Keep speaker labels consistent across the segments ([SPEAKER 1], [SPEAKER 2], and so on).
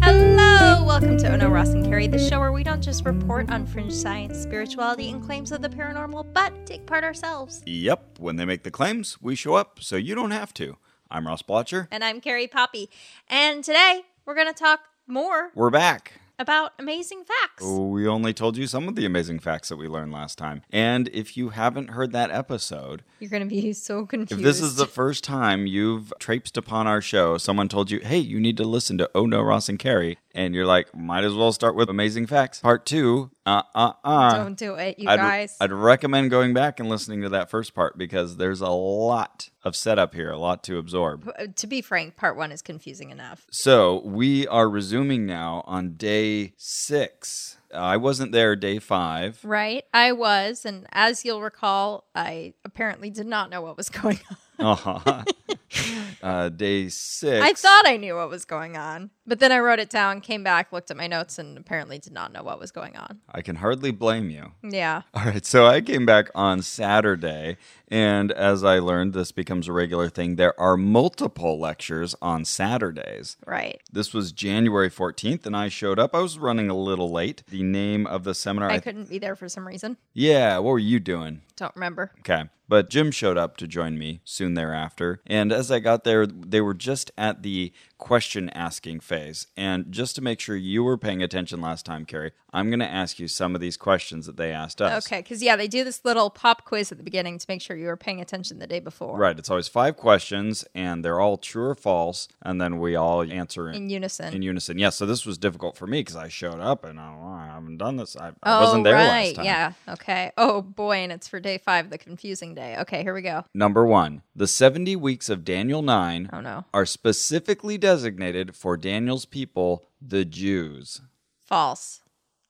[SPEAKER 1] Hello, welcome to Ono Ross and Carrie, the show where we don't just report on fringe science, spirituality, and claims of the paranormal, but take part ourselves.
[SPEAKER 2] Yep, when they make the claims, we show up, so you don't have to. I'm Ross Blotcher.
[SPEAKER 1] And I'm Carrie Poppy, and today we're going to talk more
[SPEAKER 2] We're back.
[SPEAKER 1] about amazing facts.
[SPEAKER 2] We only told you some of the amazing facts that we learned last time. And if you haven't heard that episode,
[SPEAKER 1] You're going to be so confused.
[SPEAKER 2] if this is the first time you've traipsed upon our show, someone told you, hey, you need to listen to Oh No, Ross and Carrie, and you're like, might as well start with Amazing Facts, Part Two. Uh uh uh.
[SPEAKER 1] don't do it, you
[SPEAKER 2] I'd,
[SPEAKER 1] guys.
[SPEAKER 2] I'd recommend going back and listening to that first part because there's a lot of setup here, a lot to absorb.
[SPEAKER 1] Uh, to be frank, part one is confusing enough.
[SPEAKER 2] So we are resuming now on day six. I wasn't there day five.
[SPEAKER 1] Right? I was, and as you'll recall, I apparently did not know what was going on.
[SPEAKER 2] Uh-huh. uh, day six.
[SPEAKER 1] I thought I knew what was going on, but then I wrote it down, came back, looked at my notes, and apparently did not know what was going on.
[SPEAKER 2] I can hardly blame you.
[SPEAKER 1] Yeah.
[SPEAKER 2] All right, so I came back on Saturday, and as I learned, this becomes a regular thing. There are multiple lectures on Saturdays.
[SPEAKER 1] Right.
[SPEAKER 2] This was January 14th, and I showed up. I was running a little late. The name of the seminar.
[SPEAKER 1] I
[SPEAKER 2] I-
[SPEAKER 1] couldn't be there for some reason.
[SPEAKER 2] yeah, what were you doing?
[SPEAKER 1] Don't remember.
[SPEAKER 2] Okay. But Jim showed up to join me soon thereafter. And as I got there, they were just at the question asking phase. And just to make sure you were paying attention last time, Carrie, I'm going to ask you some of these questions that they asked us.
[SPEAKER 1] Okay. Because, yeah, they do this little pop quiz at the beginning to make sure you were paying attention the day before.
[SPEAKER 2] Right. It's always five questions, and they're all true or false. And then we all answer in,
[SPEAKER 1] In unison.
[SPEAKER 2] in unison. Yeah. So this was difficult for me because I showed up and I, don't know, I haven't done this. I,
[SPEAKER 1] oh,
[SPEAKER 2] I wasn't there
[SPEAKER 1] right.
[SPEAKER 2] last time.
[SPEAKER 1] Yeah. Okay. Oh, boy. And it's for day five, the confusing day. Okay. Here we go.
[SPEAKER 2] Number one, the 70 weeks of Daniel 9
[SPEAKER 1] Oh, no.
[SPEAKER 2] are specifically designated for Daniel's people, the Jews.
[SPEAKER 1] False.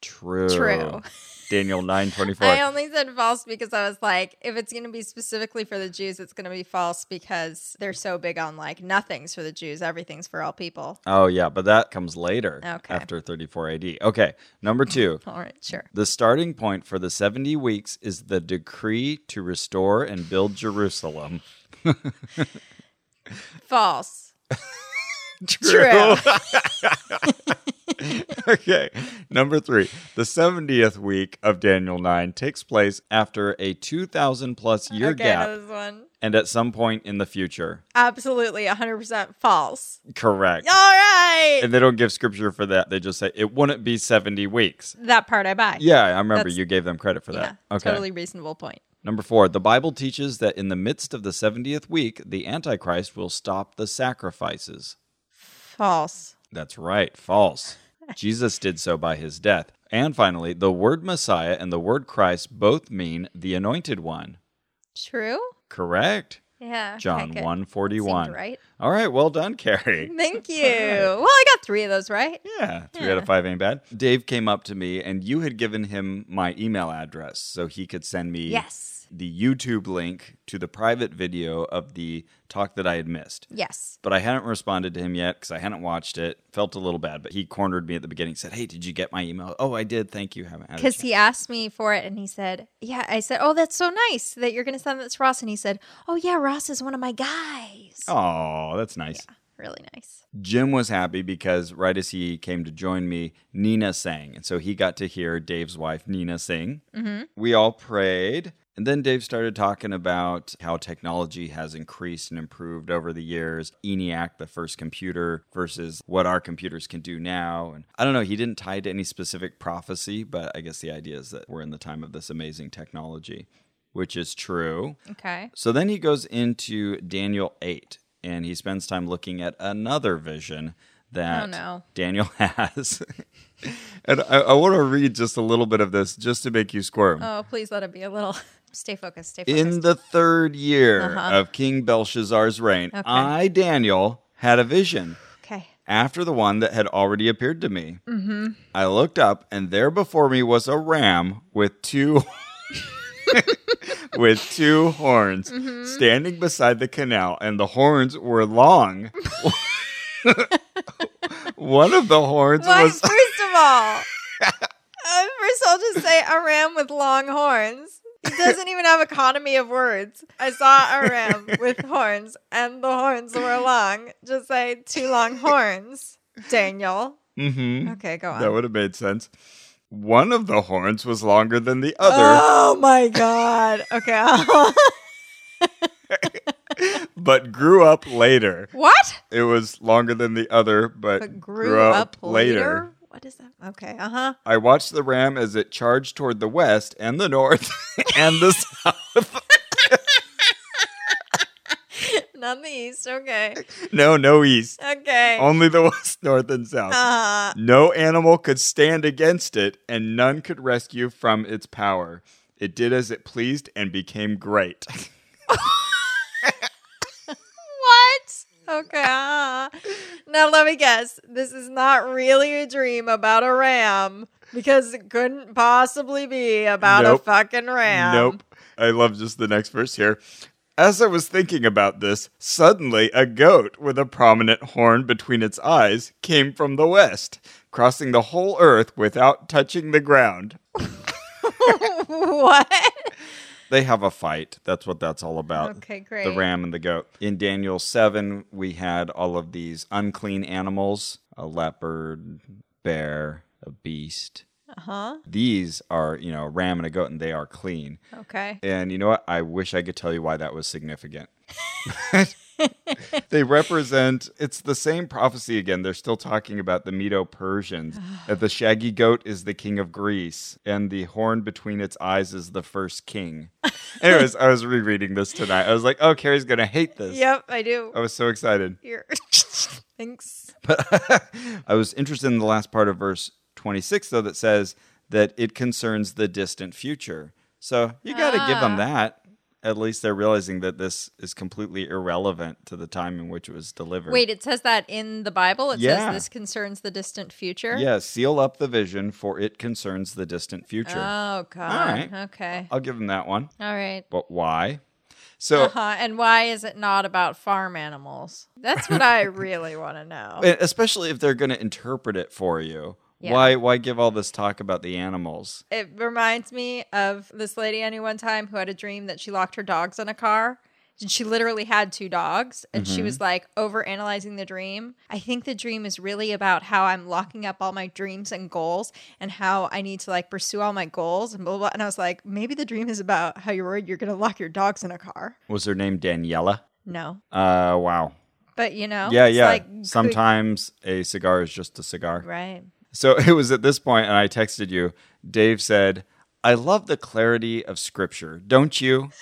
[SPEAKER 2] True.
[SPEAKER 1] True.
[SPEAKER 2] Daniel nine twenty four.
[SPEAKER 1] I only said false because I was like, if it's going to be specifically for the Jews, it's going to be false because they're so big on like nothing's for the Jews, everything's for all people.
[SPEAKER 2] Oh yeah, but that comes later.
[SPEAKER 1] Okay.
[SPEAKER 2] After thirty four A.D. Okay. Number two.
[SPEAKER 1] All right, sure.
[SPEAKER 2] The starting point for the 70 weeks is the decree to restore and build Jerusalem.
[SPEAKER 1] False. True.
[SPEAKER 2] okay. Number three, the 70th week of Daniel 9 takes place after a 2,000 plus year
[SPEAKER 1] okay,
[SPEAKER 2] gap
[SPEAKER 1] now this one.
[SPEAKER 2] and at some point in the future.
[SPEAKER 1] Absolutely 100% false.
[SPEAKER 2] Correct.
[SPEAKER 1] All right.
[SPEAKER 2] And they don't give scripture for that. They just say it wouldn't be 70 weeks.
[SPEAKER 1] that part I buy.
[SPEAKER 2] Yeah, I remember
[SPEAKER 1] That's-
[SPEAKER 2] you gave them credit for
[SPEAKER 1] Yeah,
[SPEAKER 2] that. okay.
[SPEAKER 1] Totally reasonable point.
[SPEAKER 2] Number four, the Bible teaches that in the midst of the 70th week, the Antichrist will stop the sacrifices.
[SPEAKER 1] False.
[SPEAKER 2] That's right, false. Jesus did so by his death. And finally, the word Messiah and the word Christ both mean the anointed one.
[SPEAKER 1] True?
[SPEAKER 2] Correct?
[SPEAKER 1] Yeah. okay,
[SPEAKER 2] John
[SPEAKER 1] good.
[SPEAKER 2] 141.
[SPEAKER 1] Seemed right.
[SPEAKER 2] All right, well done, Carrie.
[SPEAKER 1] Thank you. Well, I got three of those, right?
[SPEAKER 2] Yeah, three out of five ain't bad. Dave came up to me, and you had given him my email address so he could send me
[SPEAKER 1] Yes.
[SPEAKER 2] the YouTube link to the private video of the talk that I had missed.
[SPEAKER 1] Yes.
[SPEAKER 2] But I hadn't responded to him yet because I hadn't watched it. Felt a little bad, but he cornered me at the beginning. Said, "Hey, did you get my email? Oh, I did. Thank you. Haven't had a
[SPEAKER 1] because
[SPEAKER 2] chance."
[SPEAKER 1] he asked me for it and he said, Yeah, I said, Oh, that's so nice that you're going to send that to Ross. And he said, Oh, yeah, Ross is one of my guys.
[SPEAKER 2] Oh, that's nice.
[SPEAKER 1] Really nice.
[SPEAKER 2] Jim was happy because right as he came to join me, Nina sang. And so he got to hear Dave's wife, Nina, sing. Mm-hmm. We all prayed. And then Dave started talking about how technology has increased and improved over the years. ENIAC, the first computer, versus what our computers can do now. And I don't know, he didn't tie to any specific prophecy, but I guess the idea is that we're in the time of this amazing technology, which is true.
[SPEAKER 1] Okay.
[SPEAKER 2] So then he goes into Daniel 8 and he spends time looking at another vision that
[SPEAKER 1] Oh, no.
[SPEAKER 2] Daniel has. and I, I want to read just a little bit of this just to make you squirm.
[SPEAKER 1] Oh, please let it be a little. Stay focused. Stay focused.
[SPEAKER 2] In the third year
[SPEAKER 1] Uh-huh.
[SPEAKER 2] of King Belshazzar's reign, I, Daniel, had a vision
[SPEAKER 1] okay.
[SPEAKER 2] after the one that had already appeared to me. Mm-hmm. I looked up, and there before me was a ram with two. with two horns
[SPEAKER 1] Mm-hmm.
[SPEAKER 2] standing beside the canal and the horns were long one of the horns
[SPEAKER 1] Why,
[SPEAKER 2] was
[SPEAKER 1] first of all, uh, first I'll just say a ram with long horns. He doesn't even have economy of words. I saw a ram with horns, and the horns were long. Just say two long horns, Daniel.
[SPEAKER 2] Mm-hmm.
[SPEAKER 1] Okay, go on.
[SPEAKER 2] That would have made sense. One of the horns was longer than the other,
[SPEAKER 1] oh my god. Okay. uh-huh. Oh.
[SPEAKER 2] but grew up later.
[SPEAKER 1] what?
[SPEAKER 2] It was longer than the other, but,
[SPEAKER 1] But grew, up, later. What is that? Okay. Uh huh.
[SPEAKER 2] I watched the ram as it charged toward the west and the north and the south.
[SPEAKER 1] Not the east. Okay.
[SPEAKER 2] No, no east.
[SPEAKER 1] Okay.
[SPEAKER 2] Only the west, north, and south.
[SPEAKER 1] uh,
[SPEAKER 2] No animal could stand against it, and none could rescue from its power. It did as it pleased and became great.
[SPEAKER 1] what? Okay. Uh, now let me guess. This is not really a dream about a ram because it couldn't possibly be about
[SPEAKER 2] Nope.
[SPEAKER 1] a fucking ram.
[SPEAKER 2] Nope. I love just the next verse here. As I was thinking about this, suddenly a goat with a prominent horn between its eyes came from the west, crossing the whole earth without touching the ground.
[SPEAKER 1] what?
[SPEAKER 2] They have a fight. That's what that's all about.
[SPEAKER 1] Okay, great.
[SPEAKER 2] the ram and the goat. In Daniel 7, we had all of these unclean animals a leopard, bear, a beast.
[SPEAKER 1] Uh huh.
[SPEAKER 2] These are, you know, a ram and a goat, and they are clean.
[SPEAKER 1] Okay.
[SPEAKER 2] And you know what? I wish I could tell you why that was significant. they represent, it's the same prophecy again. They're still talking about the Medo Persians, that the shaggy goat is the king of Greece, and the horn between its eyes is the first king. Anyways, I was rereading this tonight. I was like, oh, Carrie's going to hate this.
[SPEAKER 1] Yep, I do.
[SPEAKER 2] I was so excited.
[SPEAKER 1] Here. Thanks.
[SPEAKER 2] But I was interested in the last part of verse 26, though, that says that it concerns the distant future. So you got to give them
[SPEAKER 1] Ah.
[SPEAKER 2] that. At least they're realizing that this is completely irrelevant to the time in which it was delivered.
[SPEAKER 1] Wait, it says that in the Bible. It
[SPEAKER 2] Yeah.
[SPEAKER 1] says this concerns the distant future.
[SPEAKER 2] Yeah, seal up the vision, for it concerns the distant future.
[SPEAKER 1] Oh God.
[SPEAKER 2] right.
[SPEAKER 1] Okay.
[SPEAKER 2] I'll give them that one.
[SPEAKER 1] All right.
[SPEAKER 2] But why? Uh, So,
[SPEAKER 1] Uh-huh. And why is it not about farm animals? That's what I really want to know.
[SPEAKER 2] and e, especially if they're going to interpret it for you,
[SPEAKER 1] Yeah.
[SPEAKER 2] why, why give all this talk about the animals?
[SPEAKER 1] It reminds me of this lady I knew one time who had a dream that she locked her dogs in a car. And she literally had two dogs, and she
[SPEAKER 2] Mm-hmm.
[SPEAKER 1] was like over analyzing the dream. I think the dream is really about how I'm locking up all my dreams and goals and how I need to like pursue all my goals and blah, blah, blah. And I was like, maybe the dream is about how you're worried you're going to lock your dogs in a car.
[SPEAKER 2] Was her name Daniela?
[SPEAKER 1] No.
[SPEAKER 2] Uh, wow.
[SPEAKER 1] But you know,
[SPEAKER 2] Yeah,
[SPEAKER 1] it's
[SPEAKER 2] yeah.
[SPEAKER 1] like, could-
[SPEAKER 2] Sometimes a cigar is just a cigar.
[SPEAKER 1] Right.
[SPEAKER 2] So it was at this point, and I texted you. Dave said, "I love the clarity of Scripture, don't you?"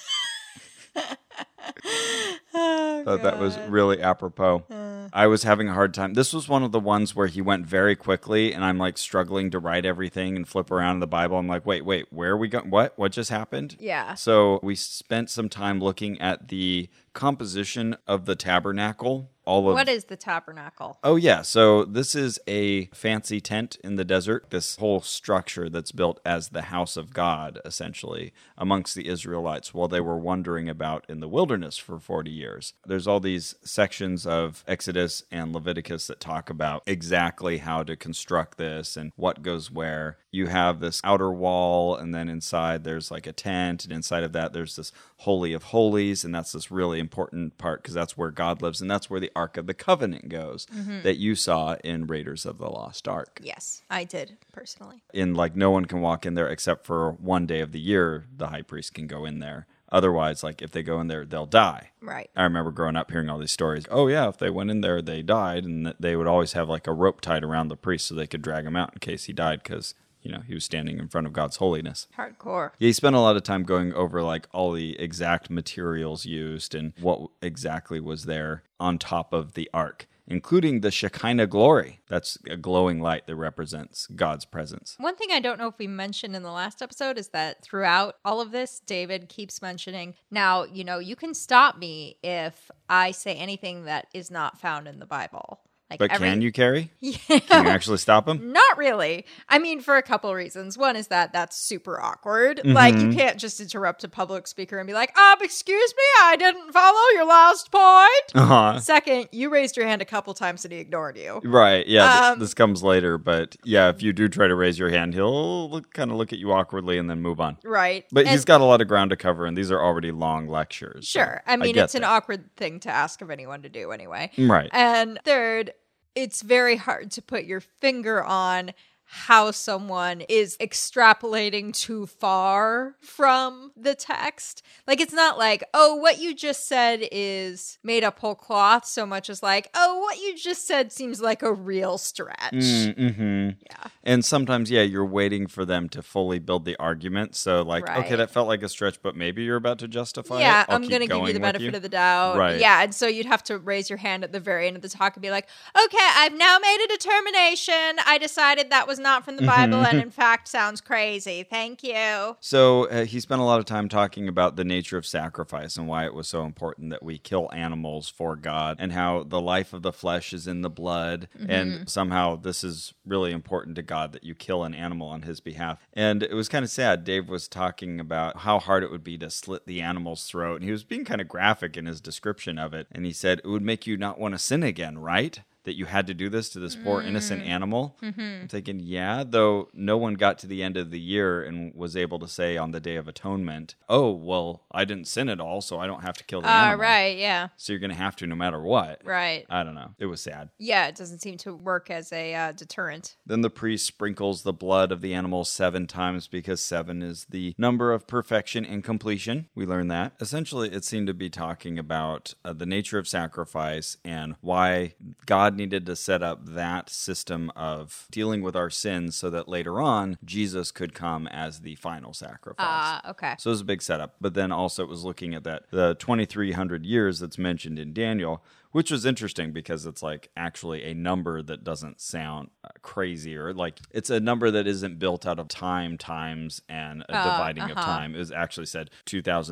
[SPEAKER 1] Oh,
[SPEAKER 2] Thought that was
[SPEAKER 1] God. Uh.
[SPEAKER 2] really apropos. I was having a hard time. This was one of the ones where he went very quickly, and I'm like struggling to write everything and flip around in the Bible. I'm like, "Wait, wait, where are we going? What? What just happened?"
[SPEAKER 1] Yeah.
[SPEAKER 2] So we spent some time looking at the composition of the tabernacle. All of
[SPEAKER 1] What is the tabernacle?
[SPEAKER 2] Oh, yeah. So, this is a fancy tent in the desert. This whole structure that's built as the house of God, essentially, amongst the Israelites while they were wandering about in the wilderness for 40 years. There's all these sections of Exodus and Leviticus that talk about exactly how to construct this and what goes where. You have this outer wall, and then inside there's like a tent, and inside of that there's this Holy of Holies, and that's this really important part because that's where God lives, and that's where the Ark of the Covenant goes that you saw in Raiders of the Lost Ark.
[SPEAKER 1] Yes, I did personally.
[SPEAKER 2] In like, no one can walk in there except for one day of the year, the high priest can go in there. Otherwise, like, if they go in there, they'll die.
[SPEAKER 1] Right.
[SPEAKER 2] I remember growing up hearing all these stories. Oh, yeah, if they went in there, they died. And that they would always have like a rope tied around the priest so they could drag him out in case he died because, you know, he was standing in front of God's holiness.
[SPEAKER 1] Hardcore.
[SPEAKER 2] Yeah, he spent a lot of time going over like all the exact materials used and what exactly was there on top of the ark, including the Shekinah glory. That's a glowing light that represents God's presence.
[SPEAKER 1] One thing I don't know if we mentioned in the last episode is that throughout all of this, David keeps mentioning, now, you know, you can stop me if I say anything that is not found in the Bible. Like
[SPEAKER 2] But
[SPEAKER 1] every-
[SPEAKER 2] can you carry?
[SPEAKER 1] Yeah.
[SPEAKER 2] Can you actually stop him?
[SPEAKER 1] Not really. I mean, for a couple reasons. One is that that's super awkward. Like, you
[SPEAKER 2] Mhm.
[SPEAKER 1] can't just interrupt a public speaker and be like, um, excuse me, I didn't follow your last point.
[SPEAKER 2] Uh-huh.
[SPEAKER 1] Second, you raised your hand a couple times and he ignored you.
[SPEAKER 2] Right. Yeah. th-
[SPEAKER 1] Um,
[SPEAKER 2] this comes later, but yeah, if you do try to raise your hand, he'll look, kind of look at you awkwardly and then move on.
[SPEAKER 1] Right.
[SPEAKER 2] But
[SPEAKER 1] And-
[SPEAKER 2] he's got a lot of ground to cover, and these are already long lectures. so
[SPEAKER 1] Sure. I mean,
[SPEAKER 2] get
[SPEAKER 1] it's an
[SPEAKER 2] that.
[SPEAKER 1] awkward thing to ask of anyone to do anyway.
[SPEAKER 2] right.
[SPEAKER 1] And third, it's very hard to put your finger on how someone is extrapolating too far from the text. Like, it's not like, oh, what you just said is made up whole cloth, so much as like, oh, what you just said seems like a real stretch.
[SPEAKER 2] Mm-hmm.
[SPEAKER 1] Yeah.
[SPEAKER 2] And sometimes, yeah, you're waiting for them to fully build the argument. So, like, okay,
[SPEAKER 1] Right.
[SPEAKER 2] that felt like a stretch, but maybe you're about to justify
[SPEAKER 1] yeah,
[SPEAKER 2] it. I'll
[SPEAKER 1] I'm
[SPEAKER 2] keep
[SPEAKER 1] gonna give you
[SPEAKER 2] going
[SPEAKER 1] the
[SPEAKER 2] with
[SPEAKER 1] benefit of the doubt.
[SPEAKER 2] Right.
[SPEAKER 1] Yeah, and so you'd have to raise your hand at the very end of the talk and be like, "Okay, I've now made a determination. I decided that was not from the
[SPEAKER 2] Mm-hmm,
[SPEAKER 1] Bible, and in fact, sounds crazy. Thank you."
[SPEAKER 2] So uh, he spent a lot of time talking about the nature of sacrifice and why it was so important that we kill animals for God and how the life of the flesh is in the blood and somehow this is really important to God that you kill an animal on his behalf. And it was kind of sad. Dave was talking about how hard it would be to slit the animal's throat and he was being kind of graphic in his description of it and he said it would make you not want to sin again, right? that you had to do this to this poor innocent
[SPEAKER 1] Mm-hmm.
[SPEAKER 2] animal. I'm thinking, yeah, though no one got to the end of the year and was able to say on the Day of Atonement, oh, well, I didn't sin at all, so I don't have to kill the
[SPEAKER 1] Ah,
[SPEAKER 2] animal.
[SPEAKER 1] right. Yeah.
[SPEAKER 2] So you're going to have to no matter what.
[SPEAKER 1] Right.
[SPEAKER 2] I don't know. It was sad.
[SPEAKER 1] Yeah, it doesn't seem to work as a uh, deterrent.
[SPEAKER 2] Then the priest sprinkles the blood of the animal seven times because seven is the number of perfection and completion. We learn that. Essentially, it seemed to be talking about uh, the nature of sacrifice and why God needed to set up that system of dealing with our sins so that later on Jesus could come as the final sacrifice.
[SPEAKER 1] Ah, okay.
[SPEAKER 2] So it was a big setup. But then also it was looking at that the 2300 years that's mentioned in Daniel, which was interesting because it's like actually a number that doesn't sound uh, crazy or like it's a number that isn't built out of time times and
[SPEAKER 1] Uh,
[SPEAKER 2] a dividing
[SPEAKER 1] uh-huh.
[SPEAKER 2] of time. It was actually said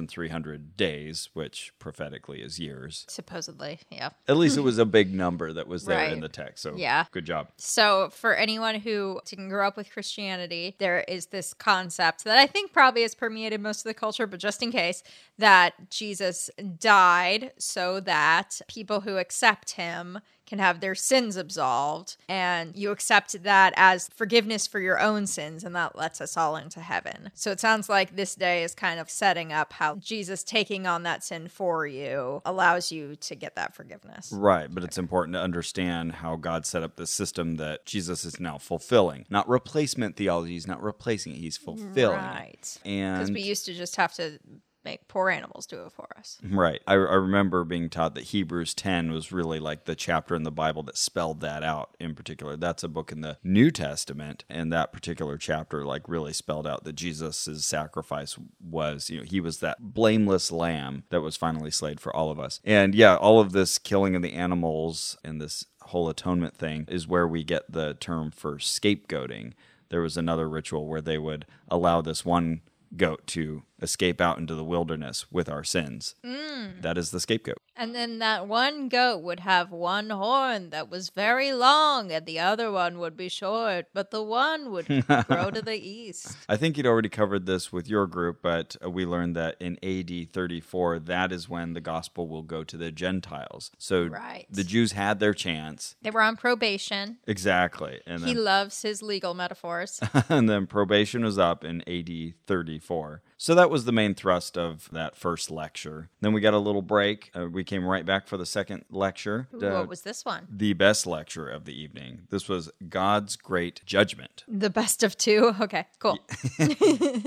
[SPEAKER 2] 2300 days, which prophetically is years.
[SPEAKER 1] Supposedly, yeah.
[SPEAKER 2] At least it was a big number that was there in
[SPEAKER 1] Hmm. Right.
[SPEAKER 2] the text. So
[SPEAKER 1] Yeah.
[SPEAKER 2] good job.
[SPEAKER 1] So, for anyone who didn't grow up with Christianity, there is this concept that I think probably has permeated most of the culture, but just in case, that Jesus died so that people who accept him can have their sins absolved. And you accept that as forgiveness for your own sins, and that lets us all into heaven. So, it sounds like this day is kind of setting up how Jesus taking on that sin for you allows you to get that forgiveness.
[SPEAKER 2] Right, but it's important to understand how God set up this system that Jesus is now fulfilling. Not replacement theology, he's not replacing it, he's fulfilling it.
[SPEAKER 1] Right. Because
[SPEAKER 2] And
[SPEAKER 1] we used to just have to make poor animals do it for us.
[SPEAKER 2] right, I, I remember being taught that Hebrews 10 was really like the chapter in the Bible that spelled that out in particular. That's a book in the New Testament, and that particular chapter like really spelled out that Jesus' sacrifice was, you know, he was that blameless lamb that was finally slayed for all of us. And yeah, all of this killing of the animals and this whole atonement thing is where we get the term for scapegoating. There was another ritual where they would allow this one goat to escape out into the wilderness with our sins.
[SPEAKER 1] Mm.
[SPEAKER 2] That is the scapegoat.
[SPEAKER 1] And then that one goat would have one horn that was very long, and the other one would be short, but the one would grow to the east.
[SPEAKER 2] I think you'd already covered this with your group, but uh, we learned that in AD 34, that is when the gospel will go to the Gentiles. So
[SPEAKER 1] Right.
[SPEAKER 2] the Jews had their chance.
[SPEAKER 1] They were on probation.
[SPEAKER 2] Exactly. And
[SPEAKER 1] He
[SPEAKER 2] then,
[SPEAKER 1] loves his legal metaphors.
[SPEAKER 2] and then probation was up in AD 34. So that was the main thrust of that first lecture. Then we got a little break. Uh, we came right back for the second lecture.
[SPEAKER 1] Ooh,
[SPEAKER 2] Uh,
[SPEAKER 1] what was this one?
[SPEAKER 2] the best lecture of the evening. This was God's Great Judgment.
[SPEAKER 1] The best of two? Okay, cool.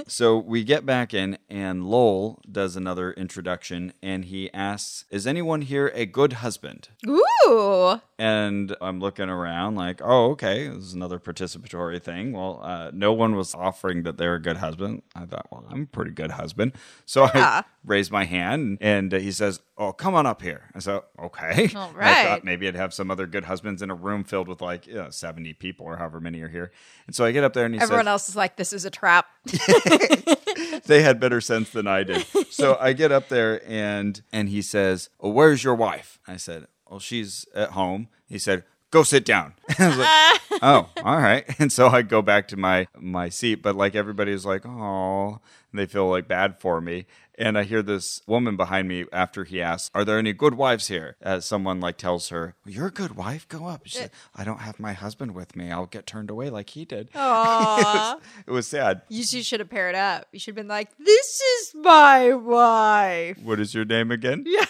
[SPEAKER 2] So we get back in, and Lowell does another introduction, and he asks, Is anyone here a good husband?
[SPEAKER 1] Ooh,
[SPEAKER 2] And I'm looking around, like, Oh, okay, this is another participatory thing. Well, uh, no one was offering that they're a good husband. I thought, Well, I'm a pretty good husband. So
[SPEAKER 1] Yeah.
[SPEAKER 2] I raised my hand, and he says, Oh, come on up here. I said, Okay.
[SPEAKER 1] All
[SPEAKER 2] I
[SPEAKER 1] right.
[SPEAKER 2] thought maybe I'd have some other good husbands in a room filled with like you know, 70 people or however many are here. And so I get up there, and he says,
[SPEAKER 1] everyone else is like, this is a trap.
[SPEAKER 2] they had better sense than I did. So I get up there and and he says, oh, "Where's your wife?" I said, "Well, she's at home." He said, go sit down. I was like, oh, all right. And so I go back to my my seat, but like everybody's like, oh, they feel like bad for me. And I hear this woman behind me after he asks, "Are there any good wives here?" As someone like tells her, "You're a good wife. Go up." She said, "I don't have my husband with me. I'll get turned away like he did."
[SPEAKER 1] Oh. Aw.
[SPEAKER 2] It was sad.
[SPEAKER 1] you two should have paired up. You should have been like, this is my wife.
[SPEAKER 2] What is your name again?
[SPEAKER 1] Yeah.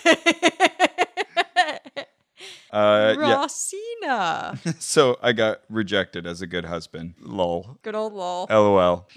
[SPEAKER 2] Uh, yeah.
[SPEAKER 1] Rossina.
[SPEAKER 2] So I got rejected as a good husband. Lol.
[SPEAKER 1] Good old lol.
[SPEAKER 2] LOL.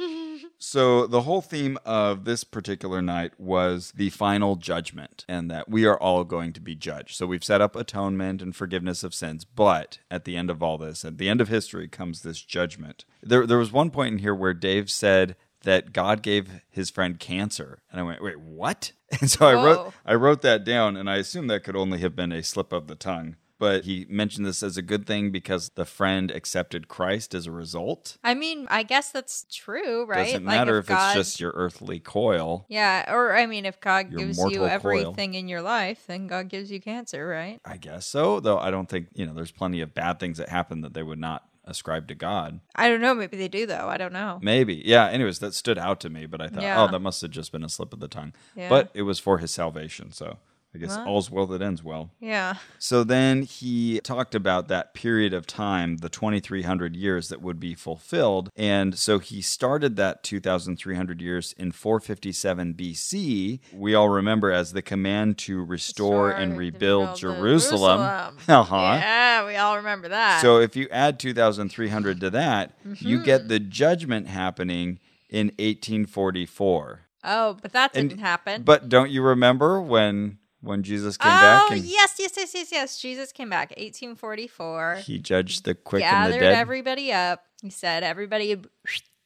[SPEAKER 2] so the whole theme of this particular night was the final judgment and that we are all going to be judged. So we've set up atonement and forgiveness of sins, but at the end of all this, at the end of history comes this judgment. There there was one point in here where Dave said that God gave his friend cancer. And I went, "Wait, what?" And so I wrote
[SPEAKER 1] Whoa.
[SPEAKER 2] I wrote that down and I assume that could only have been a slip of the tongue. But he mentioned this as a good thing because the friend accepted Christ as a result.
[SPEAKER 1] I mean, I guess that's true, right?
[SPEAKER 2] Doesn't matter if,
[SPEAKER 1] God-
[SPEAKER 2] it's just your earthly coil.
[SPEAKER 1] Yeah, or I mean, if God
[SPEAKER 2] Your
[SPEAKER 1] gives
[SPEAKER 2] mortal
[SPEAKER 1] you
[SPEAKER 2] coil.
[SPEAKER 1] everything in your life, then God gives you cancer, right?
[SPEAKER 2] I guess so, though I don't think, you know, there's plenty of bad things that happen that they would not ascribe to God.
[SPEAKER 1] I don't know. Maybe they do, though. I don't know.
[SPEAKER 2] Maybe. Yeah, anyways, that stood out to me, but I thought,
[SPEAKER 1] Yeah.
[SPEAKER 2] oh, that must have just been a slip of the tongue.
[SPEAKER 1] Yeah.
[SPEAKER 2] But it was for his salvation, so I guess all's well that ends well.
[SPEAKER 1] Yeah.
[SPEAKER 2] So then he talked about that period of time, the 2300 years that would be fulfilled. And so he started that 2300 years in 457 BC. We all remember as the command to restore, and rebuild, Jerusalem. Uh-huh.
[SPEAKER 1] Yeah, we all remember that.
[SPEAKER 2] So if you add 2300 to that, you get the judgment happening in 1844.
[SPEAKER 1] oh, but that
[SPEAKER 2] And-
[SPEAKER 1] didn't happen.
[SPEAKER 2] But don't you remember when when Jesus came
[SPEAKER 1] oh,
[SPEAKER 2] back and
[SPEAKER 1] yes, yes, yes, yes, yes. Jesus came back, 1844.
[SPEAKER 2] he judged the quick and the
[SPEAKER 1] gathered
[SPEAKER 2] dead?
[SPEAKER 1] everybody up. He said, "Everybody,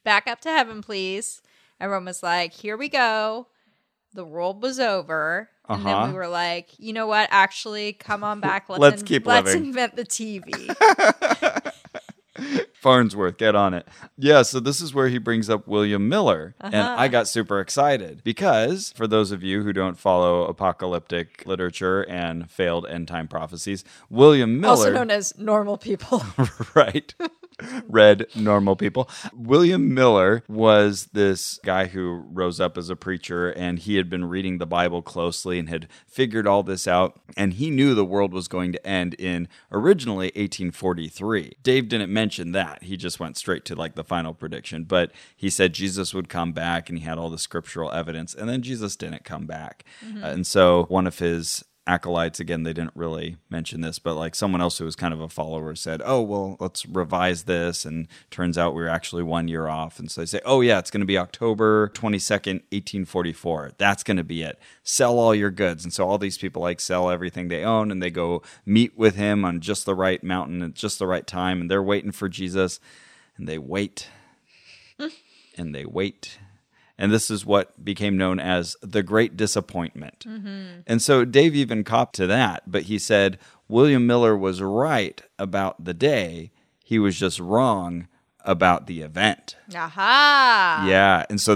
[SPEAKER 1] back up to heaven, please." Everyone was like, "Here we go." The world was over, and
[SPEAKER 2] Uh-huh.
[SPEAKER 1] then we were like, "You know what? Actually, come on back. Let's
[SPEAKER 2] Let's keep
[SPEAKER 1] let's
[SPEAKER 2] living."
[SPEAKER 1] invent the TV."
[SPEAKER 2] Farnsworth, get on it. Yeah, so this is where he brings up William Miller.
[SPEAKER 1] Uh-huh.
[SPEAKER 2] And I got super excited because, for those of you who don't follow apocalyptic literature and failed end time prophecies, William Miller.
[SPEAKER 1] also known as normal people.
[SPEAKER 2] right. Read normal people. William Miller was this guy who rose up as a preacher and he had been reading the Bible closely and had figured all this out. And he knew the world was going to end in originally 1843. Dave didn't mention that. He just went straight to like the final prediction. But he said Jesus would come back and he had all the scriptural evidence. And then Jesus didn't come back. Uh, and so one of his acolytes again they didn't really mention this but like someone else who was kind of a follower said oh well let's revise this and turns out we were actually one year off and so they say oh yeah it's going to be october 22nd 1844 that's going to be it sell all your goods and so all these people like sell everything they own and they go meet with him on just the right mountain at just the right time and they're waiting for jesus and they wait and they wait. And this is what became known as the Great Disappointment. And so Dave even copped to that, but he said William Miller was right about the day, he was just wrong about the event.
[SPEAKER 1] Aha!
[SPEAKER 2] yeah. And so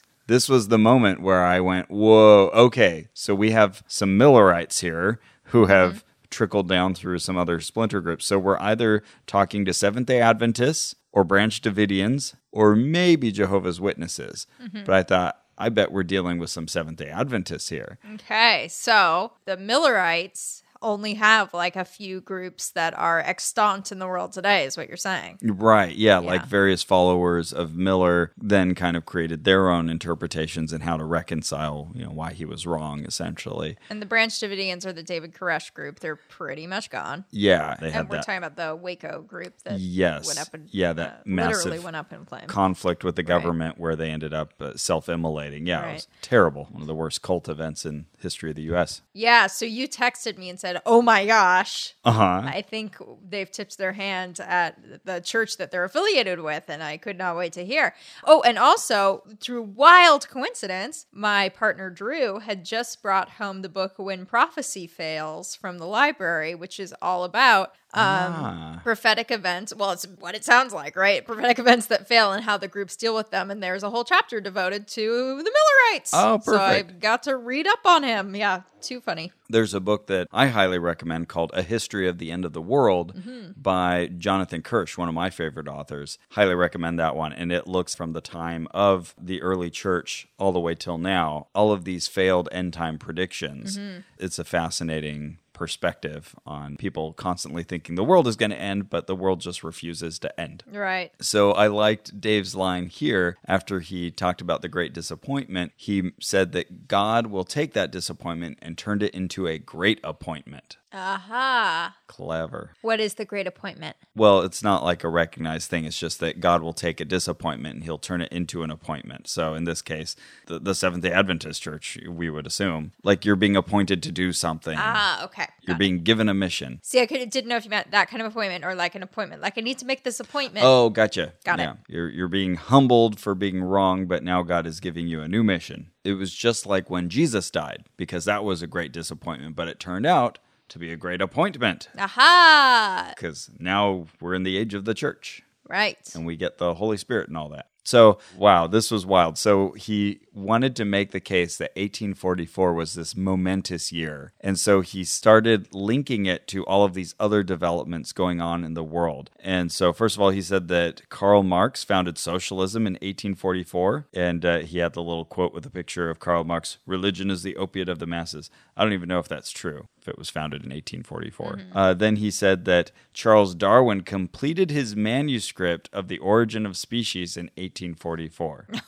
[SPEAKER 1] Ah, course.
[SPEAKER 2] this was the moment where I went, "Whoa, okay. So we have some Millerites here who have trickled down through some other splinter groups. So we're either talking to Seventh-day Adventists or Branch Davidians or maybe Jehovah's Witnesses." But I thought, "I bet we're dealing with some Seventh-day Adventists here."
[SPEAKER 1] Okay, so the Millerites only have like a few groups that are extant in the world today, is what you're saying.
[SPEAKER 2] Right. Yeah, Like
[SPEAKER 1] Yeah.
[SPEAKER 2] various followers of Miller then kind of created their own interpretations and how to reconcile, you know, why he was wrong, essentially.
[SPEAKER 1] And the Branch Davidians are the David Koresh group. They're pretty much gone.
[SPEAKER 2] Yeah. They
[SPEAKER 1] And
[SPEAKER 2] had
[SPEAKER 1] we're
[SPEAKER 2] that
[SPEAKER 1] talking about the Waco group that
[SPEAKER 2] Yes.
[SPEAKER 1] went up in
[SPEAKER 2] Yeah, that
[SPEAKER 1] literally
[SPEAKER 2] massive
[SPEAKER 1] went up in flames.
[SPEAKER 2] conflict with the government where they ended up uh, self immolating. Yeah. It was
[SPEAKER 1] Right.
[SPEAKER 2] terrible. One of the worst cult events in history of the U.S.
[SPEAKER 1] yeah, so you texted me and said, "Oh my gosh,
[SPEAKER 2] Uh huh.
[SPEAKER 1] I think they've tipped their hand at the church that they're affiliated with," and I could not wait to hear. Oh, and also through wild coincidence, my partner Drew had just brought home the book "When Prophecy Fails" from the library, which is all about um,
[SPEAKER 2] Ah.
[SPEAKER 1] prophetic events. Well, it's what it sounds like, right? Prophetic events that fail and how the groups deal with them. And there's a whole chapter devoted to the Millerites.
[SPEAKER 2] Oh,
[SPEAKER 1] So I
[SPEAKER 2] perfect.
[SPEAKER 1] got to read up on him. Yeah, too funny.
[SPEAKER 2] There's a book that I highly recommend called A History of the End of the World by Jonathan Kirsch, one of my favorite authors. Highly recommend that one. And it looks from the time of the early church all the way till now, all of these failed end time predictions. It's a fascinating perspective on people constantly thinking the world is going to end, but the world just refuses to end.
[SPEAKER 1] Right.
[SPEAKER 2] So I liked Dave's line here after he talked about the great disappointment. He said that God will take that disappointment and turned it into a great appointment.
[SPEAKER 1] Aha.
[SPEAKER 2] Clever.
[SPEAKER 1] What is the great appointment?
[SPEAKER 2] Well, it's not like a recognized thing. It's just that God will take a disappointment and he'll turn it into an appointment. So in this case, the, the Seventh day Adventist church, we would assume, like you're being appointed to do something,
[SPEAKER 1] Ah, okay.
[SPEAKER 2] you're
[SPEAKER 1] Got it.
[SPEAKER 2] being given a mission.
[SPEAKER 1] See, I could, didn't know if you meant that kind of appointment or like an appointment. Like, I need to make this appointment.
[SPEAKER 2] Oh, gotcha.
[SPEAKER 1] Got it.
[SPEAKER 2] You're you're being humbled for being wrong, but now God is giving you a new mission. It was just like when Jesus died, because that was a great disappointment, but it turned out to be a great appointment.
[SPEAKER 1] Aha.
[SPEAKER 2] Because now we're in the age of the church
[SPEAKER 1] Right.
[SPEAKER 2] and we get the Holy Spirit and all that. So, wow, this was wild. So, he wanted to make the case that 1844 was this momentous year. And so, he started linking it to all of these other developments going on in the world. And so, first of all, he said that Karl Marx founded socialism in 1844. And uh, he had the little quote with a picture of Karl Marx religion is the opiate of the masses. I don't even know if that's true, if it was founded in 1844. Uh, then he said that Charles Darwin completed his manuscript of The Origin of Species in 1844.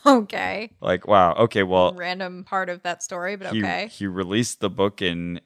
[SPEAKER 1] Okay.
[SPEAKER 2] like, wow. Okay, well,
[SPEAKER 1] Random part of that story, but
[SPEAKER 2] he,
[SPEAKER 1] okay.
[SPEAKER 2] he released the book in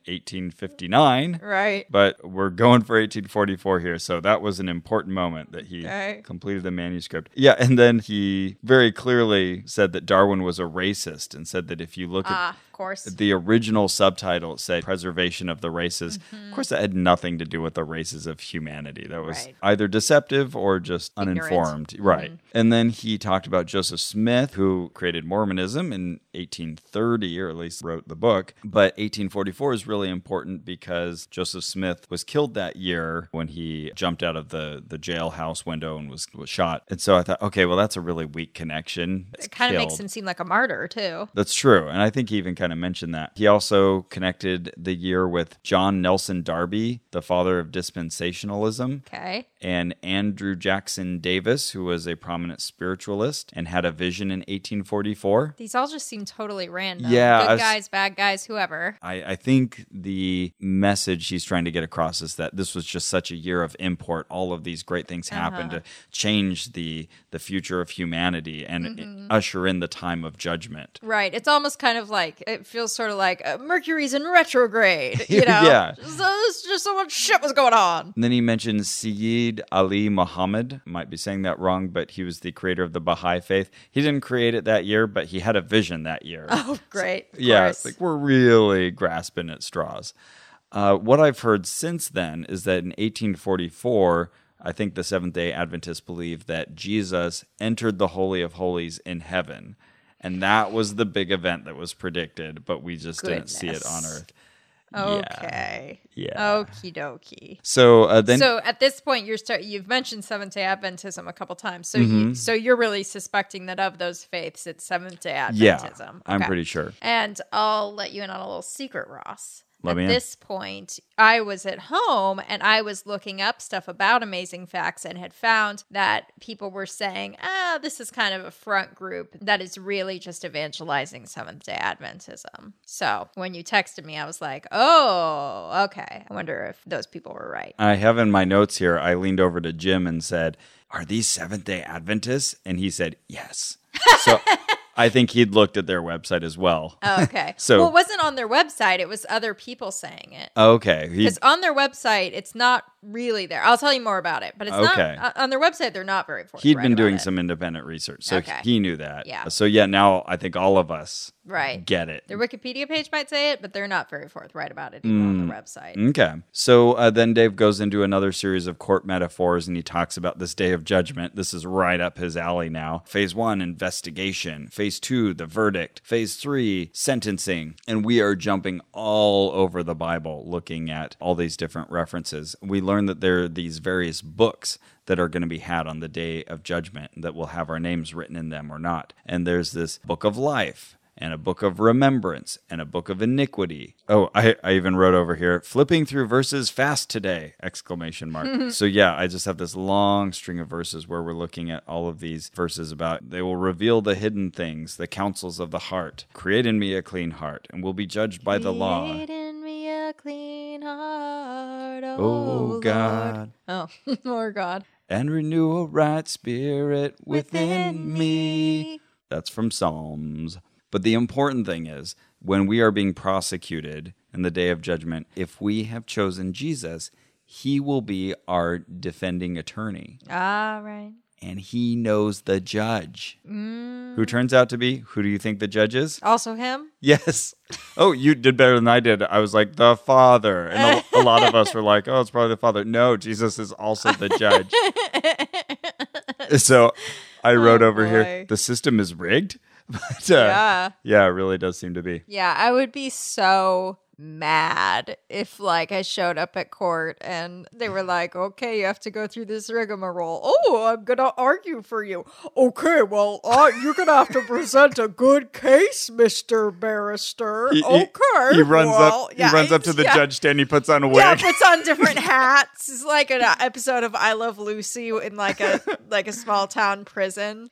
[SPEAKER 2] 1859.
[SPEAKER 1] right.
[SPEAKER 2] But we're going for 1844 here. So that was an important moment that he
[SPEAKER 1] Okay.
[SPEAKER 2] completed the manuscript. Yeah. And then he very clearly said that Darwin was a racist and said that if you look at
[SPEAKER 1] Ah, of course.
[SPEAKER 2] the original subtitle said preservation of the races.
[SPEAKER 1] Mm-hmm.
[SPEAKER 2] Of course, that had nothing to do with the races of humanity. That was
[SPEAKER 1] Right.
[SPEAKER 2] either deceptive or just
[SPEAKER 1] Ignorant. Mm-hmm.
[SPEAKER 2] uninformed. Right. And then he talked about Joseph Smith, who created Mormonism in 1830, or at least wrote the book. But 1844 is really important because Joseph Smith was killed that year when he jumped out of the, the jailhouse window and was, was shot. And so I thought, okay, well, that's a really weak connection. It's
[SPEAKER 1] it kind of makes
[SPEAKER 2] killed.
[SPEAKER 1] him seem like a martyr, too.
[SPEAKER 2] That's true. And I think he even kind of mentioned that. He also connected the year with John Nelson Darby, the father of dispensationalism,
[SPEAKER 1] Okay.
[SPEAKER 2] and Andrew Jackson Davis, who was a prominent spiritualist and had a vision in 1844.
[SPEAKER 1] These all just seem totally random.
[SPEAKER 2] Yeah,
[SPEAKER 1] Good
[SPEAKER 2] I was-
[SPEAKER 1] guys, bad guys, whoever.
[SPEAKER 2] I, I think the message he's trying to get across is that this was just such a year of import. All of these great things happened to change the the future of humanity and usher in the time of judgment.
[SPEAKER 1] Right. It's almost kind of like, it feels sort of like uh, Mercury's in retrograde, you know?
[SPEAKER 2] Yeah.
[SPEAKER 1] So, there's just so much shit was going on.
[SPEAKER 2] And then he mentions Sayyid Ali Muhammad. Might be saying that wrong, but he was the creator of the Baha'i faith. He didn't create it that year, but he had a vision that year.
[SPEAKER 1] Oh, great. Of
[SPEAKER 2] yeah, it's
[SPEAKER 1] course.
[SPEAKER 2] like we're really grasping at straws. Uh, what I've heard since then is that in 1844, I think the Seventh day Adventists believe that Jesus entered the Holy of Holies in heaven. And that was the big event that was predicted, but we just didn't see it on
[SPEAKER 1] Goodness.
[SPEAKER 2] earth.
[SPEAKER 1] okay.
[SPEAKER 2] Yeah.
[SPEAKER 1] Okie dokie.
[SPEAKER 2] So uh, then.
[SPEAKER 1] so at this point, you're start, you've mentioned Seventh Day Adventism a couple times, so
[SPEAKER 2] Mm-hmm.
[SPEAKER 1] you, so you're really suspecting that of those faiths, it's Seventh Day Adventism.
[SPEAKER 2] yeah, I'm
[SPEAKER 1] Okay.
[SPEAKER 2] pretty sure.
[SPEAKER 1] And I'll let you in on a little secret, Ross.
[SPEAKER 2] Let
[SPEAKER 1] at
[SPEAKER 2] me in.
[SPEAKER 1] this point, I was at home and I was looking up stuff about Amazing Facts and had found that people were saying, ah, this is kind of a front group that is really just evangelizing Seventh day Adventism. So when you texted me, I was like, oh, okay. I wonder if those people were right.
[SPEAKER 2] I have in my notes here, I leaned over to Jim and said, Are these Seventh day Adventists? And he said, Yes. So I think he'd looked at their website as well.
[SPEAKER 1] Okay.
[SPEAKER 2] So-
[SPEAKER 1] well, it wasn't on their website, it was other people saying it.
[SPEAKER 2] okay. He,
[SPEAKER 1] Because on their website, it's not really there. I'll tell you more about it, but it's
[SPEAKER 2] Okay.
[SPEAKER 1] not uh, on their website. They're not very forthright.
[SPEAKER 2] he'd been
[SPEAKER 1] about
[SPEAKER 2] doing
[SPEAKER 1] it.
[SPEAKER 2] some independent research. So
[SPEAKER 1] Okay.
[SPEAKER 2] he knew that.
[SPEAKER 1] Yeah.
[SPEAKER 2] So yeah, now I think all of us
[SPEAKER 1] right.
[SPEAKER 2] get it.
[SPEAKER 1] Their Wikipedia page might say it, but they're not very forthright about it even on
[SPEAKER 2] Mm,
[SPEAKER 1] their website.
[SPEAKER 2] Okay. So uh, then Dave goes into another series of court metaphors and he talks about this day of judgment. This is right up his alley now. Phase one, investigation. Phase two, the verdict. Phase three, sentencing. And we are jumping all over the Bible looking at all these different references. We learn learn that there are these various books that are going to be had on the day of judgment that will have our names written in them or not. And there's this book of life and a book of remembrance and a book of iniquity. Oh, I, I even wrote over here, flipping through verses fast today, exclamation mark. so yeah, I just have this long string of verses where we're looking at all of these verses about they will reveal the hidden things, the counsels of the heart. Create in me a clean heart, and we'll be judged by the law.
[SPEAKER 1] Create in me a clean heart, oh,
[SPEAKER 2] Oh
[SPEAKER 1] Lord.
[SPEAKER 2] God.
[SPEAKER 1] Oh, Lord God.
[SPEAKER 2] And renew a right spirit within
[SPEAKER 1] Within
[SPEAKER 2] me. That's from Psalms. But the important thing is when we are being prosecuted in the day of judgment, if we have chosen Jesus, he will be our defending attorney.
[SPEAKER 1] Ah, right.
[SPEAKER 2] And he knows the judge. Who turns out to be, who do you think the judge is?
[SPEAKER 1] Also him?
[SPEAKER 2] Yes. Oh, you did better than I did. I was like, the father. And a, a lot of us were like, oh, it's probably the father. No, Jesus is also the judge. so I wrote over here,
[SPEAKER 1] Oh, boy.
[SPEAKER 2] the system is rigged. But uh,
[SPEAKER 1] Yeah.
[SPEAKER 2] yeah, it really does seem to be.
[SPEAKER 1] Yeah, I would be so mad if like I showed up at court and they were like, "Okay, you have to go through this rigmarole." Oh, I'm gonna argue for you. Okay, well, uh, you're gonna have to present a good case, Mister Barrister.
[SPEAKER 2] He, he-
[SPEAKER 1] okay,
[SPEAKER 2] he runs
[SPEAKER 1] well,
[SPEAKER 2] up.
[SPEAKER 1] yeah,
[SPEAKER 2] he runs up to
[SPEAKER 1] it's-
[SPEAKER 2] the
[SPEAKER 1] yeah.
[SPEAKER 2] judge stand. He puts on a
[SPEAKER 1] Yeah,
[SPEAKER 2] wig.
[SPEAKER 1] puts on different hats. It's like an uh, episode of I Love Lucy in like a like a small town prison.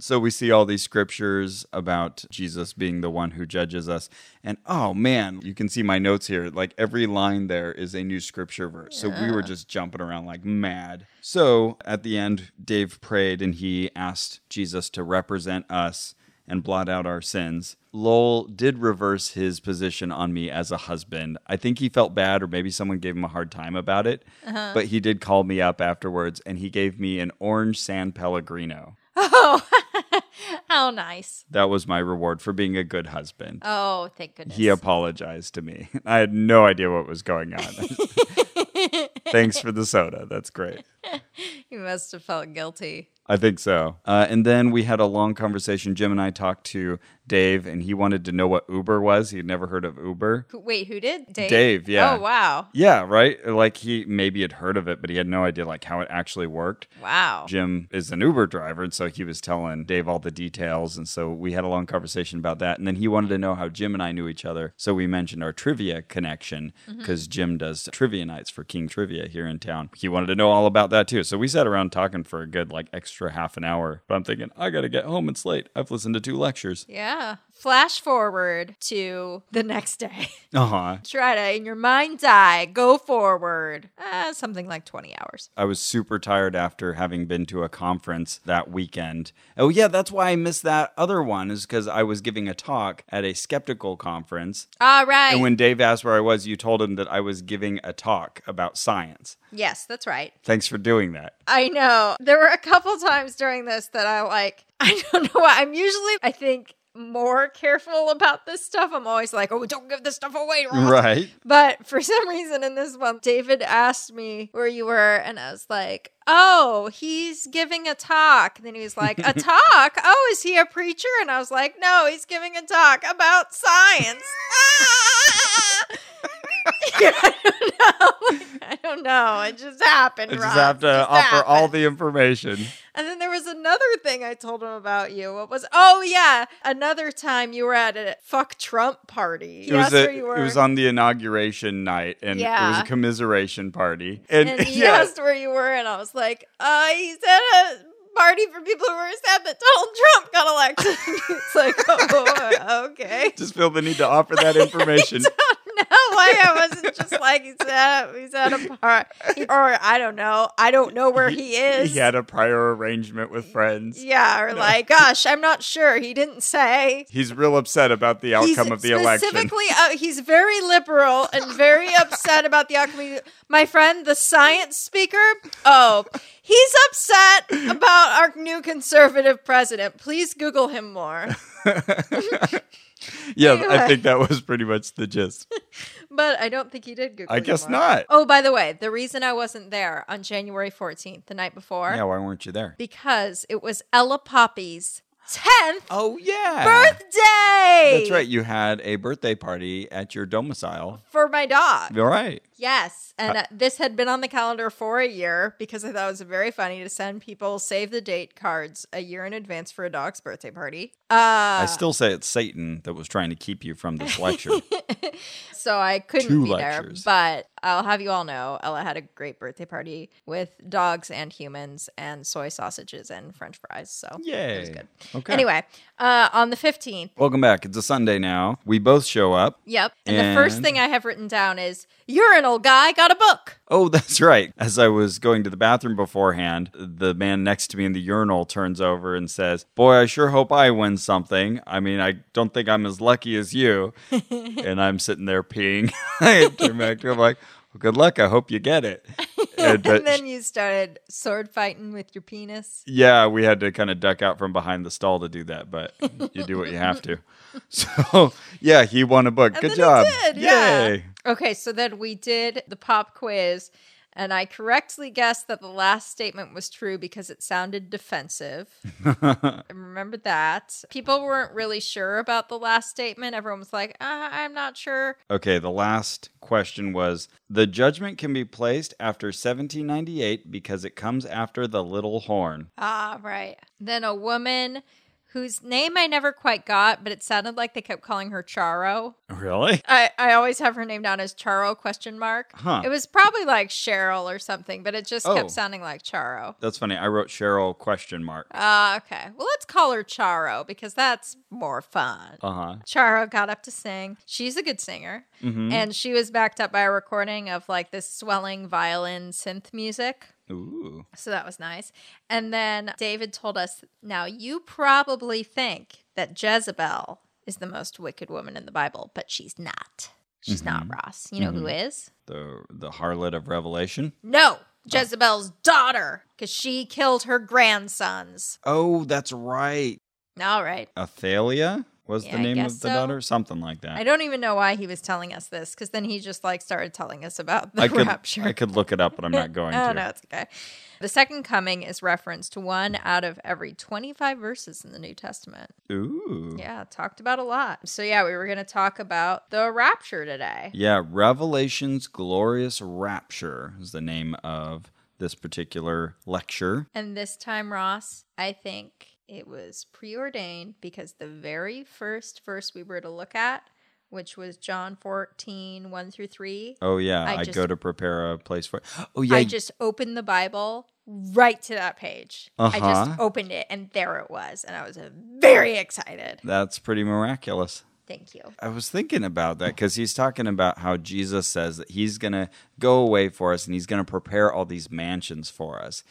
[SPEAKER 2] so we see all these scriptures about Jesus being the one who judges us. And oh man, you can see my notes here. Like every line there is a new scripture verse. So we were just jumping around like mad. So at the end, Dave prayed and he asked Jesus to represent us and blot out our sins. Lowell did reverse his position on me as a husband. I think he felt bad, or maybe someone gave him a hard time about it. But he did call me up afterwards and he gave me an orange San Pellegrino.
[SPEAKER 1] Oh, how nice!
[SPEAKER 2] That was my reward for being a good husband.
[SPEAKER 1] Oh, thank goodness.
[SPEAKER 2] he apologized to me. I had no idea what was going on. Thanks for the soda. That's great.
[SPEAKER 1] He must have felt guilty.
[SPEAKER 2] I think so. Uh, and then we had a long conversation. Jim and I talked to Dave, and he wanted to know what Uber was. He'd never heard of Uber.
[SPEAKER 1] Who- Wait, who did? Dave.
[SPEAKER 2] Dave, yeah.
[SPEAKER 1] Oh, wow.
[SPEAKER 2] Yeah, right? Like he maybe had heard of it, but he had no idea like how it actually worked.
[SPEAKER 1] Wow.
[SPEAKER 2] Jim is an Uber driver, and so he was telling Dave all the details, and so we had a long conversation about that. And then he wanted to know how Jim and I knew each other, so we mentioned our trivia connection because Jim does trivia nights for King Trivia here in town. He wanted to know all about that too, so we sat around talking for a good like extra half an hour. But I'm thinking I gotta get home; it's late. I've listened to two lectures.
[SPEAKER 1] Yeah. Flash forward to the next day.
[SPEAKER 2] Uh huh.
[SPEAKER 1] Try to, in your mind's eye, go forward. Uh, something like 20 hours.
[SPEAKER 2] I was super tired after having been to a conference that weekend. Oh, yeah, that's why I missed that other one, is because I was giving a talk at a skeptical conference.
[SPEAKER 1] All right.
[SPEAKER 2] And when Dave asked where I was, you told him that I was giving a talk about science.
[SPEAKER 1] yes, that's right.
[SPEAKER 2] Thanks for doing that.
[SPEAKER 1] I know. There were a couple times during this that I like, I don't know why. I'm usually, I think, more careful about this stuff. I'm always like, oh, don't give this stuff away, Ross.
[SPEAKER 2] Right.
[SPEAKER 1] But for some reason in this one, David asked me where you were, and I was like, Oh, he's giving a talk. And then he was like, A talk? Oh, is he a preacher? And I was like, No, he's giving a talk about science. Ah! I don't know. I don't know. It just happened.
[SPEAKER 2] I just
[SPEAKER 1] Rob.
[SPEAKER 2] have to
[SPEAKER 1] It just
[SPEAKER 2] offer all
[SPEAKER 1] happened.
[SPEAKER 2] the information.
[SPEAKER 1] And then there was another thing I told him about you. What was? Oh yeah, another time you were at a fuck Trump party.
[SPEAKER 2] It was,
[SPEAKER 1] That's
[SPEAKER 2] a,
[SPEAKER 1] where you were.
[SPEAKER 2] it was on the inauguration night, and it was
[SPEAKER 1] Yeah.
[SPEAKER 2] a commiseration party. And,
[SPEAKER 1] and he
[SPEAKER 2] yeah,
[SPEAKER 1] asked where you were, and I was like, uh, he's at a party for people who were sad that Donald Trump got elected. it's like, oh, okay.
[SPEAKER 2] just feel the need to offer that information.
[SPEAKER 1] No, why I wasn't just like he's at he's at a party, or I don't know, I don't know where he is.
[SPEAKER 2] He had a prior arrangement with friends.
[SPEAKER 1] yeah, or like, gosh, I'm not sure. He didn't say.
[SPEAKER 2] He's real upset about the outcome
[SPEAKER 1] he's
[SPEAKER 2] of the election.
[SPEAKER 1] Specifically, uh, he's very liberal and very upset about the outcome. My friend, the science speaker, oh, he's upset about our new conservative president. Please Google him more.
[SPEAKER 2] Yeah, I
[SPEAKER 1] Anyway.
[SPEAKER 2] think that was pretty much the gist.
[SPEAKER 1] But I don't think he did Google.
[SPEAKER 2] I
[SPEAKER 1] you
[SPEAKER 2] guess
[SPEAKER 1] more.
[SPEAKER 2] not.
[SPEAKER 1] Oh, by the way, the reason I wasn't there on January 14th, the night before,
[SPEAKER 2] why weren't you there?
[SPEAKER 1] because it was Ella Poppy's 10th
[SPEAKER 2] Oh yeah.
[SPEAKER 1] birthday.
[SPEAKER 2] That's right. You had a birthday party at your domicile.
[SPEAKER 1] For my dog.
[SPEAKER 2] All right.
[SPEAKER 1] Yes. And uh, this had been on the calendar for a year because I thought it was very funny to send people save the date cards a year in advance for a dog's birthday party. Uh,
[SPEAKER 2] I still say it's Satan that was trying to keep you from this lecture.
[SPEAKER 1] so I couldn't
[SPEAKER 2] Two
[SPEAKER 1] be
[SPEAKER 2] lectures.
[SPEAKER 1] there. But I'll have you all know Ella had a great birthday party with dogs and humans and soy sausages and french fries. So it was
[SPEAKER 2] Yay.
[SPEAKER 1] good.
[SPEAKER 2] Okay.
[SPEAKER 1] Anyway, uh, on the 15th,
[SPEAKER 2] Welcome back. It's a Sunday now. We both show up.
[SPEAKER 1] yep. And, the first
[SPEAKER 2] And-
[SPEAKER 1] thing I have written down is, You're an old guy, got a book.
[SPEAKER 2] Oh, that's right. As I was going to the bathroom beforehand, the man next to me in the urinal turns over and says, Boy, I sure hope I win something. I mean, I don't think I'm as lucky as you. and I'm sitting there peeing. I turn back to him like, well, Good luck. I hope you get it. And, uh, but
[SPEAKER 1] and then you started sword fighting with your penis.
[SPEAKER 2] Yeah, we had to kind of duck out from behind the stall to do that, but you do what you have to. So, yeah, he won a book.
[SPEAKER 1] And
[SPEAKER 2] Good
[SPEAKER 1] then
[SPEAKER 2] job.
[SPEAKER 1] It did, yeah.
[SPEAKER 2] Yay.
[SPEAKER 1] Okay, so then we did the pop quiz, and I correctly guessed that the last statement was true because it sounded defensive. I remember that. People weren't really sure about the last statement. Everyone was like, uh, I'm not sure.
[SPEAKER 2] Okay, the last question was The judgment can be placed after 1798 because it comes after the little horn.
[SPEAKER 1] Ah, right. Then a woman whose name I never quite got, but it sounded like they kept calling her Charo.
[SPEAKER 2] Really?
[SPEAKER 1] I, I always have her name down as Charo question mark.
[SPEAKER 2] Huh.
[SPEAKER 1] It was probably like Cheryl or something, but it just
[SPEAKER 2] Oh.
[SPEAKER 1] kept sounding like Charo.
[SPEAKER 2] That's funny. I wrote Cheryl question mark.
[SPEAKER 1] Ah, okay. Well, let's call her Charo because that's more fun.
[SPEAKER 2] Uh huh.
[SPEAKER 1] Charo got up to sing. She's a good singer. And she was backed up by a recording of like this swelling violin synth music.
[SPEAKER 2] Ooh.
[SPEAKER 1] So that was nice. And then David told us now you probably think that Jezebel is the most wicked woman in the Bible, but she's not. She's not Ross. You know who is?
[SPEAKER 2] The, the harlot of Revelation.
[SPEAKER 1] No, Jezebel's daughter, because she killed her grandsons.
[SPEAKER 2] Oh, that's right.
[SPEAKER 1] All right.
[SPEAKER 2] Athalia was
[SPEAKER 1] Yeah,
[SPEAKER 2] the
[SPEAKER 1] I
[SPEAKER 2] name
[SPEAKER 1] guess
[SPEAKER 2] of the
[SPEAKER 1] so.
[SPEAKER 2] daughter? Something like that.
[SPEAKER 1] I don't even know why he was telling us this, because then he just like started telling us about the
[SPEAKER 2] I could,
[SPEAKER 1] rapture.
[SPEAKER 2] I could look it up, but I'm not going
[SPEAKER 1] oh
[SPEAKER 2] to.
[SPEAKER 1] no, it's okay. The second coming is referenced to one out of every twenty-five verses in the New Testament.
[SPEAKER 2] Ooh. Yeah.
[SPEAKER 1] Yeah, talked about a lot. So yeah, we were going to talk about the rapture today.
[SPEAKER 2] Revelation's Glorious Rapture is the name of this particular lecture.
[SPEAKER 1] And this time, Ross, I think it was preordained because the very first verse we were to look at, which was John 14, 1 through 3,
[SPEAKER 2] Oh, yeah. I,
[SPEAKER 1] I just-
[SPEAKER 2] go to prepare a place for Oh, yeah.
[SPEAKER 1] I just opened the Bible right to that page. I
[SPEAKER 2] Uh-huh.
[SPEAKER 1] just opened it and there it was. And I was uh, very excited.
[SPEAKER 2] that's pretty miraculous.
[SPEAKER 1] Thank you.
[SPEAKER 2] I was thinking about that because he's talking about how Jesus says that he's going to go away for us and he's going to prepare all these mansions for us.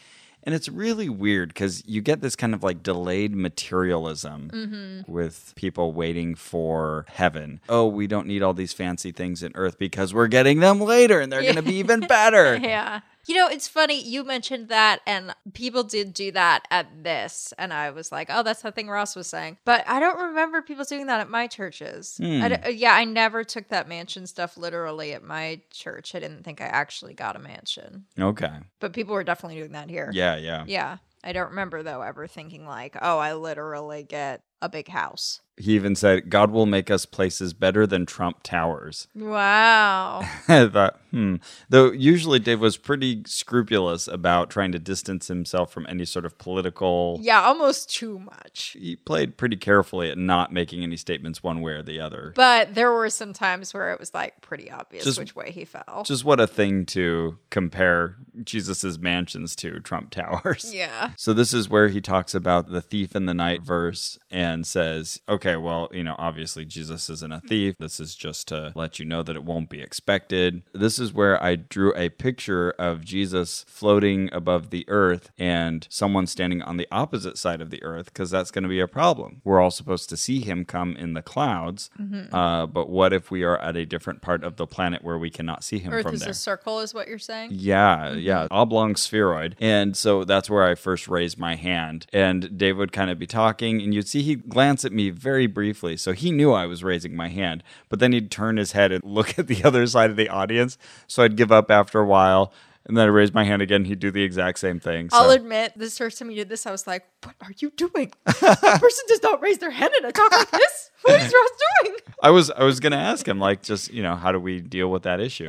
[SPEAKER 2] And it's really weird because you get this kind of like delayed materialism with people waiting for heaven. Oh, we don't need all these fancy things in earth because we're getting them later and they're going to be even better.
[SPEAKER 1] Yeah. You know, it's funny. You mentioned that, and people did do that at this. And I was like, oh, that's the thing Ross was saying. But I don't remember people doing that at my churches.
[SPEAKER 2] Hmm.
[SPEAKER 1] I d- uh, yeah, I never took that mansion stuff literally at my church. I didn't think I actually got a mansion.
[SPEAKER 2] Okay.
[SPEAKER 1] But people were definitely doing that here.
[SPEAKER 2] Yeah, yeah.
[SPEAKER 1] Yeah. I don't remember, though, ever thinking, like, oh, I literally get a big house.
[SPEAKER 2] He even said, God will make us places better than Trump Towers.
[SPEAKER 1] Wow.
[SPEAKER 2] I thought, hmm. Though usually Dave was pretty scrupulous about trying to distance himself from any sort of political.
[SPEAKER 1] yeah, almost too much.
[SPEAKER 2] He played pretty carefully at not making any statements one way or the other.
[SPEAKER 1] But there were some times where it was like pretty obvious
[SPEAKER 2] Just-
[SPEAKER 1] which way he fell.
[SPEAKER 2] Just what a thing to compare Jesus's mansions to Trump Towers.
[SPEAKER 1] yeah.
[SPEAKER 2] So this is where he talks about the thief in the night verse and says, okay, well, you know, obviously Jesus isn't a thief. This is just to let you know that it won't be expected. This is where I drew a picture of Jesus floating above the earth and someone standing on the opposite side of the earth because that's going to be a problem. We're all supposed to see him come in the clouds,
[SPEAKER 1] Mm-hmm.
[SPEAKER 2] uh, but what if we are at a different part of the planet where we cannot see him
[SPEAKER 1] Earth
[SPEAKER 2] from
[SPEAKER 1] is
[SPEAKER 2] there?
[SPEAKER 1] a circle, is what you're saying?
[SPEAKER 2] Yeah, yeah, oblong spheroid. And so that's where I first raised my hand. And Dave would kind of be talking, and you'd see he'd glance at me very briefly. So he knew I was raising my hand, but then he'd turn his head and look at the other side of the audience. So I'd give up after a while. And then I raised my hand again. He'd do the exact same thing.
[SPEAKER 1] I'll
[SPEAKER 2] so-
[SPEAKER 1] admit, this first time you did this, I was like, "What are you doing? That person does not raise their hand in a talk like this. What is Ross doing?"
[SPEAKER 2] I was I was gonna ask him like just you know how do we deal with that issue?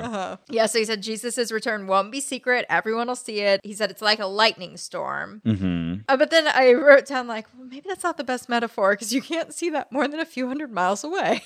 [SPEAKER 1] Yeah, so he said Jesus' return won't be secret. Everyone will see it. He said it's like a lightning storm.
[SPEAKER 2] Mm-hmm.
[SPEAKER 1] Uh, but then I wrote down, like, well, maybe that's not the best metaphor because you can't see that more than a few hundred miles away.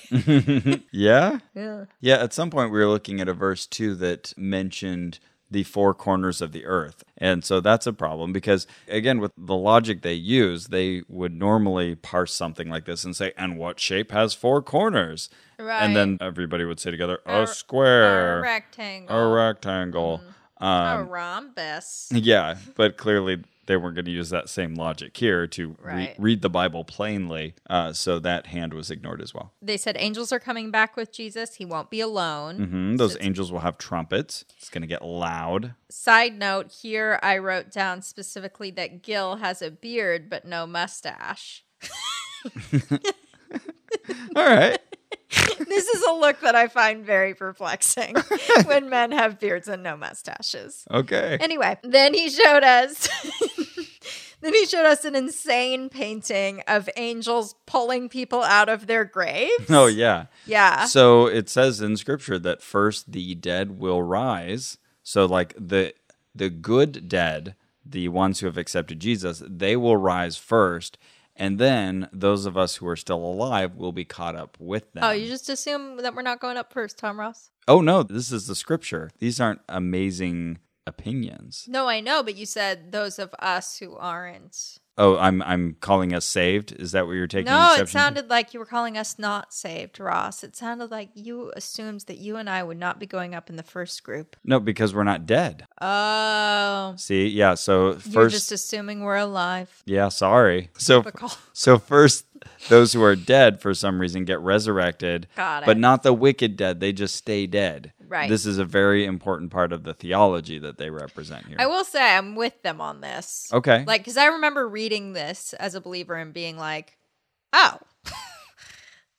[SPEAKER 2] yeah,
[SPEAKER 1] yeah.
[SPEAKER 2] yeah. At some point we were looking at a verse too that mentioned the four corners of the earth, and so that's a problem because again with the logic they use, they would normally parse something like this and say, "And what shape has four corners?" And then everybody would say together, "A,
[SPEAKER 1] A-
[SPEAKER 2] square,
[SPEAKER 1] a rectangle,
[SPEAKER 2] a rectangle." Um,
[SPEAKER 1] a rhombus.
[SPEAKER 2] Yeah, but clearly they weren't going to use that same logic here to re-
[SPEAKER 1] Right.
[SPEAKER 2] read the Bible plainly. Uh, so that hand was ignored as well.
[SPEAKER 1] They said angels are coming back with Jesus. He won't be alone.
[SPEAKER 2] hmm Those angels will have trumpets. It's going to get loud.
[SPEAKER 1] Side note here, I wrote down specifically that Gil has a beard but no mustache.
[SPEAKER 2] All right.
[SPEAKER 1] this is a look that I find very perplexing when men have beards and no mustaches.
[SPEAKER 2] Okay.
[SPEAKER 1] Anyway, then he showed us. Then he showed us an insane painting of angels pulling people out of their graves.
[SPEAKER 2] Oh, yeah.
[SPEAKER 1] yeah.
[SPEAKER 2] So it says in scripture that first the dead will rise. So like the the good dead, the ones who have accepted Jesus, they will rise first, and then those of us who are still alive will be caught up with them.
[SPEAKER 1] Oh, you just assume that we're not going up first, Tom Ross?
[SPEAKER 2] Oh no, this is the scripture. These aren't amazing opinions.
[SPEAKER 1] No, I know, but you said those of us who aren't.
[SPEAKER 2] Oh, I'm I'm calling us saved. Is that what you're taking?
[SPEAKER 1] No,
[SPEAKER 2] exception
[SPEAKER 1] it
[SPEAKER 2] to?
[SPEAKER 1] sounded like you were calling us not saved, Ross. It sounded like you assumed that you and I would not be going up in the first group.
[SPEAKER 2] No, because we're not dead.
[SPEAKER 1] Oh,
[SPEAKER 2] See, yeah. So
[SPEAKER 1] you're
[SPEAKER 2] first,
[SPEAKER 1] just assuming we're alive.
[SPEAKER 2] yeah. Sorry. So
[SPEAKER 1] Typical.
[SPEAKER 2] so first, those who are dead for some reason get resurrected,
[SPEAKER 1] Got
[SPEAKER 2] but
[SPEAKER 1] it.
[SPEAKER 2] not the wicked dead. They just stay dead.
[SPEAKER 1] Right.
[SPEAKER 2] This is a very important part of the theology that they represent here.
[SPEAKER 1] I will say I'm with them on this.
[SPEAKER 2] okay.
[SPEAKER 1] Like, because I remember reading this as a believer and being like, oh,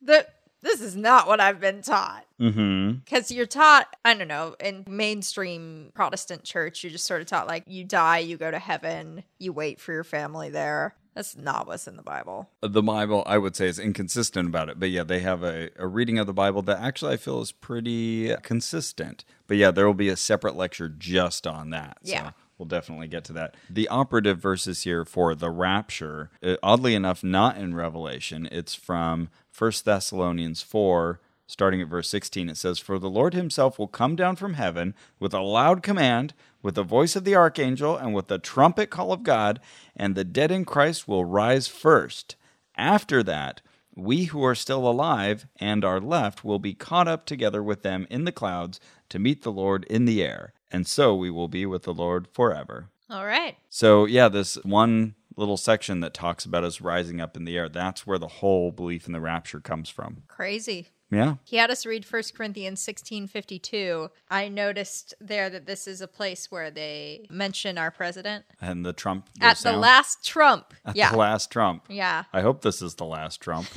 [SPEAKER 1] the, this is not what I've been taught.
[SPEAKER 2] mm-hmm.
[SPEAKER 1] Because you're taught, I don't know, in mainstream Protestant church, you're just sort of taught like you die, you go to heaven, you wait for your family there. That's not what's in the Bible.
[SPEAKER 2] the Bible, I would say, is inconsistent about it. But yeah, they have a, a reading of the Bible that actually I feel is pretty consistent. But yeah, there will be a separate lecture just on that.
[SPEAKER 1] Yeah.
[SPEAKER 2] So we'll definitely get to that. The operative verses here for the rapture, uh, oddly enough, not in Revelation, it's from First Thessalonians 4. Starting at verse 16, it says, For the Lord himself will come down from heaven with a loud command, with the voice of the archangel, and with the trumpet call of God, and the dead in Christ will rise first. After that, we who are still alive and are left will be caught up together with them in the clouds to meet the Lord in the air, and so we will be with the Lord forever.
[SPEAKER 1] All right.
[SPEAKER 2] So, yeah, this one little section that talks about us rising up in the air, that's where the whole belief in the rapture comes from.
[SPEAKER 1] Crazy.
[SPEAKER 2] Yeah.
[SPEAKER 1] He had us read 1 Corinthians 16:52. I noticed there that this is a place where they mention our president
[SPEAKER 2] And the Trump will
[SPEAKER 1] at the
[SPEAKER 2] sound-
[SPEAKER 1] last Trump.
[SPEAKER 2] at
[SPEAKER 1] yeah.
[SPEAKER 2] the last Trump.
[SPEAKER 1] yeah.
[SPEAKER 2] I hope this is the last Trump.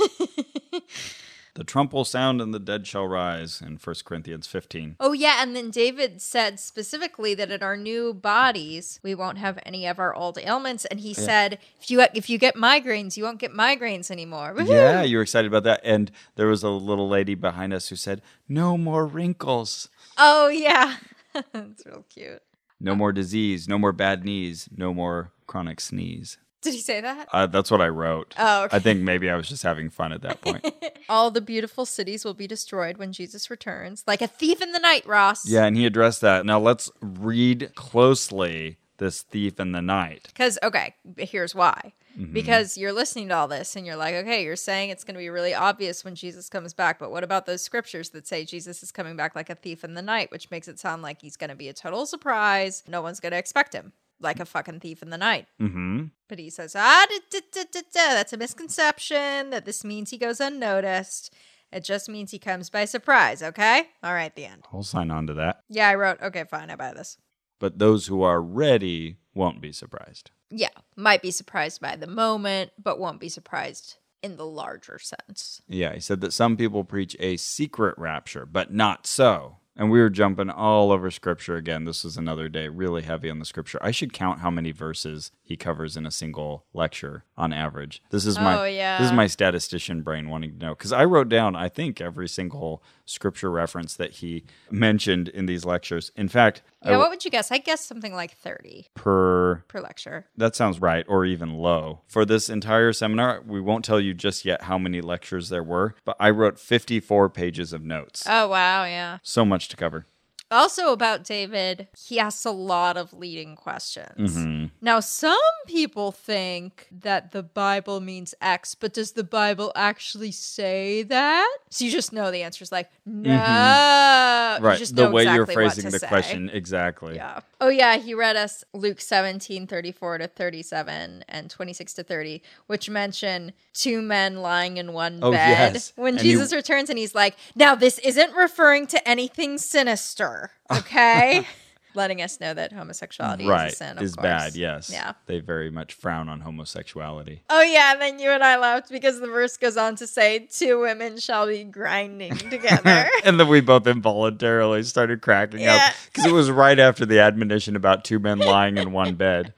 [SPEAKER 2] the trump will sound and the dead shall rise in 1 Corinthians 15.
[SPEAKER 1] Oh yeah, and then David said specifically that in our new bodies we won't have any of our old ailments, and he said if you if you get migraines, you won't get migraines anymore. Woohoo!
[SPEAKER 2] Yeah, you were excited about that. And there was a little lady behind us who said, No more wrinkles,
[SPEAKER 1] Oh yeah, that's real cute.
[SPEAKER 2] no more disease, no more bad knees, no more chronic sneeze.
[SPEAKER 1] Did he say that?
[SPEAKER 2] Uh, that's what I wrote.
[SPEAKER 1] Oh, okay.
[SPEAKER 2] I think maybe I was just having fun at that point.
[SPEAKER 1] All the beautiful cities will be destroyed when Jesus returns, like a thief in the night, Ross.
[SPEAKER 2] yeah, and he addressed that. Now let's read closely this thief in the night.
[SPEAKER 1] Because, okay, b- here's why. Because you're listening to all this and you're like, okay, you're saying it's going to be really obvious when Jesus comes back, but what about those scriptures that say Jesus is coming back like a thief in the night, which makes it sound like he's going to be a total surprise. No one's going to expect him like a fucking thief in the night.
[SPEAKER 2] hmm
[SPEAKER 1] But he says, ah, da, da, da, da, da. that's a misconception that this means he goes unnoticed. It just means he comes by surprise, okay? All right, the end.
[SPEAKER 2] I'll sign on to that.
[SPEAKER 1] Yeah, I wrote, okay, fine, I buy this.
[SPEAKER 2] But those who are ready won't be surprised.
[SPEAKER 1] yeah, might be surprised by the moment, but won't be surprised in the larger sense.
[SPEAKER 2] Yeah, he said that some people preach a secret rapture, but not so. And we were jumping all over scripture again. This was another day, really heavy on the scripture. I should count how many verses he covers in a single lecture on average. This is my
[SPEAKER 1] Oh, yeah.
[SPEAKER 2] this is my statistician brain wanting to know because I wrote down I think every single scripture reference that he mentioned in these lectures. In fact, I
[SPEAKER 1] Yeah,
[SPEAKER 2] w-
[SPEAKER 1] what would you guess? I guess something like 30
[SPEAKER 2] per
[SPEAKER 1] per lecture.
[SPEAKER 2] that sounds right, or even low. For this entire seminar, we won't tell you just yet how many lectures there were, but I wrote 54 pages of notes.
[SPEAKER 1] Oh, wow. Yeah.
[SPEAKER 2] so much to cover.
[SPEAKER 1] Also, about David, he asks a lot of leading questions.
[SPEAKER 2] Mm-hmm.
[SPEAKER 1] Now, some people think that the Bible means X, but does the Bible actually say that? So you just know the answer is like, no. You
[SPEAKER 2] Mm-hmm. Right.
[SPEAKER 1] just
[SPEAKER 2] The
[SPEAKER 1] know
[SPEAKER 2] way you're
[SPEAKER 1] exactly what
[SPEAKER 2] phrasing
[SPEAKER 1] to
[SPEAKER 2] the
[SPEAKER 1] say.
[SPEAKER 2] question. Exactly.
[SPEAKER 1] Yeah. Oh, yeah. He read us Luke 17, 34 to 37 and 26 to 30, which mention two men lying in one
[SPEAKER 2] Oh,
[SPEAKER 1] bed
[SPEAKER 2] yes.
[SPEAKER 1] when
[SPEAKER 2] And
[SPEAKER 1] Jesus returns. And he's like, now this isn't referring to anything sinister. Okay. Letting us know that homosexuality
[SPEAKER 2] Right.
[SPEAKER 1] is a sin. Of
[SPEAKER 2] Is
[SPEAKER 1] course.
[SPEAKER 2] bad. Yes.
[SPEAKER 1] Yeah.
[SPEAKER 2] They very much frown on homosexuality.
[SPEAKER 1] Oh, yeah. And then you and I laughed because the verse goes on to say, two women shall be grinding together.
[SPEAKER 2] and then we both involuntarily started cracking
[SPEAKER 1] Yeah.
[SPEAKER 2] up because it was right after the admonition about two men lying in one bed.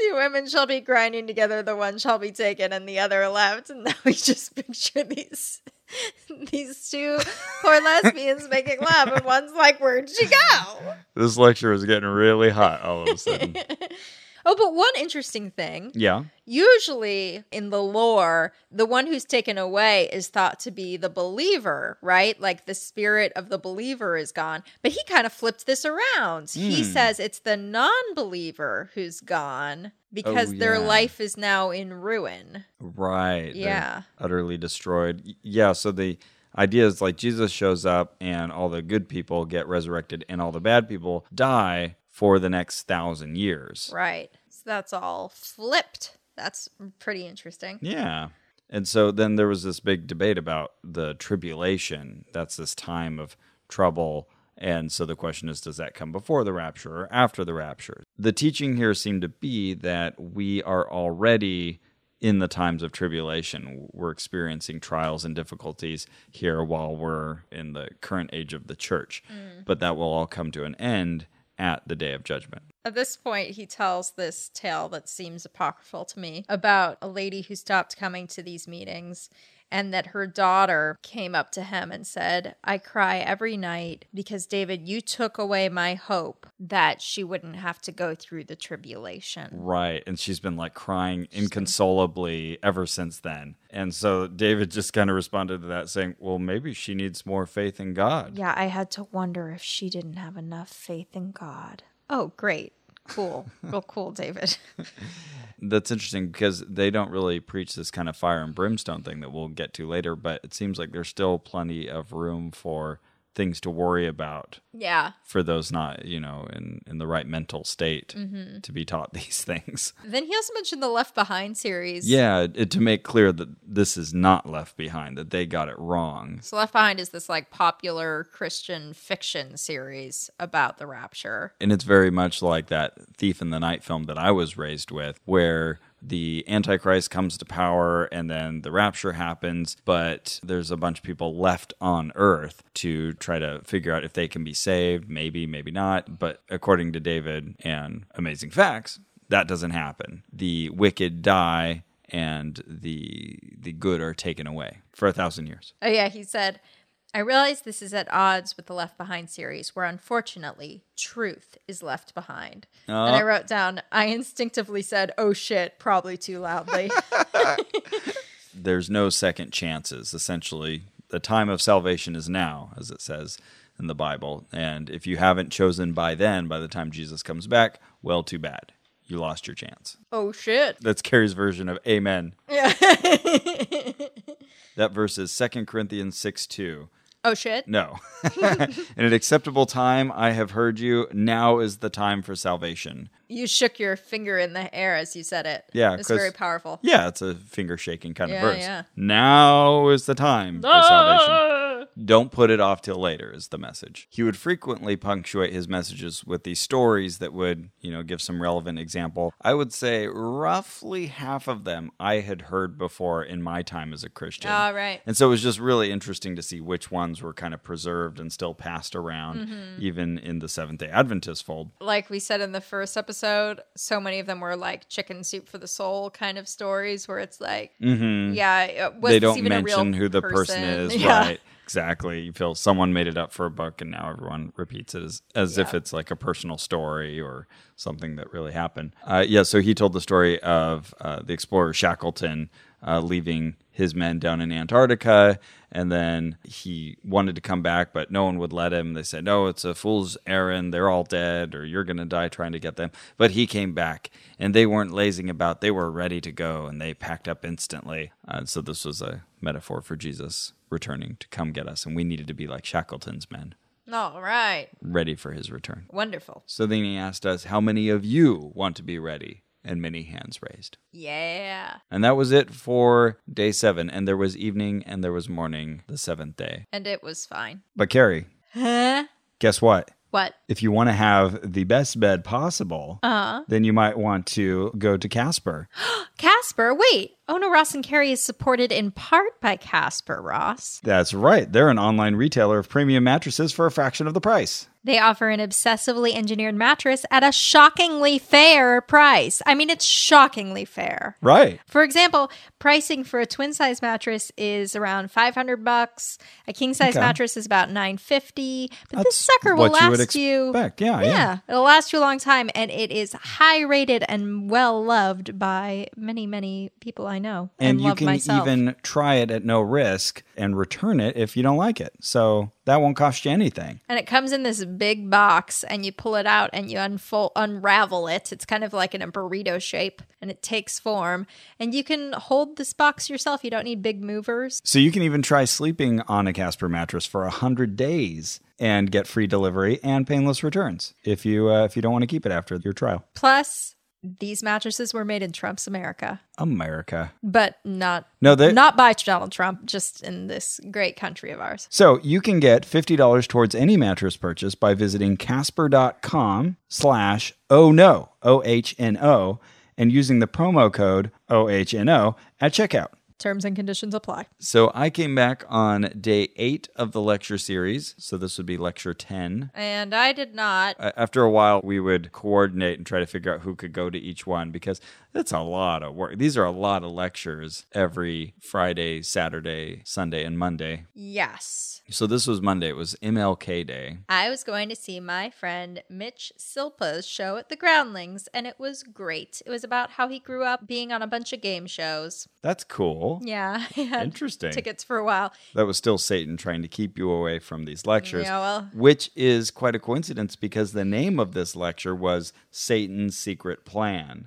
[SPEAKER 1] Two women shall be grinding together, the one shall be taken and the other left. And now we just picture these these two poor lesbians making love, and one's like, Where'd she go?
[SPEAKER 2] This lecture was getting really hot all of a sudden.
[SPEAKER 1] Oh, but one interesting thing.
[SPEAKER 2] yeah.
[SPEAKER 1] Usually in the lore, the one who's taken away is thought to be the believer, right? Like the spirit of the believer is gone. But he kind of flipped this around. He
[SPEAKER 2] Hmm. Oh,
[SPEAKER 1] says it's the non believer who's gone because their
[SPEAKER 2] yeah.
[SPEAKER 1] life is now in ruin.
[SPEAKER 2] Right. they're
[SPEAKER 1] Yeah.
[SPEAKER 2] Utterly destroyed. Y- Yeah. So the idea is like Jesus shows up and all the good people get resurrected and all the bad people die for the next thousand years.
[SPEAKER 1] Right. So that's all flipped. That's pretty interesting.
[SPEAKER 2] Yeah. And so then there was this big debate about the tribulation. That's this time of trouble. And so the question is does that come before the rapture or after the rapture? The teaching here seemed to be that we are already in the times of tribulation. We're experiencing trials and difficulties here while we're in the current age of the church. But that will all come to an end at the day of judgment.
[SPEAKER 1] At this point, he tells this tale that seems apocryphal to me about a lady who stopped coming to these meetings and that her daughter came up to him and said, I cry every night because, David, you took away my hope that she wouldn't have to go through the tribulation.
[SPEAKER 2] Right. And she's been like crying inconsolably ever since then. And so David just kind of responded to that saying, well, maybe she needs more faith in God.
[SPEAKER 1] Yeah, I had to wonder if she didn't have enough faith in God. Oh, great. Cool. Real cool, David.
[SPEAKER 2] That's interesting because they don't really preach this kind of fire and brimstone thing that we'll get to later, but it seems like there's still plenty of room for things to worry about
[SPEAKER 1] yeah.
[SPEAKER 2] for those not, you know, in, in the right mental state to be taught these things.
[SPEAKER 1] Then he also mentioned the Left Behind series.
[SPEAKER 2] Yeah, it, to make clear that this is not left behind, that they got it wrong.
[SPEAKER 1] So Left Behind is this like popular Christian fiction series about the rapture.
[SPEAKER 2] And it's very much like that Thief in the Night film that I was raised with, where the Antichrist comes to power and then the rapture happens, but there's a bunch of people left on earth to try to figure out if they can be saved, maybe, maybe not. But according to David and Amazing Facts, that doesn't happen. The wicked die and the the good are taken away for a thousand years.
[SPEAKER 1] Oh yeah, he said, I realize this is at odds with the Left Behind series, where unfortunately truth is left behind.
[SPEAKER 2] Uh-huh.
[SPEAKER 1] And I wrote down, I instinctively said, Oh shit, probably too loudly.
[SPEAKER 2] there's no second chances. Essentially, the time of salvation is now, as it says in the Bible. And if you haven't chosen by then, by the time Jesus comes back, well, too bad. You lost your chance.
[SPEAKER 1] oh shit.
[SPEAKER 2] That's Carrie's version of Amen. that verse is 2 Corinthians 6 2.
[SPEAKER 1] Oh shit.
[SPEAKER 2] No. In an acceptable time, I have heard you. Now is the time for salvation.
[SPEAKER 1] You shook your finger in the air as you said it.
[SPEAKER 2] Yeah,
[SPEAKER 1] It's
[SPEAKER 2] 'cause-
[SPEAKER 1] very powerful.
[SPEAKER 2] Yeah, it's a finger shaking kind
[SPEAKER 1] Yeah, Ah!
[SPEAKER 2] of verse.
[SPEAKER 1] yeah.
[SPEAKER 2] Now is the time for salvation. Don't put it off till later is the message. He would frequently punctuate his messages with these stories that would, you know, give some relevant example. I would say roughly half of them I had heard before in my time as a Christian.
[SPEAKER 1] All Ah, right.
[SPEAKER 2] And so it was just really interesting to see which ones were kind of preserved and still passed around,
[SPEAKER 1] Mm-hmm.
[SPEAKER 2] even in the Seventh day Adventist fold.
[SPEAKER 1] Like we said in the first episode, so many of them were like chicken soup for the soul kind of stories where it's like, yeah, it- was
[SPEAKER 2] Mm-hmm. they
[SPEAKER 1] this
[SPEAKER 2] don't
[SPEAKER 1] even a real
[SPEAKER 2] mention who the person, is,
[SPEAKER 1] Yeah.
[SPEAKER 2] right? Exactly. You feel someone made it up for a book, and now everyone repeats it as, as if
[SPEAKER 1] Yeah.
[SPEAKER 2] it's like a personal story or something that really happened. Uh, yeah. So he told the story of uh, the explorer Shackleton uh, leaving his men down in Antarctica, and then he wanted to come back, but no one would let him. They said, "No, it's a fool's errand. They're all dead, or you're going to die trying to get them." But he came back, and they weren't lazing about. They were ready to go, and they packed up instantly. Uh, so this was a metaphor for Jesus returning to come get us, and we needed to be like Shackleton's men,
[SPEAKER 1] All right.
[SPEAKER 2] ready for his return.
[SPEAKER 1] Wonderful.
[SPEAKER 2] So then he asked us, "How many of you want to be ready?" And many hands raised.
[SPEAKER 1] Yeah.
[SPEAKER 2] And that was it for day seven. And there was evening and there was morning the seventh day.
[SPEAKER 1] And it was fine.
[SPEAKER 2] But Carrie,
[SPEAKER 1] Huh?
[SPEAKER 2] guess what?
[SPEAKER 1] What?
[SPEAKER 2] If you want to have the best bed possible,
[SPEAKER 1] Uh-huh.
[SPEAKER 2] then you might want to go to Casper.
[SPEAKER 1] Casper, wait. Ona Ross and Carrie is supported in part by Casper Ross.
[SPEAKER 2] That's right. They're an online retailer of premium mattresses for a fraction of the price.
[SPEAKER 1] They offer an obsessively engineered mattress at a shockingly fair price. I mean, it's shockingly fair.
[SPEAKER 2] Right.
[SPEAKER 1] For example, pricing for a twin size mattress is around 500 bucks. A king size
[SPEAKER 2] Okay.
[SPEAKER 1] mattress is about 950, but this
[SPEAKER 2] That's
[SPEAKER 1] sucker will
[SPEAKER 2] what you would
[SPEAKER 1] last you
[SPEAKER 2] expect. Yeah, yeah.
[SPEAKER 1] it'll last you a long time and it is high rated and well loved by many, many people I know and,
[SPEAKER 2] And you
[SPEAKER 1] love
[SPEAKER 2] can
[SPEAKER 1] myself.
[SPEAKER 2] even try it at no risk and return it if you don't like it. So that won't cost you anything.
[SPEAKER 1] and it comes in this big box and you pull it out and you unfold unravel it it's kind of like in a burrito shape and it takes form and you can hold this box yourself you don't need big movers
[SPEAKER 2] So you can even try sleeping on a Casper mattress for 100 days and get free delivery and painless returns if you uh, if you don't want to keep it after your trial.
[SPEAKER 1] plus these mattresses were made in trump's america
[SPEAKER 2] America.
[SPEAKER 1] but not
[SPEAKER 2] No, they
[SPEAKER 1] not by donald trump just in this great country of ours
[SPEAKER 2] So you can get $50 towards any mattress purchase by visiting casper.com slash oh no, O-H-N-O, and using the promo code O-H-N-O at checkout.
[SPEAKER 1] terms and conditions apply
[SPEAKER 2] So I came back on day eight of the lecture series. So this would be lecture 10.
[SPEAKER 1] and i did not
[SPEAKER 2] A- After a while, we would coordinate and try to figure out who could go to each one because that's a lot of work. These are a lot of lectures every Friday, Saturday, Sunday, and Monday.
[SPEAKER 1] yes
[SPEAKER 2] So this was Monday. It was MLK Day.
[SPEAKER 1] I was going to see my friend Mitch Silpa's show at the Groundlings, and it was great. It was about how he grew up being on a bunch of game shows.
[SPEAKER 2] That's cool.
[SPEAKER 1] Yeah, I had
[SPEAKER 2] Interesting.
[SPEAKER 1] tickets for a while.
[SPEAKER 2] That was still Satan trying to keep you away from these lectures.
[SPEAKER 1] Yeah, well-
[SPEAKER 2] Which is quite a coincidence because the name of this lecture was Satan's Secret Plan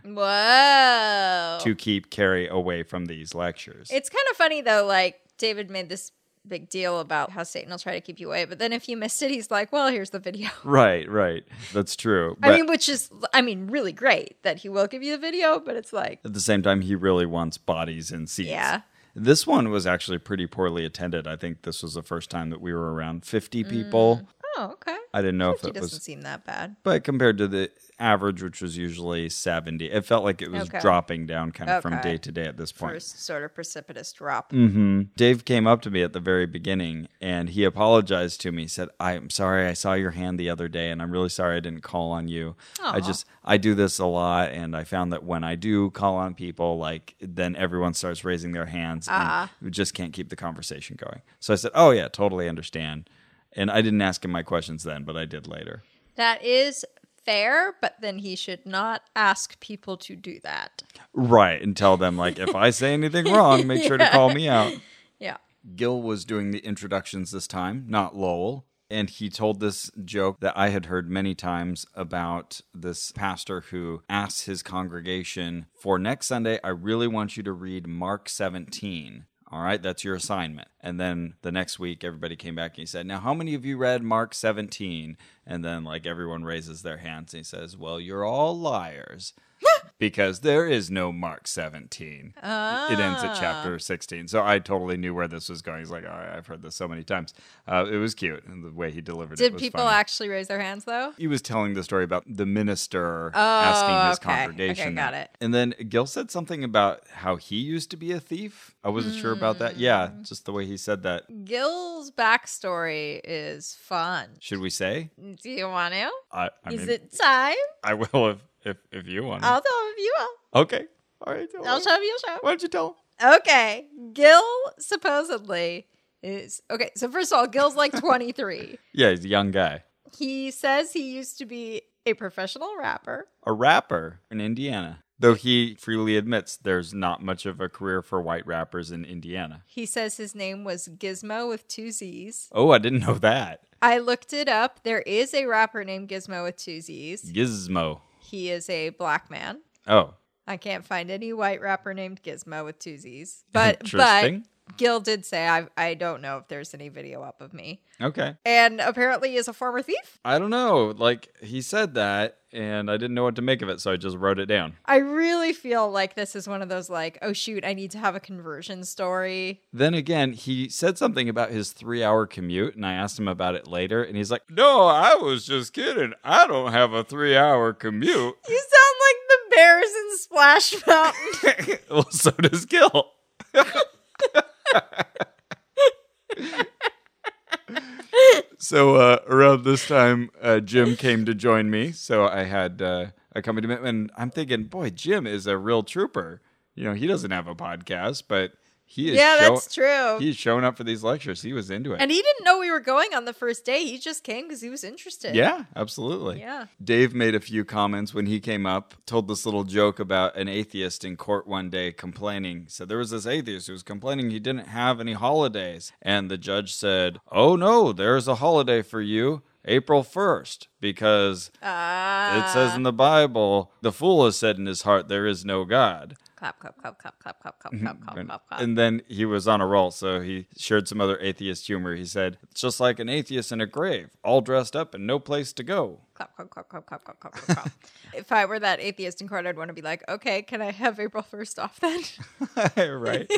[SPEAKER 1] Whoa!
[SPEAKER 2] to keep Carrie away from these lectures.
[SPEAKER 1] it's kind of funny though. Like David made this big deal about how Satan will try to keep you away, but then if you missed it, he's like, "Well, here's the video."
[SPEAKER 2] right, right. That's true. But
[SPEAKER 1] I mean, which is, I mean, really great that he will give you the video, but it's like,
[SPEAKER 2] at the same time, he really wants bodies in seats.
[SPEAKER 1] Yeah.
[SPEAKER 2] This one was actually pretty poorly attended. I think this was the first time that we were around 50 people.
[SPEAKER 1] oh, okay.
[SPEAKER 2] I didn't know if
[SPEAKER 1] He
[SPEAKER 2] it
[SPEAKER 1] Mm. doesn't
[SPEAKER 2] was
[SPEAKER 1] seem that bad.
[SPEAKER 2] but compared to the average, which was usually 70, it felt like it was
[SPEAKER 1] Okay.
[SPEAKER 2] dropping down kind of from
[SPEAKER 1] Okay.
[SPEAKER 2] day to day at this point. Mm.
[SPEAKER 1] First sort of precipitous drop.
[SPEAKER 2] Mm-hmm. Dave came up to me at the very beginning and he apologized to me. He said, I'm sorry, I saw your hand the other day and I'm really sorry I didn't call on you. I just, I do this a lot and I found that when I do call on people, like then everyone starts raising their hands and we just can't keep the conversation going. So I said, Oh, yeah, totally understand. And I didn't ask him my questions then, but I did later.
[SPEAKER 1] That is fair, but then he should not ask people to do that.
[SPEAKER 2] Right. And tell them, like, if I say anything wrong, make sure to call me out.
[SPEAKER 1] Yeah.
[SPEAKER 2] Gil was doing the introductions this time, not Lowell. And he told this joke that I had heard many times about this pastor who asks his congregation, For next Sunday, I really want you to read Mark 17. All right, that's your assignment. And then the next week, everybody came back and he said, Now, how many of you read Mark 17? And then, like, everyone raises their hands and he says, Well, you're all liars. because there is no Mark 17. It ends at
[SPEAKER 1] Ah.
[SPEAKER 2] chapter 16. So I totally knew where this was going. He's like, all right, I've heard this so many times. Uh, it was cute. And the way he delivered it
[SPEAKER 1] Did
[SPEAKER 2] was
[SPEAKER 1] people
[SPEAKER 2] funny.
[SPEAKER 1] actually raise their hands though?
[SPEAKER 2] He was telling the story about the minister
[SPEAKER 1] Oh,
[SPEAKER 2] asking his
[SPEAKER 1] okay. Okay,
[SPEAKER 2] congregation.
[SPEAKER 1] got
[SPEAKER 2] that.
[SPEAKER 1] it.
[SPEAKER 2] And then Gil said something about how he used to be a thief. I wasn't sure about that. Yeah,
[SPEAKER 1] Mm.
[SPEAKER 2] just the way he said that.
[SPEAKER 1] Gil's backstory is fun.
[SPEAKER 2] Should we say?
[SPEAKER 1] Do you want to?
[SPEAKER 2] I, I
[SPEAKER 1] is
[SPEAKER 2] mean, Mm.
[SPEAKER 1] it time?
[SPEAKER 2] I will if if, if you want.
[SPEAKER 1] I'll tell him if you will.
[SPEAKER 2] okay. All right. tell
[SPEAKER 1] I'll
[SPEAKER 2] him.
[SPEAKER 1] show him, you'll show him.
[SPEAKER 2] Why don't you tell? him?
[SPEAKER 1] Okay. Gil supposedly is okay. So first of all, Gil's like 23.
[SPEAKER 2] Yeah, he's a young guy,
[SPEAKER 1] he says he used to be a professional rapper.
[SPEAKER 2] a rapper in Indiana. Though he freely admits there's not much of a career for white rappers in Indiana.
[SPEAKER 1] He says his name was Gizmo with two Z's.
[SPEAKER 2] Oh, I didn't know that.
[SPEAKER 1] I looked it up. There is a rapper named Gizmo with two Z's.
[SPEAKER 2] Gizmo.
[SPEAKER 1] He is a black man.
[SPEAKER 2] Oh,
[SPEAKER 1] I can't find any white rapper named Gizmo with two Z's. But but
[SPEAKER 2] Interesting.
[SPEAKER 1] Gil did say I I don't know if there's any video up of me.
[SPEAKER 2] okay.
[SPEAKER 1] And apparently is a former thief.
[SPEAKER 2] I don't know. Like he said that, and I didn't know what to make of it, so I just wrote it down.
[SPEAKER 1] I really feel like this is one of those like, oh shoot, I need to have a conversion story.
[SPEAKER 2] Then again, he said something about his three hour commute, and I asked him about it later, and he's like, No, I was just kidding. I don't have a three hour commute.
[SPEAKER 1] You sound like the bears in Splash Mountain.
[SPEAKER 2] well, so does Gil. so uh, around this time, uh, Jim came to join me. So I had uh, accompaniment, and I'm thinking, boy, Jim is a real trooper. You know, he doesn't have a podcast, but he is.
[SPEAKER 1] Yeah,
[SPEAKER 2] show-
[SPEAKER 1] that's true.
[SPEAKER 2] He's showing up for these lectures. He was into it.
[SPEAKER 1] and he didn't know we were going on the first day. He just came because he was interested.
[SPEAKER 2] Yeah, absolutely.
[SPEAKER 1] Yeah.
[SPEAKER 2] Dave made a few comments when he came up, told this little joke about an atheist in court one day complaining. So there was this atheist who was complaining he didn't have any holidays. And the judge said, Oh, no, there's a holiday for you, April 1st, because
[SPEAKER 1] Ah.
[SPEAKER 2] it says in the Bible, the fool has said in his heart, There is no God.
[SPEAKER 1] clap, clap, clap, clap, clap, clap, clap, clap, clap, clap, clap.
[SPEAKER 2] Mm-hmm. And then he was on a roll, so he shared some other atheist humor. He said, It's just like an atheist in a grave, all dressed up and no place to go.
[SPEAKER 1] Clap, clap, clap, clap, clap, clap, clap, clap, clap. if I were that atheist in court, I'd want to be like, okay, can I have April 1st off then?
[SPEAKER 2] right.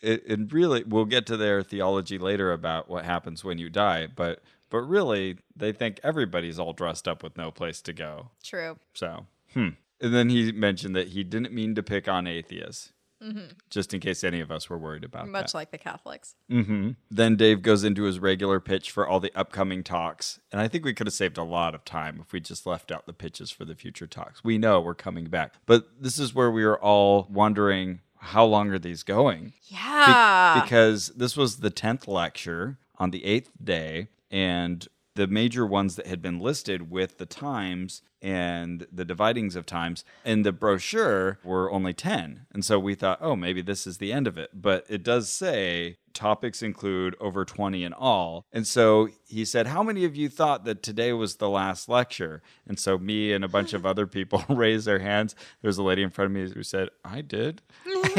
[SPEAKER 2] it, it really, we'll get to their theology later about what happens when you die, but but really, they think everybody's all dressed up with no place to go.
[SPEAKER 1] True.
[SPEAKER 2] So, hmm. And then he mentioned that he didn't mean to pick on atheists, just in case any of us were worried about that.
[SPEAKER 1] Much like the Catholics.
[SPEAKER 2] hmm Then Dave goes into his regular pitch for all the upcoming talks. And I think we could have saved a lot of time if we just left out the pitches for the future talks. We know we're coming back. But this is where we are all wondering how long are these going? Be-
[SPEAKER 1] Yeah.
[SPEAKER 2] because this was the 10th lecture on the 8th day and the major ones that had been listed with the times and the dividings of times in the brochure were only 10 and so we thought oh maybe this is the end of it but it does say topics include over 20 in all and so he said how many of you thought that today was the last lecture and so me and a bunch of other people raised their hands there was a lady in front of me who said i did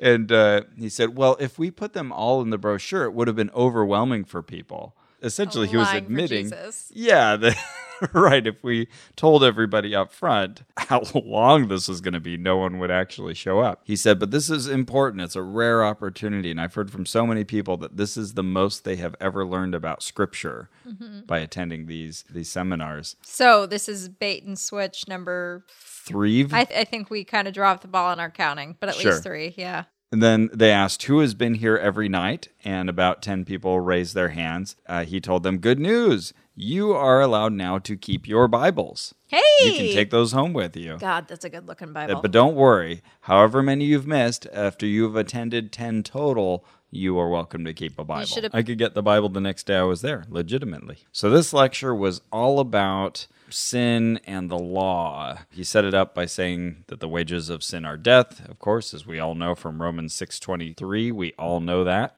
[SPEAKER 2] and uh, he said, "Well, if we put them all in the brochure, it would have been overwhelming for people." Essentially, he was
[SPEAKER 1] Lying Oh for
[SPEAKER 2] admitting,
[SPEAKER 1] Jesus.
[SPEAKER 2] "Yeah, that, right. If we told everybody up front how long this was going to be, no one would actually show up." He said, "But this is important. It's a rare opportunity, and I've heard from so many people that this is the most they have ever learned about Scripture
[SPEAKER 1] Mm-hmm.
[SPEAKER 2] by attending these these seminars."
[SPEAKER 1] so this is bait and switch number.
[SPEAKER 2] Three.
[SPEAKER 1] I, th- I think we kind of dropped the ball in our counting, but at
[SPEAKER 2] Sure.
[SPEAKER 1] least three. Yeah.
[SPEAKER 2] And then they asked who has been here every night, and about 10 people raised their hands. Uh, he told them, Good news! You are allowed now to keep your Bibles.
[SPEAKER 1] Hey.
[SPEAKER 2] You can take those home with you.
[SPEAKER 1] God, that's a good looking
[SPEAKER 2] Uh,
[SPEAKER 1] Bible.
[SPEAKER 2] But don't worry, however many you've missed, after you've attended 10 total, you are welcome to keep a Bible.
[SPEAKER 1] should've-
[SPEAKER 2] I could get the Bible the next day I was there, legitimately. So this lecture was all about sin and the law. He set it up by saying that the wages of sin are death, of course, as we all know from Romans 6:23, we all
[SPEAKER 1] Mm-hmm.
[SPEAKER 2] know that.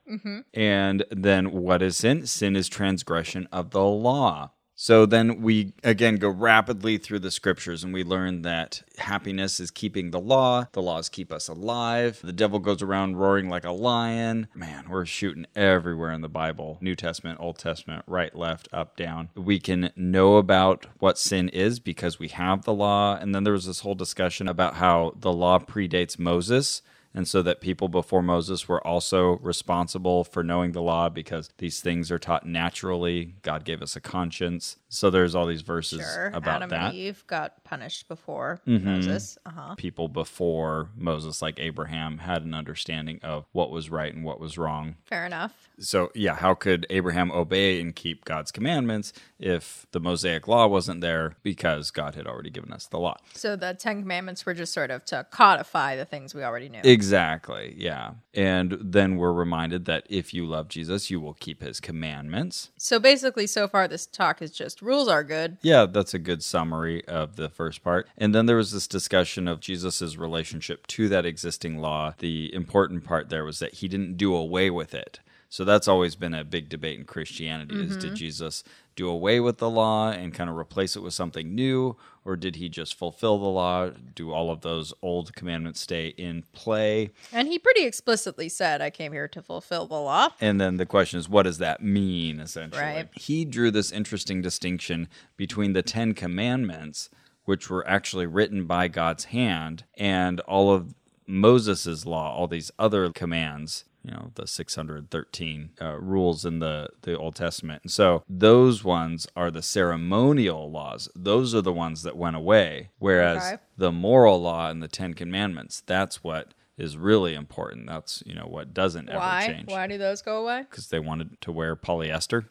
[SPEAKER 2] And then what is sin? Sin is transgression of the law. So then we again go rapidly through the scriptures and we learn that happiness is keeping the law, the laws keep us alive, the devil goes around roaring like a lion. Man, we're shooting everywhere in the Bible New Testament, Old Testament, right, left, up, down. We can know about what sin is because we have the law. And then there was this whole discussion about how the law predates Moses and so that people before Moses were also responsible for knowing the law because these things are taught naturally. God gave us a conscience. So there's all these verses
[SPEAKER 1] Sure.
[SPEAKER 2] about
[SPEAKER 1] Adam
[SPEAKER 2] that. Mm-hmm.
[SPEAKER 1] and Eve got punished before Moses. Uh huh.
[SPEAKER 2] People before Moses, like Abraham, had an understanding of what was right and what was wrong.
[SPEAKER 1] Fair enough.
[SPEAKER 2] So, yeah, how could Abraham obey and keep God's commandments if the Mosaic law wasn't there because God had already given us the law?
[SPEAKER 1] So the Ten Commandments were just sort of to codify the things we already knew.
[SPEAKER 2] Exactly. Yeah. And then we're reminded that if you love Jesus, you will keep his commandments.
[SPEAKER 1] so basically, so far, this talk is just rules are good.
[SPEAKER 2] Yeah, that's a good summary of the first part. And then there was this discussion of Jesus' relationship to that existing law. The important part there was that he didn't do away with it. So that's always been a big debate in Christianity is did Jesus do away with the law and kind of replace it with something new or did he just fulfill the law? Do all of those old commandments stay in play?
[SPEAKER 1] And he pretty explicitly said, I came here to fulfill the law.
[SPEAKER 2] And then the question is, what does that mean, essentially?
[SPEAKER 1] Right.
[SPEAKER 2] He drew this interesting distinction between the Ten Commandments, which were actually written by God's hand, and all of Moses' law, all these other commands. You know the 613 uh, rules in the the Old Testament, and so those ones are the ceremonial laws. Those are the ones that went away, whereas
[SPEAKER 1] Okay.
[SPEAKER 2] the moral law and the Ten Commandments. That's what is really important. That's you know what doesn't ever
[SPEAKER 1] Why?
[SPEAKER 2] change
[SPEAKER 1] Why do those go away?
[SPEAKER 2] because they wanted to wear polyester.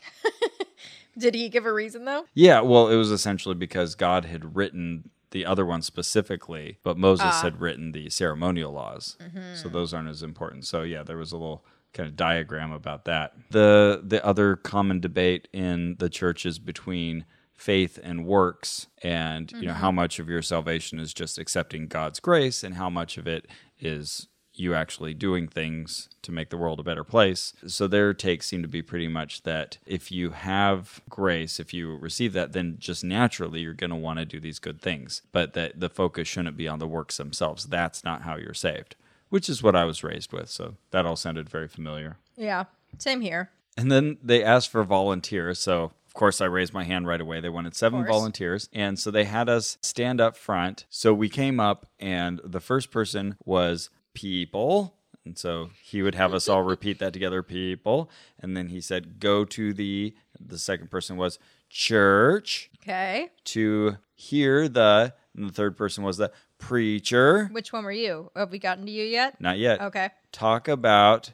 [SPEAKER 1] Did he give a reason, though?
[SPEAKER 2] Yeah, well, it was essentially because God had written the other one specifically, but Moses had written the ceremonial laws. So those aren't as important. So yeah, there was a little kind of diagram about that. The the other common debate in the church is between faith and works and you know how much of your salvation is just accepting God's grace and how much of it is you actually doing things to make the world a better place. So their takes seem to be pretty much that if you have grace, if you receive that, then just naturally you're going to want to do these good things, but that the focus shouldn't be on the works themselves. That's not how you're saved, which is what I was raised with. So that all sounded very familiar.
[SPEAKER 1] Yeah. Same here.
[SPEAKER 2] And then they asked for volunteers. So, of course, I raised my hand right away. They wanted seven
[SPEAKER 1] course.
[SPEAKER 2] volunteers. And so they had us stand up front. So we came up, and the first person was people. And so he would have us all repeat that together, people. And then he said, go to the, the second person was church
[SPEAKER 1] Okay.
[SPEAKER 2] to hear the, and the third person was the preacher.
[SPEAKER 1] Which one were you? Have we gotten to you yet?
[SPEAKER 2] Not yet.
[SPEAKER 1] Okay.
[SPEAKER 2] Talk about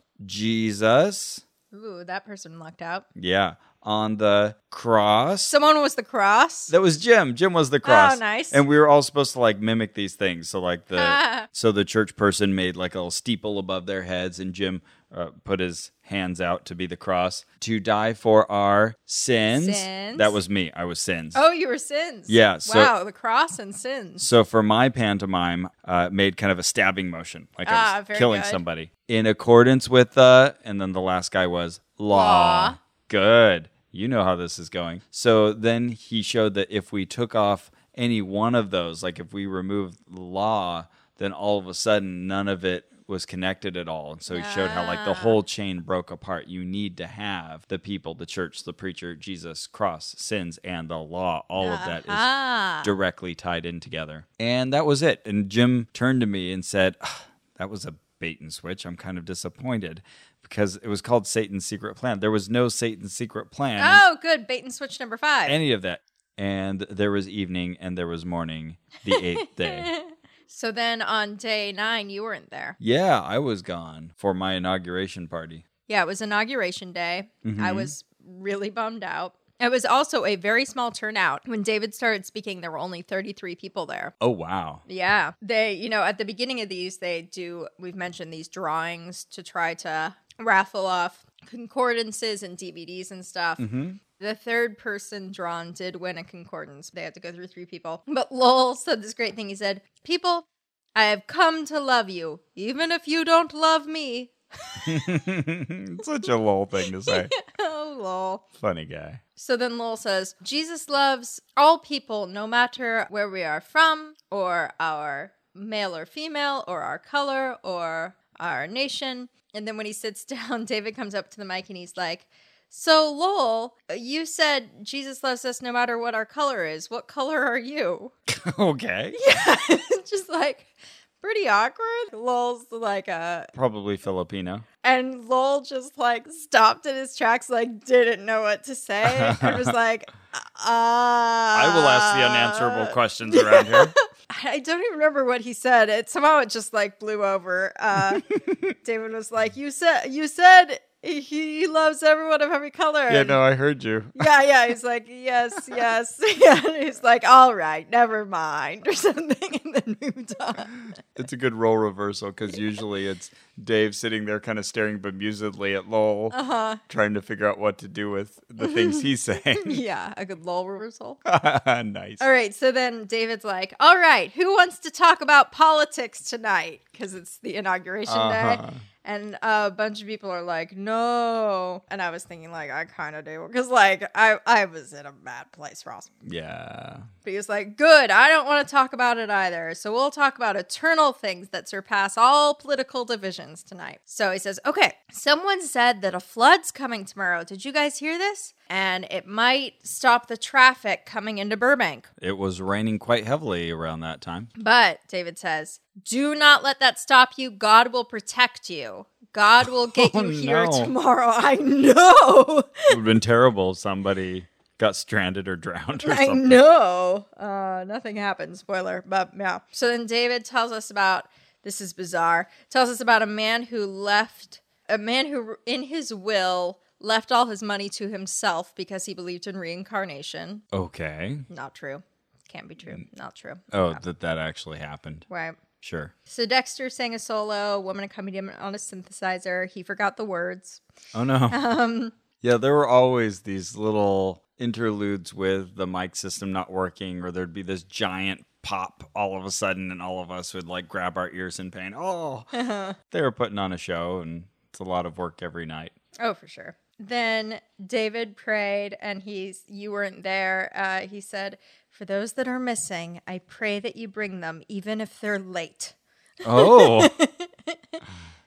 [SPEAKER 2] Jesus.
[SPEAKER 1] Ooh, that person lucked out.
[SPEAKER 2] Yeah. On the cross.
[SPEAKER 1] Someone was the cross. Oh,
[SPEAKER 2] That was Jim. Jim was the cross.
[SPEAKER 1] nice.
[SPEAKER 2] And we were all supposed to like mimic these things. So like the so the church person made like a little steeple above their heads, and Jim uh, put his hands out to be the cross to die for our sins.
[SPEAKER 1] Sins.
[SPEAKER 2] That was me. I was sins.
[SPEAKER 1] oh, you were sins.
[SPEAKER 2] Yeah, so-
[SPEAKER 1] wow, the cross and sins.
[SPEAKER 2] So for my pantomime, uh, made kind of a stabbing motion, like I
[SPEAKER 1] Ah,
[SPEAKER 2] was
[SPEAKER 1] very
[SPEAKER 2] killing
[SPEAKER 1] good.
[SPEAKER 2] somebody in accordance with the. And then the last guy was law.
[SPEAKER 1] Law.
[SPEAKER 2] Good, you know how this is going. So then he showed that if we took off any one of those, like if we removed law, then all of a sudden none of it was connected at all. And so he showed how like the whole chain broke apart. You need to have the people, the church, the preacher, Jesus, cross, sins, and the law. All of that is
[SPEAKER 1] Ah.
[SPEAKER 2] directly tied in together. And that was it. And Jim turned to me and said, "Ah, That was a bait and switch. I'm kind of disappointed because it was called Satan's Secret Plan. There was no Satan's Secret Plan, in
[SPEAKER 1] Oh, good. Bait and switch number five.
[SPEAKER 2] any of that. And there was evening and there was morning, the eighth day.
[SPEAKER 1] so then on day nine, you weren't there.
[SPEAKER 2] Yeah, I was gone for my inauguration party.
[SPEAKER 1] Yeah, it was inauguration day. I was really bummed out. It was also a very small turnout. When David started speaking, there were only 33 people there.
[SPEAKER 2] Oh, wow.
[SPEAKER 1] Yeah. They, you know, at the beginning of these, they do, we've mentioned these drawings to try to raffle off concordances and DVDs and stuff. The third person drawn did win a concordance. They had to go through three people. But Lowell said this great thing. He said, People, I have come to love you, even if you don't love me.
[SPEAKER 2] Such a lol thing to say.
[SPEAKER 1] oh, lol.
[SPEAKER 2] Funny guy.
[SPEAKER 1] So then Lowell says, Jesus loves all people, no matter where we are from, or our male or female, or our color, or our nation. And then when he sits down, David comes up to the mic and he's like, So, Lowell, you said Jesus loves us no matter what our color is. What color are you?
[SPEAKER 2] okay.
[SPEAKER 1] Yeah, just like pretty awkward. Lowell's like, uh,
[SPEAKER 2] Probably Filipino.
[SPEAKER 1] and Lowell just like stopped in his tracks, like didn't know what to say, and was like, uh,
[SPEAKER 2] I
[SPEAKER 1] "I Uh,
[SPEAKER 2] will ask the unanswerable questions around here.
[SPEAKER 1] I don't even remember what he said. It somehow it just like blew over. Uh, David was like, "You said you said he loves everyone of every color."
[SPEAKER 2] yeah,
[SPEAKER 1] and-
[SPEAKER 2] no, I heard you.
[SPEAKER 1] yeah, yeah. He's like, yes, yes. Yeah. He's like, all right, never mind, or something, and then moved on.
[SPEAKER 2] It's a good role reversal because usually it's Dave sitting there kind of staring bemusedly at Lowell,
[SPEAKER 1] Uh-huh.
[SPEAKER 2] trying to figure out what to do with the things he's saying.
[SPEAKER 1] Yeah, a good lull reversal.
[SPEAKER 2] nice.
[SPEAKER 1] All right, so then David's like, "All right, who wants to talk about politics tonight?" Because it's the inauguration
[SPEAKER 2] Uh-huh.
[SPEAKER 1] day, and a bunch of people are like, "No," and I was thinking like, I kind of do, because like I I was in a bad place, Ross.
[SPEAKER 2] Yeah.
[SPEAKER 1] But he was like, "Good, I don't want to talk about it either. So we'll talk about eternal things that surpass all political divisions tonight." So he says, "Okay, someone said that a flood's coming tomorrow. Did you guys hear this? And it might stop the traffic coming into Burbank."
[SPEAKER 2] It was raining quite heavily around that time.
[SPEAKER 1] But David says, Do not let that stop you. God will protect you. God will get
[SPEAKER 2] Oh,
[SPEAKER 1] you here
[SPEAKER 2] no.
[SPEAKER 1] tomorrow. I know.
[SPEAKER 2] It would have been terrible if somebody got stranded or drowned or
[SPEAKER 1] I
[SPEAKER 2] something.
[SPEAKER 1] know. Uh, nothing happened. Spoiler. But yeah. So then David tells us about this is bizarre. Tells us about a man who left, a man who in his will left all his money to himself because he believed in reincarnation.
[SPEAKER 2] Okay.
[SPEAKER 1] Not true. Can't be true. Not true.
[SPEAKER 2] Oh, that that actually happened.
[SPEAKER 1] Right.
[SPEAKER 2] Sure.
[SPEAKER 1] So Dexter sang a solo, a woman accompanied him on a synthesizer. He forgot the words.
[SPEAKER 2] Oh no.
[SPEAKER 1] Um,
[SPEAKER 2] yeah, there were always these little interludes with the mic system not working, or there'd be this giant pop all of a sudden, and all of us would like grab our ears in pain. Oh, they were putting on a show, and it's a lot of work every night.
[SPEAKER 1] Oh, for sure. Then David prayed, and he's you weren't there. Uh, he said, "For those that are missing, I pray that you bring them, even if they're late."
[SPEAKER 2] Oh.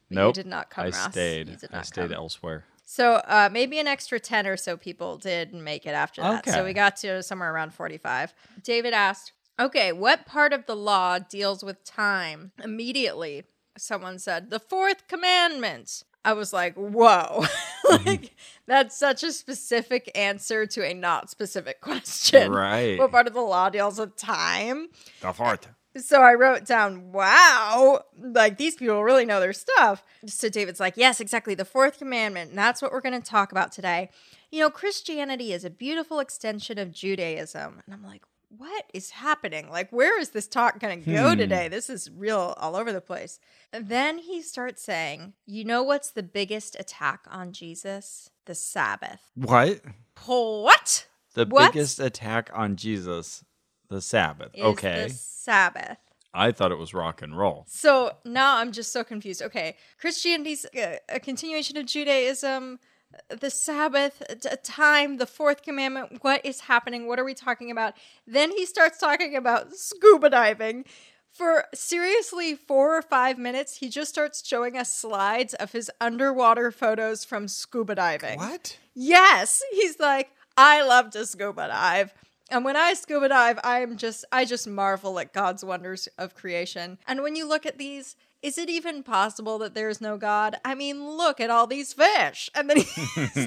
[SPEAKER 2] Nope.
[SPEAKER 1] did not come,
[SPEAKER 2] I
[SPEAKER 1] Ross.
[SPEAKER 2] stayed.
[SPEAKER 1] You did
[SPEAKER 2] I
[SPEAKER 1] not
[SPEAKER 2] stayed
[SPEAKER 1] come.
[SPEAKER 2] elsewhere.
[SPEAKER 1] So uh, maybe an extra ten or so people did make it after that. So
[SPEAKER 2] Okay.
[SPEAKER 1] we got to somewhere around forty-five. David asked, "Okay, what part of the law deals with time?" Immediately, someone said, "The fourth commandment." I was like, "Whoa!"
[SPEAKER 2] Mm-hmm.
[SPEAKER 1] like that's such a specific answer to a not specific question.
[SPEAKER 2] Right.
[SPEAKER 1] What part of the law deals with time?
[SPEAKER 2] The fourth.
[SPEAKER 1] So I wrote down, wow, like these people really know their stuff. So David's like, yes, exactly, the fourth commandment. And that's what we're going to talk about today. You know, Christianity is a beautiful extension of Judaism. And I'm like, what is happening? Like, where is this talk going to go
[SPEAKER 2] Hmm.
[SPEAKER 1] today? This is real all over the place. And then he starts saying, you know what's the biggest attack on Jesus? The Sabbath.
[SPEAKER 2] What?
[SPEAKER 1] What?
[SPEAKER 2] The
[SPEAKER 1] What?
[SPEAKER 2] biggest attack on Jesus, the Sabbath.
[SPEAKER 1] Is
[SPEAKER 2] okay.
[SPEAKER 1] The Sabbath.
[SPEAKER 2] I thought it was rock and roll.
[SPEAKER 1] So now I'm just so confused. Okay, Christianity's a, a continuation of Judaism, uh, the Sabbath, t- time, the fourth commandment. What is happening? What are we talking about? Then he starts talking about scuba diving. For seriously four or five minutes, he just starts showing us slides of his underwater photos from scuba diving.
[SPEAKER 2] What?
[SPEAKER 1] Yes, he's like, I love to scuba dive. And when I scuba dive, I'm just I just marvel at God's wonders of creation. And when you look at these, is it even possible that there is no God? I mean, look at all these fish. And then he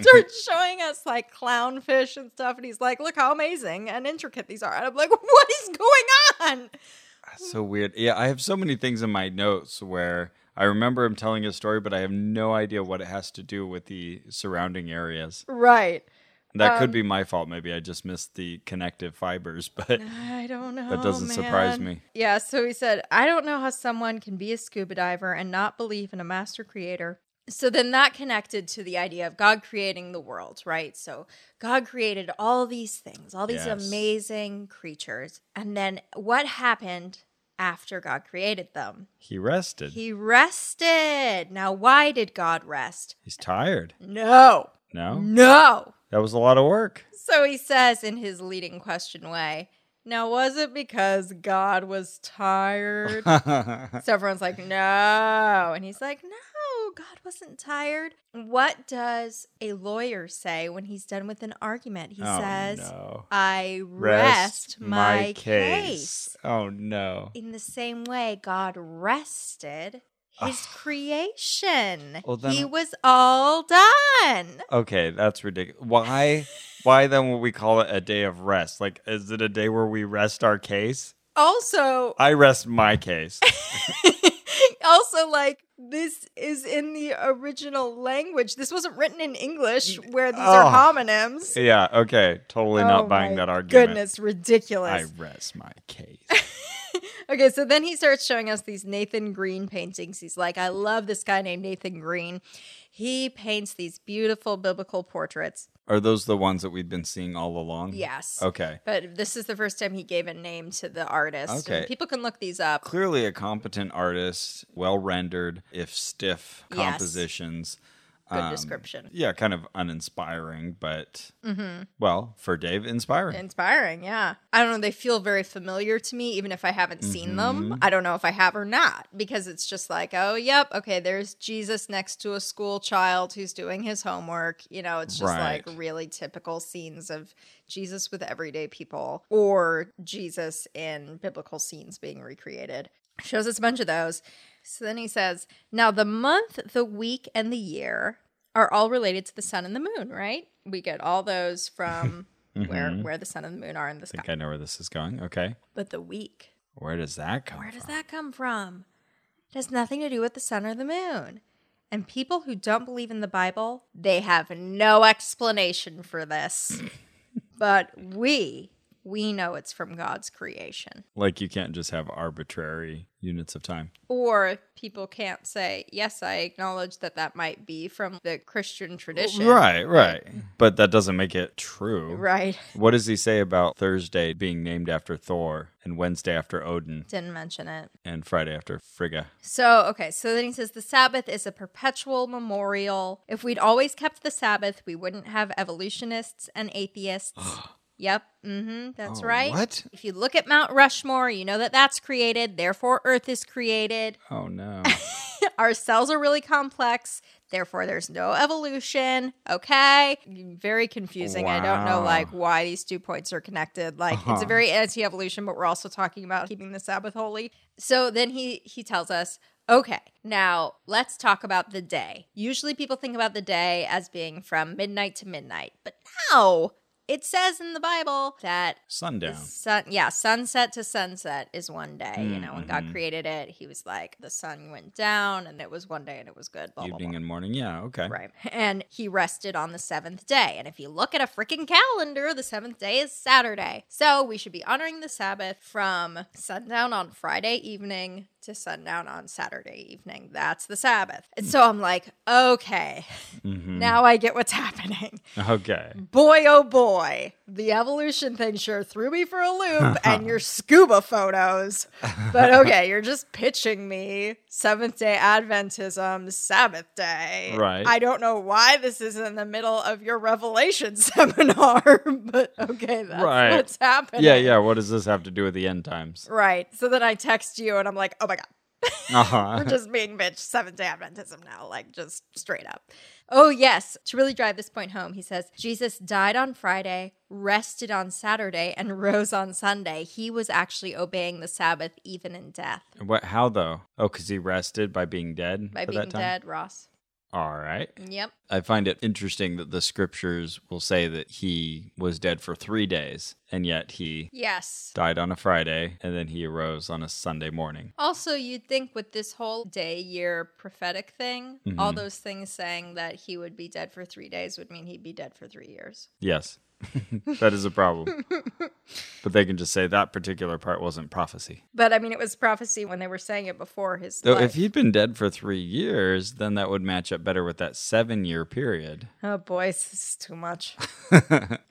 [SPEAKER 1] starts showing us like clownfish and stuff. And he's like, look how amazing and intricate these are. And I'm like, what is going on?
[SPEAKER 2] That's so weird. Yeah, I have so many things in my notes where I remember him telling a story, but I have no idea what it has to do with the surrounding areas.
[SPEAKER 1] Right.
[SPEAKER 2] That
[SPEAKER 1] Um,
[SPEAKER 2] could be my fault. Maybe I just missed the connective fibers, but
[SPEAKER 1] I don't know.
[SPEAKER 2] that doesn't surprise
[SPEAKER 1] man.
[SPEAKER 2] me.
[SPEAKER 1] Yeah, so he said, I don't know how someone can be a scuba diver and not believe in a master creator. So then that connected to the idea of God creating the world, right? So God created all these things, all these
[SPEAKER 2] Yes.
[SPEAKER 1] amazing creatures. And then what happened after God created them.
[SPEAKER 2] He rested.
[SPEAKER 1] He rested. Now, why did God rest?
[SPEAKER 2] He's tired.
[SPEAKER 1] No, Mm.
[SPEAKER 2] No?
[SPEAKER 1] no.
[SPEAKER 2] That was a lot of work.
[SPEAKER 1] So he says in his leading question way, Now, was it because God was tired?
[SPEAKER 2] Oh,
[SPEAKER 1] so everyone's like, No. And he's like, No, God wasn't tired. What does a lawyer say when he's done with an argument? He
[SPEAKER 2] Oh,
[SPEAKER 1] says,
[SPEAKER 2] no.
[SPEAKER 1] I rest, my, case.
[SPEAKER 2] Oh no.
[SPEAKER 1] In the same way, God rested his creation.
[SPEAKER 2] Well, then-
[SPEAKER 1] he was all done.
[SPEAKER 2] Okay, that's ridiculous. Why why then would we call it a day of rest? Like is it a day where we rest our case?
[SPEAKER 1] Also,
[SPEAKER 2] I rest my case.
[SPEAKER 1] also like this is in the original language. This wasn't written in English where these
[SPEAKER 2] Oh.
[SPEAKER 1] are homonyms.
[SPEAKER 2] yeah, okay. Totally
[SPEAKER 1] Oh
[SPEAKER 2] not buying
[SPEAKER 1] my
[SPEAKER 2] that argument.
[SPEAKER 1] Goodness,
[SPEAKER 2] I
[SPEAKER 1] ridiculous.
[SPEAKER 2] rest my case.
[SPEAKER 1] Okay, so then he starts showing us these Nathan Green paintings. He's like, I love this guy named Nathan Green. He paints these beautiful biblical portraits.
[SPEAKER 2] Are those the ones that we've been seeing all along?
[SPEAKER 1] Yes.
[SPEAKER 2] Okay.
[SPEAKER 1] But this is the first time he gave a name to the artist. and
[SPEAKER 2] Okay.
[SPEAKER 1] people can look these up.
[SPEAKER 2] Clearly a competent artist, well rendered, if stiff
[SPEAKER 1] Yes.
[SPEAKER 2] compositions.
[SPEAKER 1] Good
[SPEAKER 2] Um,
[SPEAKER 1] description.
[SPEAKER 2] Yeah, kind of uninspiring, but
[SPEAKER 1] Mm-hmm.
[SPEAKER 2] well, for Dave, inspiring.
[SPEAKER 1] Inspiring, yeah. I don't know. They feel very familiar to me, even if I haven't seen them. I don't know if I have or not, because it's just like, oh, yep, okay, there's Jesus next to a school child who's doing his homework. You know, it's just
[SPEAKER 2] Right.
[SPEAKER 1] like really typical scenes of Jesus with everyday people or Jesus in biblical scenes being recreated. Shows us a bunch of those. So then he says, now the month, the week, and the year are all related to the sun and the moon, right? We get all those from where where the sun and the moon are in the
[SPEAKER 2] I
[SPEAKER 1] sky.
[SPEAKER 2] think I know where this is going. Okay.
[SPEAKER 1] But the week,
[SPEAKER 2] Where does that come
[SPEAKER 1] where does
[SPEAKER 2] from?
[SPEAKER 1] that come from? It has nothing to do with the sun or the moon. And people who don't believe in the Bible, they have no explanation for this. but we, we know it's from God's creation.
[SPEAKER 2] Like you can't just have arbitrary units of time.
[SPEAKER 1] Or people can't say, yes, I acknowledge that that might be from the Christian tradition.
[SPEAKER 2] Right, right. But that doesn't make it true.
[SPEAKER 1] Right.
[SPEAKER 2] What does he say about Thursday being named after Thor and Wednesday after Odin
[SPEAKER 1] Didn't mention it.
[SPEAKER 2] and Friday after Frigga?
[SPEAKER 1] So, okay, so then he says the Sabbath is a perpetual memorial. If we'd always kept the Sabbath, we wouldn't have evolutionists and atheists. yep, mm-hmm, that's
[SPEAKER 2] Oh,
[SPEAKER 1] right.
[SPEAKER 2] what?
[SPEAKER 1] If you look at Mount Rushmore, you know that that's created, therefore, Earth is created.
[SPEAKER 2] Oh no.
[SPEAKER 1] Our cells are really complex, therefore, there's no evolution. Okay, very confusing. I don't know,
[SPEAKER 2] Wow.
[SPEAKER 1] like, why these two points are connected. Like, it's a very anti evolution, but we're also talking about keeping the Sabbath holy. So then he he tells us, okay, now let's talk about the day. Usually people think about the day as being from midnight to midnight, but now it says in the Bible that the
[SPEAKER 2] Sundown.
[SPEAKER 1] sun, yeah, sunset to sunset is one day. You know, when God created it, He was like the sun went down, and it was one day, and it was good. Blah, blah, blah.
[SPEAKER 2] Evening and morning. Yeah, okay.
[SPEAKER 1] Right. And he rested on the seventh day. And if you look at a freaking calendar, the seventh day is Saturday. So we should be honoring the Sabbath from sundown on Friday evening to sundown on Saturday evening. That's the Sabbath. And so I'm like, okay, now I get what's happening.
[SPEAKER 2] Okay.
[SPEAKER 1] Boy, oh boy, the evolution thing sure threw me for a loop and your scuba photos. But okay, you're just pitching me Seventh day Adventism, Sabbath day.
[SPEAKER 2] Right.
[SPEAKER 1] I don't know why this is in the middle of your Revelation seminar, but okay, that's
[SPEAKER 2] Right.
[SPEAKER 1] what's happening.
[SPEAKER 2] Yeah, yeah. What does this have to do with the end times?
[SPEAKER 1] Right. So then I text you and I'm like, oh my God.
[SPEAKER 2] Uh-huh.
[SPEAKER 1] We're just being bitch seventh day Adventism now, like just straight up. Oh, yes. To really drive this point home, he says Jesus died on Friday, rested on Saturday, and rose on Sunday. He was actually obeying the Sabbath even in death.
[SPEAKER 2] What? How though? Oh, because he rested by being dead.
[SPEAKER 1] By
[SPEAKER 2] for
[SPEAKER 1] being
[SPEAKER 2] that time?
[SPEAKER 1] dead, Ross.
[SPEAKER 2] All right.
[SPEAKER 1] Yep.
[SPEAKER 2] I find it interesting that the scriptures will say that he was dead for three days, and yet he
[SPEAKER 1] Yes.
[SPEAKER 2] died on a Friday, and then he arose on a Sunday morning.
[SPEAKER 1] Also, you'd think with this whole day year prophetic thing,
[SPEAKER 2] Mm-hmm.
[SPEAKER 1] all those things saying that he would be dead for three days would mean he'd be dead for three years.
[SPEAKER 2] Yes, that is a problem. but they can just say that particular part wasn't prophecy.
[SPEAKER 1] But I mean, it was prophecy when they were saying it before his.
[SPEAKER 2] Though,
[SPEAKER 1] life.
[SPEAKER 2] if he'd been dead for three years, then that would match up better with that seven year period.
[SPEAKER 1] Oh boy, this is too much.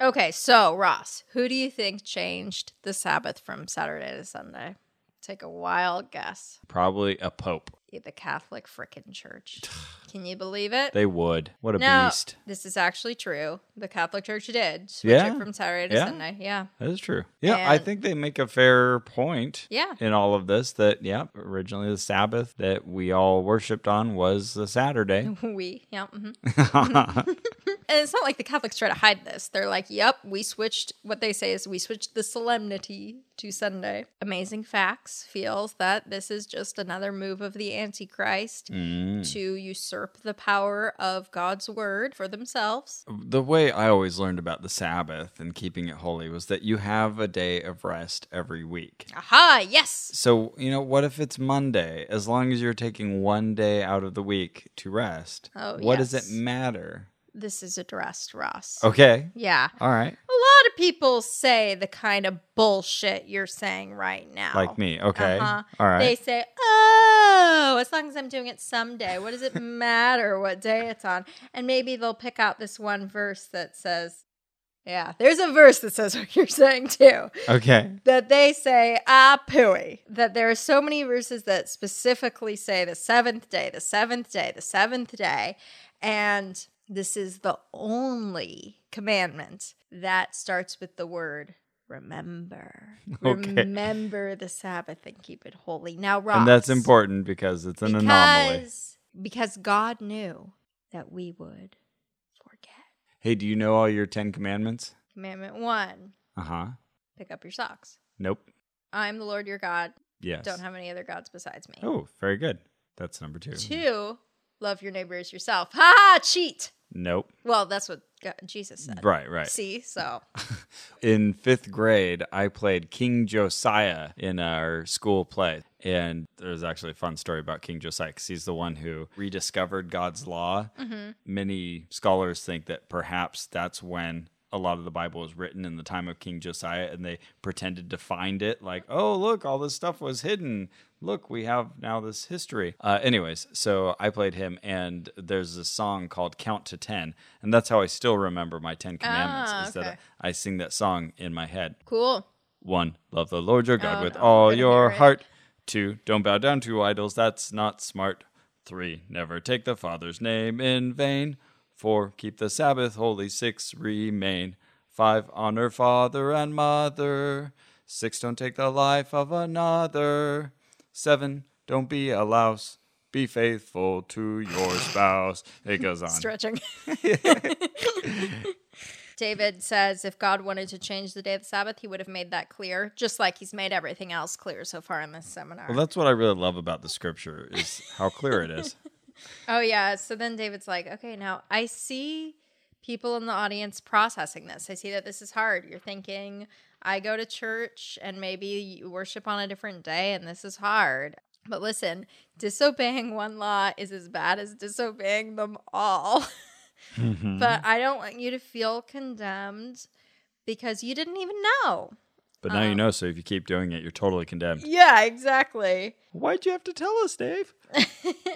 [SPEAKER 1] okay, so Ross, who do you think changed the Sabbath from Saturday to Sunday Take a wild guess.
[SPEAKER 2] Probably a pope.
[SPEAKER 1] Yeah, The Catholic frickin' church. Can you believe it?
[SPEAKER 2] They would. What a
[SPEAKER 1] no,
[SPEAKER 2] beast.
[SPEAKER 1] this is actually true. The Catholic Church did switch
[SPEAKER 2] Yeah.
[SPEAKER 1] it from Saturday to
[SPEAKER 2] Yeah.
[SPEAKER 1] Sunday. Yeah.
[SPEAKER 2] That is true. Yeah, I
[SPEAKER 1] And-
[SPEAKER 2] think they make a fair point.
[SPEAKER 1] Yeah.
[SPEAKER 2] In all of this, that yeah, originally the Sabbath that we all worshipped on was the Saturday.
[SPEAKER 1] We, yeah. mhm. and it's not like the Catholics try to hide this. They're like, yep, we switched, what they say is we switched the solemnity to Sunday. Amazing Facts feels that this is just another move of the Antichrist to usurp the power of God's word for themselves.
[SPEAKER 2] the way I always learned about the Sabbath and keeping it holy was that you have a day of rest every week.
[SPEAKER 1] Aha, yes.
[SPEAKER 2] So, you know, what if it's Monday? As long as you're taking one day out of the week to rest,
[SPEAKER 1] Oh,
[SPEAKER 2] what does
[SPEAKER 1] yes.
[SPEAKER 2] it matter?
[SPEAKER 1] This is addressed, Ross.
[SPEAKER 2] Okay.
[SPEAKER 1] Yeah.
[SPEAKER 2] All
[SPEAKER 1] A
[SPEAKER 2] right.
[SPEAKER 1] lot of people say the kind of bullshit you're saying right now.
[SPEAKER 2] Like me. Okay.
[SPEAKER 1] Uh-huh.
[SPEAKER 2] All right.
[SPEAKER 1] They say, oh, as long as I'm doing it someday, what does it matter what day it's on? And maybe they'll pick out this one verse that says, yeah, there's a verse that says what you're saying too.
[SPEAKER 2] okay.
[SPEAKER 1] That they say, ah, pooey. That there are so many verses that specifically say the seventh day, the seventh day, the seventh day. And this is the only commandment that starts with the word remember.
[SPEAKER 2] Okay.
[SPEAKER 1] Remember the Sabbath and keep it holy. Now, Ross.
[SPEAKER 2] And that's important because it's an anomaly.
[SPEAKER 1] because, because God knew that we would forget.
[SPEAKER 2] Hey, do you know all your 10 commandments?
[SPEAKER 1] Commandment one
[SPEAKER 2] Uh huh.
[SPEAKER 1] pick up your socks.
[SPEAKER 2] Nope.
[SPEAKER 1] I'm the Lord your God.
[SPEAKER 2] Yes.
[SPEAKER 1] Don't have any other gods besides me.
[SPEAKER 2] Oh, very good. That's number two.
[SPEAKER 1] Two, love your neighbor as yourself. Ha ha, cheat.
[SPEAKER 2] Nope.
[SPEAKER 1] Well, that's what God, Jesus said.
[SPEAKER 2] Right, right.
[SPEAKER 1] See, so
[SPEAKER 2] In fifth grade, I played King Josiah in our school play. And there's actually a fun story about King Josiah because he's the one who rediscovered God's law. Many scholars think that perhaps that's when a lot of the Bible was written in the time of King Josiah and they pretended to find it like, oh, look, all this stuff was hidden. Look, we have now this history. Uh, anyways, so I played him, and there's this song called Count to Ten. And that's how I still remember my Ten Commandments
[SPEAKER 1] Ah,
[SPEAKER 2] is that
[SPEAKER 1] okay.
[SPEAKER 2] I sing that song in my head.
[SPEAKER 1] cool.
[SPEAKER 2] One, love the Lord your God
[SPEAKER 1] Oh,
[SPEAKER 2] with
[SPEAKER 1] no,
[SPEAKER 2] all
[SPEAKER 1] we're gonna
[SPEAKER 2] your
[SPEAKER 1] hear it.
[SPEAKER 2] heart. Two, don't bow down to idols. That's not smart. Three, never take the Father's name in vain. Four, keep the Sabbath holy. Six, remain. Five, honor father and mother. Six, don't take the life of another. Seven, don't be a louse. Be faithful to your spouse. It goes on.
[SPEAKER 1] Stretching. David says if God wanted to change the day of the Sabbath, he would have made that clear, just like he's made everything else clear so far in this seminar.
[SPEAKER 2] Well, that's what I really love about the scripture is how clear it is.
[SPEAKER 1] Oh yeah. So then David's like, okay, now I see people in the audience processing this. I see that this is hard. You're thinking, I go to church and maybe you worship on a different day and this is hard. But listen, disobeying one law is as bad as disobeying them all. but I don't want you to feel condemned because you didn't even know.
[SPEAKER 2] But now you
[SPEAKER 1] Um,
[SPEAKER 2] know, so if you keep doing it, you're totally condemned.
[SPEAKER 1] Yeah, exactly.
[SPEAKER 2] Why'd you have to tell us, Dave?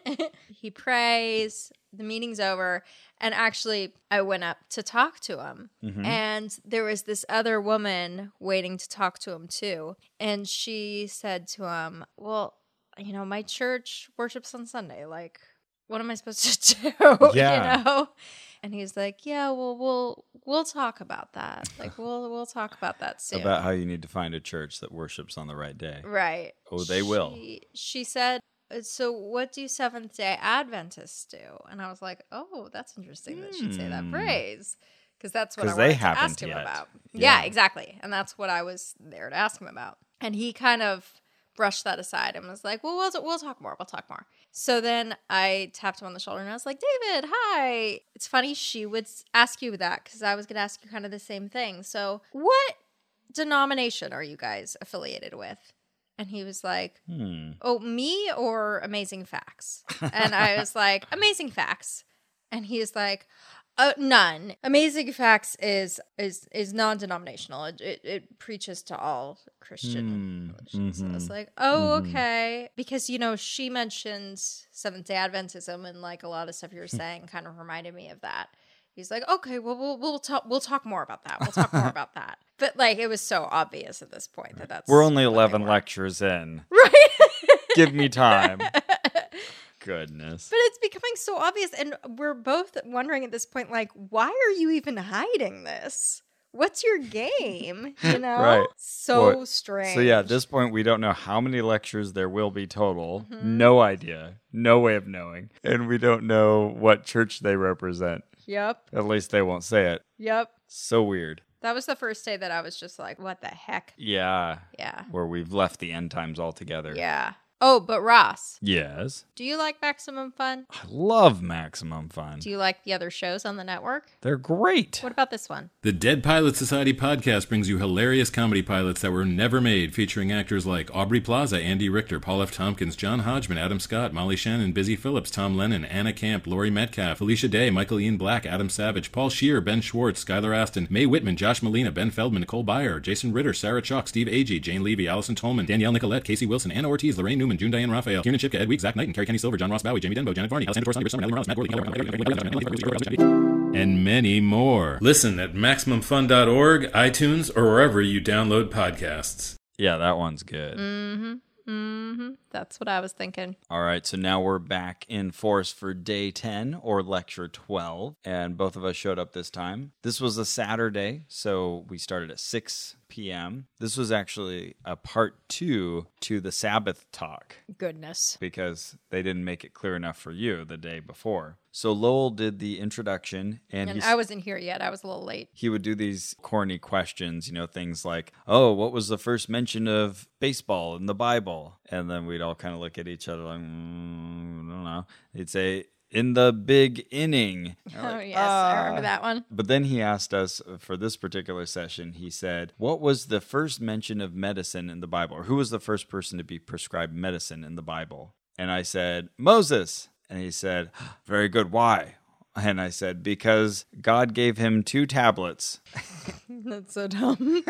[SPEAKER 1] he prays the meeting's over and actually i went up to talk to him
[SPEAKER 2] Mm-hmm.
[SPEAKER 1] and there was this other woman waiting to talk to him too and she said to him well you know my church worships on sunday like what am i supposed to do
[SPEAKER 2] Yeah.
[SPEAKER 1] you know and he's like yeah well we'll we'll talk about that like we'll we'll talk about that soon
[SPEAKER 2] About how you need to find a church that worships on the right day.
[SPEAKER 1] Right.
[SPEAKER 2] Oh, they will.
[SPEAKER 1] She, she said, Uh, So what do Seventh day Adventists do? And I was like, Oh, that's interesting that she'd say that
[SPEAKER 2] Hmm.
[SPEAKER 1] phrase. Because that's what I
[SPEAKER 2] 'Cause
[SPEAKER 1] wanted
[SPEAKER 2] they
[SPEAKER 1] to
[SPEAKER 2] haven't
[SPEAKER 1] ask him
[SPEAKER 2] yet.
[SPEAKER 1] about. Yeah.
[SPEAKER 2] Yeah.
[SPEAKER 1] exactly. And that's what I was there to ask him about. And he kind of brushed that aside and was like, Well, we'll, we'll talk more. We'll talk more. So then I tapped him on the shoulder and I was like, David, hi. It's funny she would s- ask you that because I was going to ask you kind of the same thing. So, what denomination are you guys affiliated with? And he was like,
[SPEAKER 2] Hmm.
[SPEAKER 1] Oh, me or Amazing Facts? And I was like, Amazing Facts. And he is like, Oh, none. Amazing Facts is is is non denominational. It, it it preaches to all Christian
[SPEAKER 2] Hmm.
[SPEAKER 1] religions. And I was
[SPEAKER 2] Mhm.
[SPEAKER 1] like, Oh,
[SPEAKER 2] Mhm.
[SPEAKER 1] okay. Because you know, she
[SPEAKER 2] Hmm.
[SPEAKER 1] mentions Seventh Day Adventism, and like a lot of stuff you were saying, kind of reminded me of that. he's like, okay, well, we'll we'll talk we'll talk more about that. We'll talk more about that. But like, it was so obvious at this point that that's
[SPEAKER 2] We're only
[SPEAKER 1] what they
[SPEAKER 2] 11
[SPEAKER 1] were.
[SPEAKER 2] lectures in.
[SPEAKER 1] right?
[SPEAKER 2] Give me time. Goodness.
[SPEAKER 1] But it's becoming so obvious, and we're both wondering at this point, like, why are you even hiding this? What's your game? You know,
[SPEAKER 2] Right.
[SPEAKER 1] so
[SPEAKER 2] Well,
[SPEAKER 1] strange.
[SPEAKER 2] So, yeah, at this point, we don't know how many lectures there will be total.
[SPEAKER 1] Mm-hmm.
[SPEAKER 2] No idea. No way of knowing. And we don't know what church they represent.
[SPEAKER 1] Yep,
[SPEAKER 2] At least they won't say it.
[SPEAKER 1] yep.
[SPEAKER 2] So weird.
[SPEAKER 1] That was the first day that I was just like, what the heck?
[SPEAKER 2] Yeah.
[SPEAKER 1] Yeah,
[SPEAKER 2] Where we've left the end times altogether.
[SPEAKER 1] yeah. Oh, but Ross,
[SPEAKER 2] Yes.
[SPEAKER 1] do you like Maximum Fun?
[SPEAKER 2] I love Maximum Fun.
[SPEAKER 1] Do you like the other shows on the network?
[SPEAKER 2] They're great.
[SPEAKER 1] What about this one?
[SPEAKER 3] The Dead Pilot Society podcast brings you hilarious comedy pilots that were never made, featuring actors like Aubrey Plaza, Andy Richter, Paul F. Tompkins, John Hodgman, Adam Scott, Molly Shannon, Busy Phillips, Tom Lennon, Anna Camp, Laurie Metcalf, Alicia Day, Michael Ian Black, Adam Savage, Paul Shear, Ben Schwartz, Skylar Aston, Mae Whitman, Josh Molina, Ben Feldman, Nicole Byer, Jason Ritter, Sarah Chalk, Steve Agee, Jane Levy, Allison Tolman, Danielle Nicolette, Casey Wilson, Anna Ortiz, Lorraine Newman, June Diane Raphael, Kiernan Shipka, Ed Week, Zach Knight, and Carrie Kenny Silver, John Ross Bowie, Jamie Denbo, Janet Varney, Alessandra Torres, Rich Summer, Natalie Morales, Matt Gorley, and many more. Listen at MaximumFun.org, iTunes, or wherever you download podcasts.
[SPEAKER 2] Yeah, that one's good.
[SPEAKER 1] Mm-hmm. That's what I was thinking.
[SPEAKER 2] All right, so now we're back in force for day 10 or lecture 12, and both of us showed up this time. This was a Saturday, so we started at 6 p.m. This was actually a part two to the Sabbath talk
[SPEAKER 1] Goodness.
[SPEAKER 2] because they didn't make it clear enough for you the day before. So Lowell did the introduction, and,
[SPEAKER 1] And
[SPEAKER 2] he
[SPEAKER 1] I wasn't here yet. I was a little late.
[SPEAKER 2] he would do these corny questions, you know, things like, "Oh, what was the first mention of baseball in the Bible?" And then we'd all kind of look at each other like, mm, "I don't know." He'd say, "In the big inning." And we're
[SPEAKER 1] Oh
[SPEAKER 2] like,
[SPEAKER 1] yes, I remember
[SPEAKER 2] "Ah."
[SPEAKER 1] that one.
[SPEAKER 2] But then he asked us uh, for this particular session, he said, What was the first mention of medicine in the Bible? Or who was the first person to be prescribed medicine in the Bible? And I said, Moses. And he said, Very good. Why? And I said, Because God gave him two tablets.
[SPEAKER 1] That's so dumb.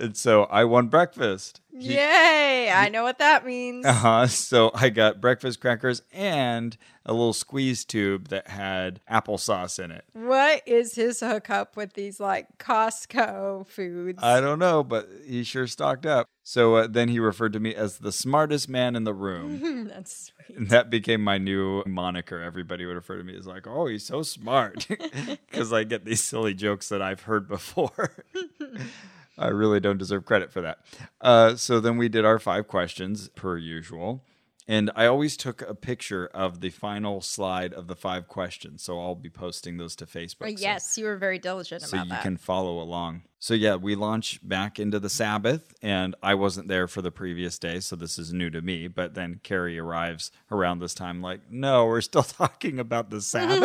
[SPEAKER 2] And so I won breakfast.
[SPEAKER 1] Yay! I know what that means.
[SPEAKER 2] Uh huh. So I got breakfast crackers and a little squeeze tube that had applesauce in it.
[SPEAKER 1] What is his hookup with these like Costco foods?
[SPEAKER 2] I don't know, but he sure stocked up. So uh, then he referred to me as the smartest man in the room.
[SPEAKER 1] Hmm, That's sweet.
[SPEAKER 2] And that became my new moniker. Everybody would refer to me as like, "Oh, he's so smart," because I get these silly jokes that I've heard before. I really don't deserve credit for that. Uh, so then we did our five questions per usual. And I always took a picture of the final slide of the five questions. So I'll be posting those to Facebook.
[SPEAKER 1] But
[SPEAKER 2] so-
[SPEAKER 1] yes, you were very diligent
[SPEAKER 2] so
[SPEAKER 1] about
[SPEAKER 2] you
[SPEAKER 1] that.
[SPEAKER 2] can follow along. So yeah, we launch back into the Sabbath, and I wasn't there for the previous day, so this is new to me. But then Carrie arrives around this time, like, no, we're still talking about the Sabbath.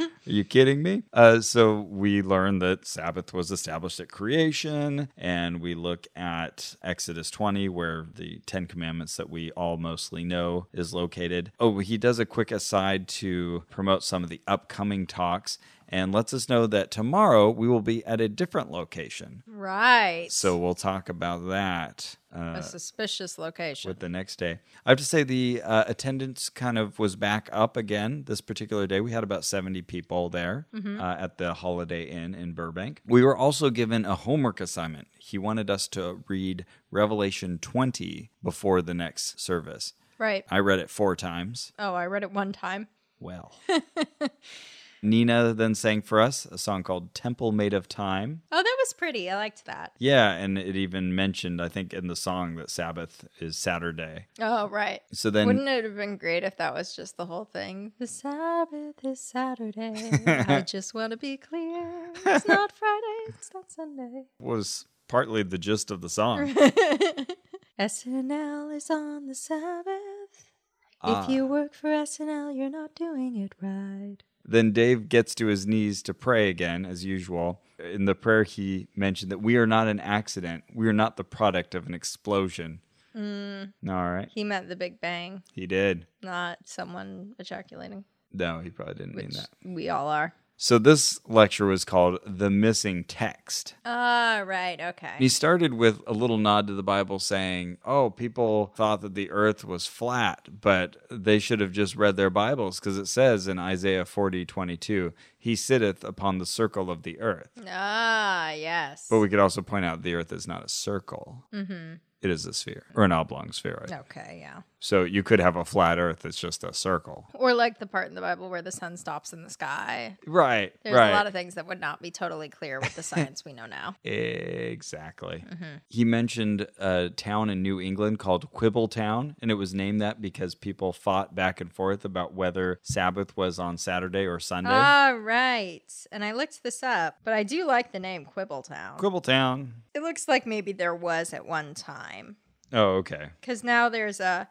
[SPEAKER 2] Are you kidding me? Uh, so we learn that Sabbath was established at creation, and we look at Exodus 20, where the Ten Commandments that we all mostly know is located. Oh, he does a quick aside to promote some of the upcoming talks and lets us know that tomorrow we will be at a different location.
[SPEAKER 1] right.
[SPEAKER 2] So we'll talk about that uh,
[SPEAKER 1] a suspicious location.
[SPEAKER 2] with the next day. I have to say the uh, attendance kind of was back up again this particular day. We had about 70 people there uh, at the Holiday Inn in Burbank. We were also given a homework assignment. He wanted us to read Revelation 20 before the next service.
[SPEAKER 1] right.
[SPEAKER 2] I read it four times.
[SPEAKER 1] oh, I read it one time.
[SPEAKER 2] Well. Nina then sang for us a song called Temple Made of Time.
[SPEAKER 1] Oh, that was pretty. I liked that.
[SPEAKER 2] Yeah, and it even mentioned, I think, in the song that Sabbath is Saturday.
[SPEAKER 1] Oh, right.
[SPEAKER 2] So then,
[SPEAKER 1] Wouldn't it have been great if that was just the whole thing? The Sabbath is Saturday. I just want to be clear. It's not Friday. It's not Sunday.
[SPEAKER 2] was partly the gist of the song.
[SPEAKER 1] SNL is on the Sabbath.
[SPEAKER 2] Ah.
[SPEAKER 1] If you work for SNL, you're not doing it right.
[SPEAKER 2] then Dave gets to his knees to pray again, as usual. In the prayer, he mentioned that we are not an accident, we are not the product of an explosion.
[SPEAKER 1] Mm.
[SPEAKER 2] All right,
[SPEAKER 1] He meant the Big Bang,
[SPEAKER 2] he did.
[SPEAKER 1] not someone ejaculating,
[SPEAKER 2] No, he probably didn't mean
[SPEAKER 1] which
[SPEAKER 2] that.
[SPEAKER 1] we all are.
[SPEAKER 2] So this lecture was called The Missing Text.
[SPEAKER 1] Ah, right.
[SPEAKER 2] And he
[SPEAKER 1] Okay.
[SPEAKER 2] started with a little nod to the Bible saying, Oh, people thought that the earth was flat, but they should have just read their Bibles because it says in Isaiah 40 22, He sitteth upon the circle of the earth.
[SPEAKER 1] Ah, yes.
[SPEAKER 2] But we could also point out the earth is not a circle, mm-hmm. is a sphere or an oblong sphere. Right?
[SPEAKER 1] Okay, yeah.
[SPEAKER 2] So you could have a flat earth that's just a circle.
[SPEAKER 1] Or like the part in the Bible where the sun stops in the sky.
[SPEAKER 2] Right.
[SPEAKER 1] There's
[SPEAKER 2] right.
[SPEAKER 1] a lot of things that would not be totally clear with the science we know now.
[SPEAKER 2] Exactly.
[SPEAKER 1] Mm-hmm.
[SPEAKER 2] He mentioned a town in New England called Quibbletown, and it was named that because people fought back and forth about whether Sabbath was on Saturday or Sunday.
[SPEAKER 1] Ah, right. And I looked this up, but I do like the name Quibbletown.
[SPEAKER 2] Quibbletown.
[SPEAKER 1] it looks like maybe there was at one time.
[SPEAKER 2] Oh, okay.
[SPEAKER 1] Because now there's a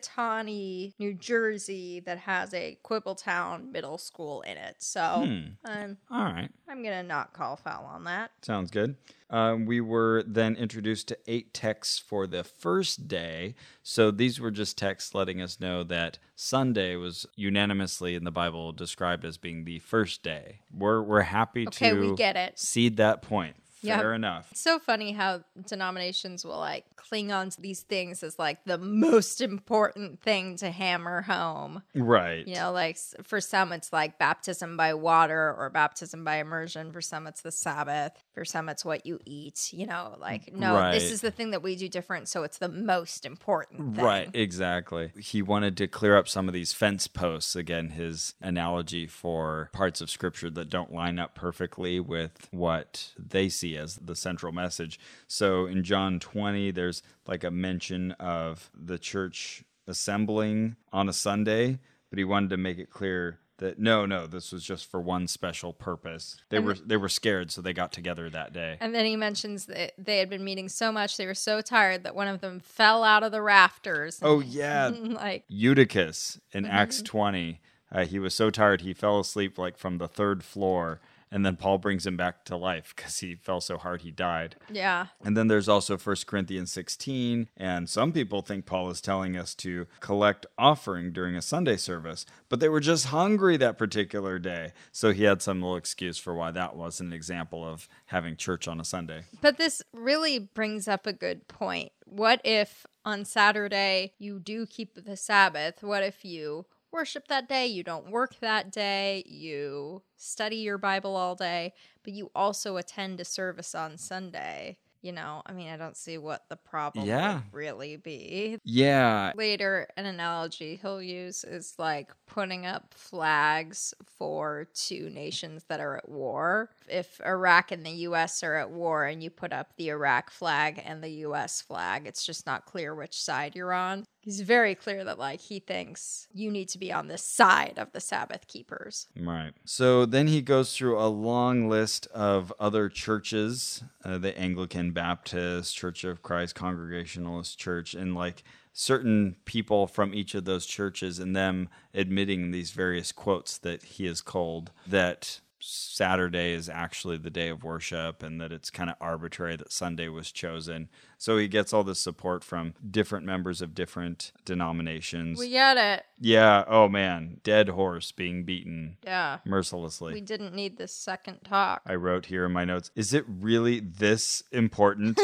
[SPEAKER 1] Piscatawny, New Jersey, that has a Quibbletown Middle School in it. So
[SPEAKER 2] Hmm.
[SPEAKER 1] um,
[SPEAKER 2] All right.
[SPEAKER 1] I'm going to not call foul on that.
[SPEAKER 2] Sounds good. Um, we were then introduced to eight texts for the first day. So these were just texts letting us know that Sunday was unanimously in the Bible described as being the first day. We're, we're happy
[SPEAKER 1] Okay,
[SPEAKER 2] to
[SPEAKER 1] we get it.
[SPEAKER 2] cede that point.
[SPEAKER 1] Yep.
[SPEAKER 2] Fair enough.
[SPEAKER 1] It's so funny how denominations will like cling on to these things as like the most important thing to hammer home.
[SPEAKER 2] Right.
[SPEAKER 1] You know, like s- for some, it's like baptism by water or baptism by immersion. For some, it's the Sabbath. For some, it's what you eat. You know, like, no,
[SPEAKER 2] Mm, Right.
[SPEAKER 1] this is the thing that we do different. So it's the most important thing.
[SPEAKER 2] Right, exactly. He wanted to clear up some of these fence posts. Again, his analogy for parts of scripture that don't line up perfectly with what they see as the central message. So in John 20, there's like a mention of the church assembling on a Sunday, but he wanted to make it clear that no, no, this was just for one special purpose. They were they were scared, so they got together that day.
[SPEAKER 1] And then he mentions that they had been meeting so much, they were so tired that one of them fell out of the rafters.
[SPEAKER 2] Oh yeah,
[SPEAKER 1] like,
[SPEAKER 2] Eutychus in Acts 20. Uh, he was so tired he fell asleep like from the third floor. And then Paul brings him back to life because he fell so hard he died.
[SPEAKER 1] yeah.
[SPEAKER 2] And then there's also 1 Corinthians 16. And some people think Paul is telling us to collect offering during a Sunday service, but they were just hungry that particular day. So he had some little excuse for why that was an example of having church on a Sunday.
[SPEAKER 1] But this really brings up a good point. What if on Saturday you do keep the Sabbath? What if you worship that day? You don't work that day. You study your Bible all day, but you also attend a service on Sunday. You know, I mean, I don't see what the problem
[SPEAKER 2] Yeah.
[SPEAKER 1] would really be.
[SPEAKER 2] Yeah,
[SPEAKER 1] Later, an analogy he'll use is like putting up flags for two nations that are at war. If Iraq and the US are at war and you put up the Iraq flag and the US flag, it's just not clear which side you're on. He's very clear that, like, he thinks you need to be on the side of the Sabbath keepers.
[SPEAKER 2] Right. So then he goes through a long list of other churches, uh, the Anglican Baptist, Church of Christ, Congregationalist Church, and like certain people from each of those churches and them admitting these various quotes that he is called that Saturday is actually the day of worship and that it's kind of arbitrary that Sunday was chosen. So he gets all this support from different members of different denominations.
[SPEAKER 1] We get it.
[SPEAKER 2] yeah, oh man, dead horse being beaten
[SPEAKER 1] Yeah.
[SPEAKER 2] mercilessly.
[SPEAKER 1] We didn't need this second talk.
[SPEAKER 2] I wrote here in my notes, is it really this important?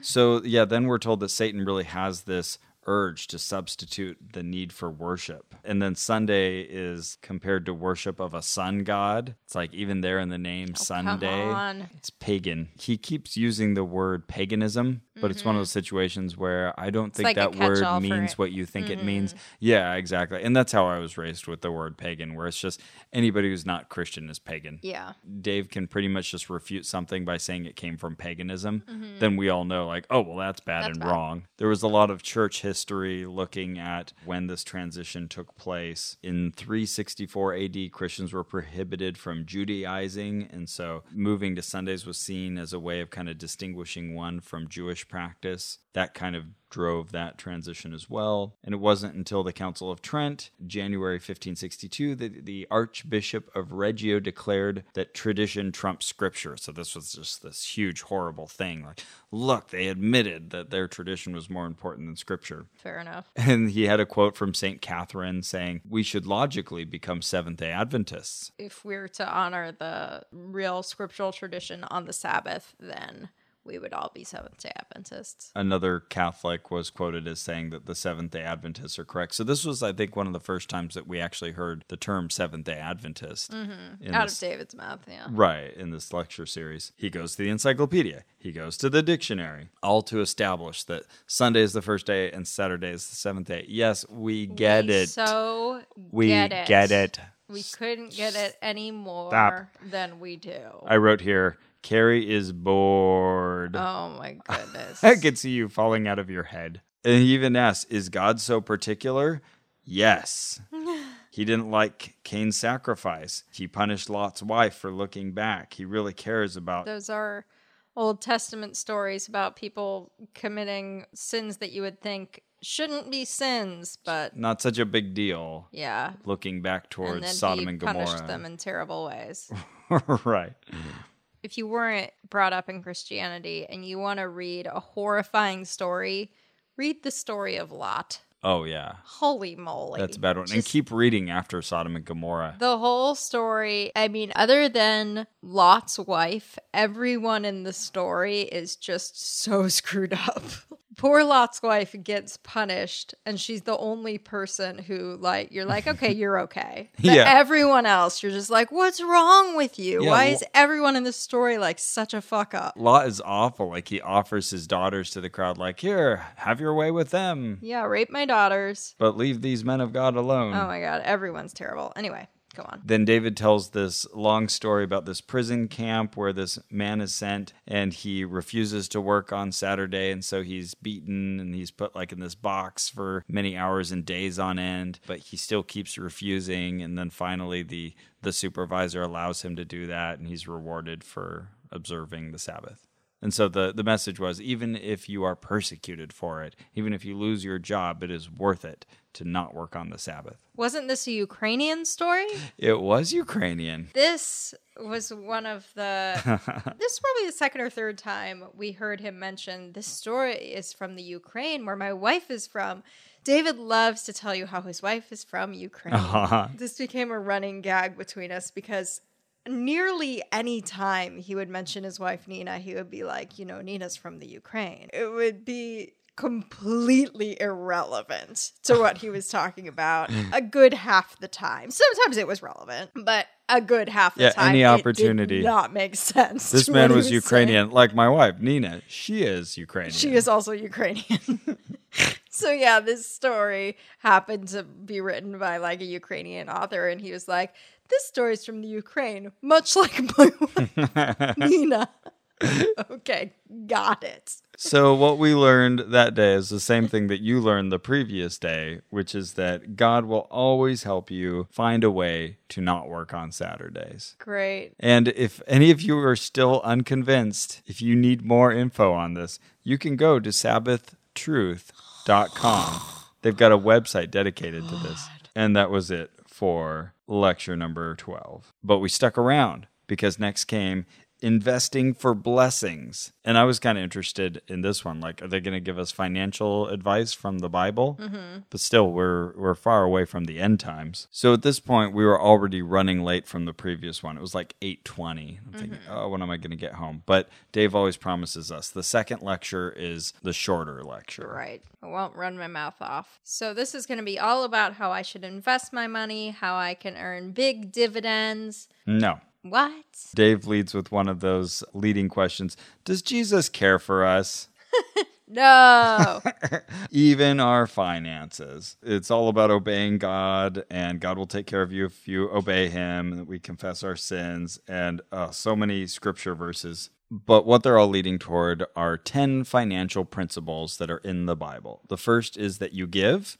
[SPEAKER 2] so, yeah, then we're told that Satan really has this urge to substitute the need for worship. And then Sunday is compared to worship of a sun god. It's like even there in the name Sunday.
[SPEAKER 1] Oh, on.
[SPEAKER 2] It's pagan. He keeps using the word paganism, but it's one of those situations where I don't think
[SPEAKER 1] Mm-hmm. like a
[SPEAKER 2] that word
[SPEAKER 1] catch-all for
[SPEAKER 2] means
[SPEAKER 1] it. Mm-hmm.
[SPEAKER 2] what you think it means. Yeah, exactly. And that's how I was raised with the word pagan, where it's just anybody who's not Christian is pagan.
[SPEAKER 1] Yeah.
[SPEAKER 2] Dave can pretty much just refute something by saying it came from paganism, then we all know, like, oh, well, Mm-hmm. that's bad and wrong. There was a lot of church history looking at when this transition took place. In 364 AD, Christians were prohibited from Judaizing, and so moving to Sundays was seen as a way of kind of distinguishing one from Jewish practice. That kind of drove that transition as well. And it wasn't until the Council of Trent, January 1562, that the Archbishop of Reggio declared that tradition trumps scripture. So this was just this huge, horrible thing. Like, look, they admitted that their tradition was more important than scripture.
[SPEAKER 1] Fair enough.
[SPEAKER 2] And he had a quote from St. Catherine saying, We should logically become Seventh day Adventists.
[SPEAKER 1] If we're to honor the real scriptural tradition on the Sabbath, then we would all be Seventh day Adventists.
[SPEAKER 2] Another Catholic was quoted as saying that the Seventh day Adventists are correct. So, this was, I think, one of the first times that we actually heard the term Seventh day Adventist. in
[SPEAKER 1] Mm-hmm. Out
[SPEAKER 2] this-
[SPEAKER 1] of David's mouth, yeah.
[SPEAKER 2] Right, in this lecture series. He goes to the encyclopedia, he goes to the dictionary, all to establish that Sunday is the first day and Saturday is the seventh day. Yes, we get
[SPEAKER 1] we
[SPEAKER 2] it.
[SPEAKER 1] So
[SPEAKER 2] we
[SPEAKER 1] get it.
[SPEAKER 2] it.
[SPEAKER 1] We couldn't get it any more than we do.
[SPEAKER 2] I wrote here Carrie is bored.
[SPEAKER 1] oh my goodness.
[SPEAKER 2] I could see you falling out of your head. And he even asks, Is God so particular? Yes. he didn't like Cain's sacrifice. He punished Lot's wife for looking back. He really cares about
[SPEAKER 1] Those are Old Testament stories about people committing sins that you would think shouldn't be sins, but
[SPEAKER 2] not such a big deal.
[SPEAKER 1] yeah.
[SPEAKER 2] looking back
[SPEAKER 1] And
[SPEAKER 2] towards
[SPEAKER 1] then
[SPEAKER 2] Sodom
[SPEAKER 1] he
[SPEAKER 2] and
[SPEAKER 1] punished them
[SPEAKER 2] Gomorrah.
[SPEAKER 1] in terrible ways.
[SPEAKER 2] right.
[SPEAKER 1] if you weren't brought up in Christianity and you want to read a horrifying story, read the story of Lot.
[SPEAKER 2] Oh yeah.
[SPEAKER 1] Holy moly.
[SPEAKER 2] That's a bad one. and
[SPEAKER 1] Just
[SPEAKER 2] keep reading after Sodom and Gomorrah.
[SPEAKER 1] the whole story, I mean, other than Lot's wife, everyone in the story is just so screwed up. Poor Lot's wife gets punished, and she's the only person who, like, you're like, okay, you're okay. But
[SPEAKER 2] Yeah.
[SPEAKER 1] everyone else, you're just like, what's wrong with you?
[SPEAKER 2] Yeah,
[SPEAKER 1] Why
[SPEAKER 2] wh-
[SPEAKER 1] is everyone in this story like such a fuck up?
[SPEAKER 2] Lot is awful. Like he offers his daughters to the crowd, like, here, have your way with them.
[SPEAKER 1] Yeah, rape my daughters.
[SPEAKER 2] But leave these men of God alone.
[SPEAKER 1] Oh my god, everyone's terrible. Anyway, go on.
[SPEAKER 2] Then David tells this long story about this prison camp where this man is sent and he refuses to work on Saturday. And so he's beaten and he's put like in this box for many hours and days on end, but he still keeps refusing. And then finally, the, the supervisor allows him to do that and he's rewarded for observing the Sabbath. And so the, the message was even if you are persecuted for it, even if you lose your job, it is worth it to not work on the Sabbath.
[SPEAKER 1] Wasn't this a Ukrainian story?
[SPEAKER 2] It was Ukrainian.
[SPEAKER 1] This was one of the This is probably the second or third time we heard him mention this story is from the Ukraine where my wife is from. David loves to tell you how his wife is from Ukraine.
[SPEAKER 2] Uh-huh.
[SPEAKER 1] This became a running gag between us because nearly any time he would mention his wife Nina, he would be like, you know, Nina's from the Ukraine. It would be completely irrelevant to what he was talking about a good half the time. Sometimes it was relevant, but a good half the
[SPEAKER 2] Yeah,
[SPEAKER 1] time
[SPEAKER 2] any
[SPEAKER 1] it did
[SPEAKER 2] opportunity.
[SPEAKER 1] not make sense.
[SPEAKER 2] This
[SPEAKER 1] to
[SPEAKER 2] man
[SPEAKER 1] what he
[SPEAKER 2] was Ukrainian, like my wife, Nina. She is Ukrainian.
[SPEAKER 1] saying. She is also Ukrainian. So yeah, this story happened to be written by like a Ukrainian author, and he was like, "This story's from the Ukraine, much like my wife, Nina." okay, got it.
[SPEAKER 2] So, what we learned that day is the same thing that you learned the previous day, which is that God will always help you find a way to not work on Saturdays.
[SPEAKER 1] Great.
[SPEAKER 2] And if any of you are still unconvinced, if you need more info on this, you can go to sabbathtruth.com. They've got a website dedicated to this. And that was it for lecture number 12. But we stuck around because next came investing for blessings. And I was kind of interested in this one like are they going to give us financial advice from the Bible? But still we're we're far away from the end times. So at this point we were already running late from the previous one. It was like 8:20. I'm thinking, "Oh, when am I going to get home?" But Dave always promises us the second lecture is the shorter lecture.
[SPEAKER 1] Right. I won't run my mouth off. So, this is going to be all about how I should invest my money, how I can earn big dividends.
[SPEAKER 2] No.
[SPEAKER 1] What?
[SPEAKER 2] Dave leads with one of those leading questions Does Jesus care for us?
[SPEAKER 1] No.
[SPEAKER 2] Even our finances. It's all about obeying God, and God will take care of you if you obey Him. And we confess our sins, and uh, so many scripture verses. But what they're all leading toward are 10 financial principles that are in the Bible. The first is that you give,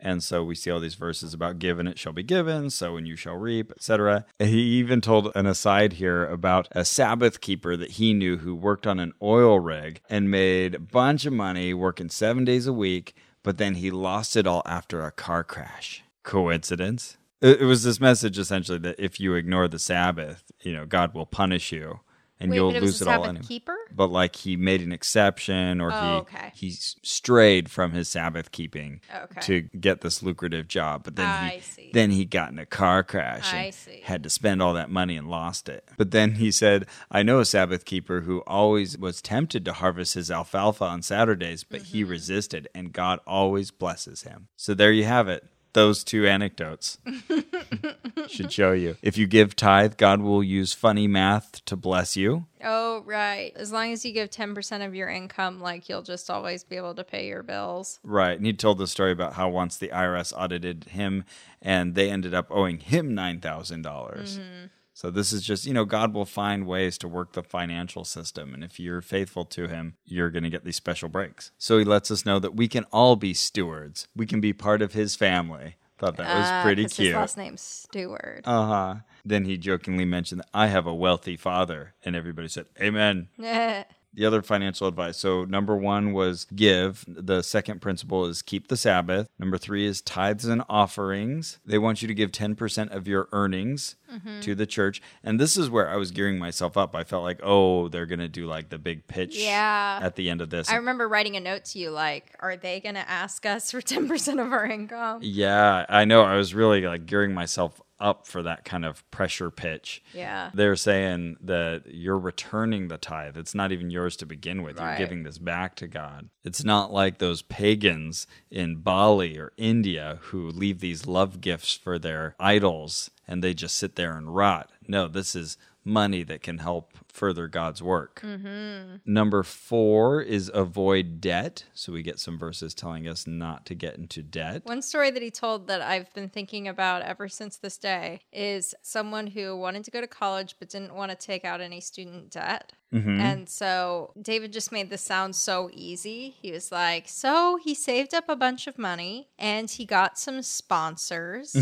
[SPEAKER 2] And so we see all these verses about given it shall be given, so and you shall reap, etc. He even told an aside here about a Sabbath keeper that he knew who worked on an oil rig and made a bunch of money working seven days a week, but then he lost it all after a car crash. Coincidence? It it was this message essentially that if you ignore the Sabbath, you know, God will punish you and
[SPEAKER 1] Wait,
[SPEAKER 2] you'll
[SPEAKER 1] but it
[SPEAKER 2] lose
[SPEAKER 1] was
[SPEAKER 2] it
[SPEAKER 1] a
[SPEAKER 2] all
[SPEAKER 1] Sabbath
[SPEAKER 2] anyway
[SPEAKER 1] keeper?
[SPEAKER 2] but like he made an exception or
[SPEAKER 1] Oh,
[SPEAKER 2] he
[SPEAKER 1] okay.
[SPEAKER 2] he s- strayed from his Sabbath keeping
[SPEAKER 1] Okay.
[SPEAKER 2] to get this lucrative job. But then
[SPEAKER 1] I
[SPEAKER 2] he
[SPEAKER 1] see.
[SPEAKER 2] then he got in a car crash
[SPEAKER 1] I
[SPEAKER 2] and
[SPEAKER 1] see.
[SPEAKER 2] had to spend all that money and lost it. But then he said, "I know a Sabbath keeper who always was tempted to harvest his alfalfa on Saturdays, but he
[SPEAKER 1] Mm-hmm.
[SPEAKER 2] resisted, and God always blesses him." So there you have it. Those two anecdotes should show you. If you give tithe, God will use funny math to bless you.
[SPEAKER 1] Oh, right. As long as you give 10% of your income, like you'll just always be able to pay your bills.
[SPEAKER 2] Right. And he told the story about how once the IRS audited him and they ended up owing him $9,000. dollars
[SPEAKER 1] Mm-hmm.
[SPEAKER 2] So this is just, you know, God will find ways to work the financial system. And if you're faithful to him, you're going to get these special breaks. So he lets us know that we can all be stewards, we can be part of his family. Thought that was
[SPEAKER 1] Ah,
[SPEAKER 2] pretty
[SPEAKER 1] 'cause
[SPEAKER 2] cute.
[SPEAKER 1] His last name's Stewart.
[SPEAKER 2] uh huh. Then he jokingly mentioned that I have a wealthy father. And everybody said, Amen the other financial advice. So number one was give. The second principle is keep the Sabbath. Number three is tithes and offerings. They want you to give 10% of your earnings
[SPEAKER 1] Mm-hmm.
[SPEAKER 2] to the church. And this is where I was gearing myself up. I felt like, oh, they're going to do like the big pitch
[SPEAKER 1] Yeah.
[SPEAKER 2] at the end of this.
[SPEAKER 1] I remember writing a note to you like, are they going to ask us for 10% of our income?
[SPEAKER 2] yeah, I know. I was really like gearing myself up for that kind of pressure pitch.
[SPEAKER 1] Yeah.
[SPEAKER 2] They're saying that you're returning the tithe. It's not even yours to begin with. You're
[SPEAKER 1] Right.
[SPEAKER 2] giving this back to God. It's not like those pagans in Bali or India who leave these love gifts for their idols and they just sit there and rot. No, this is money that can help further God's work.
[SPEAKER 1] Mm-hmm.
[SPEAKER 2] Number four is avoid debt. So we get some verses telling us not to get into debt.
[SPEAKER 1] One story that he told that I've been thinking about ever since this day is someone who wanted to go to college but didn't want to take out any student debt. And so David just made this sound so easy. He was like, So he saved up a bunch of money and he got some sponsors.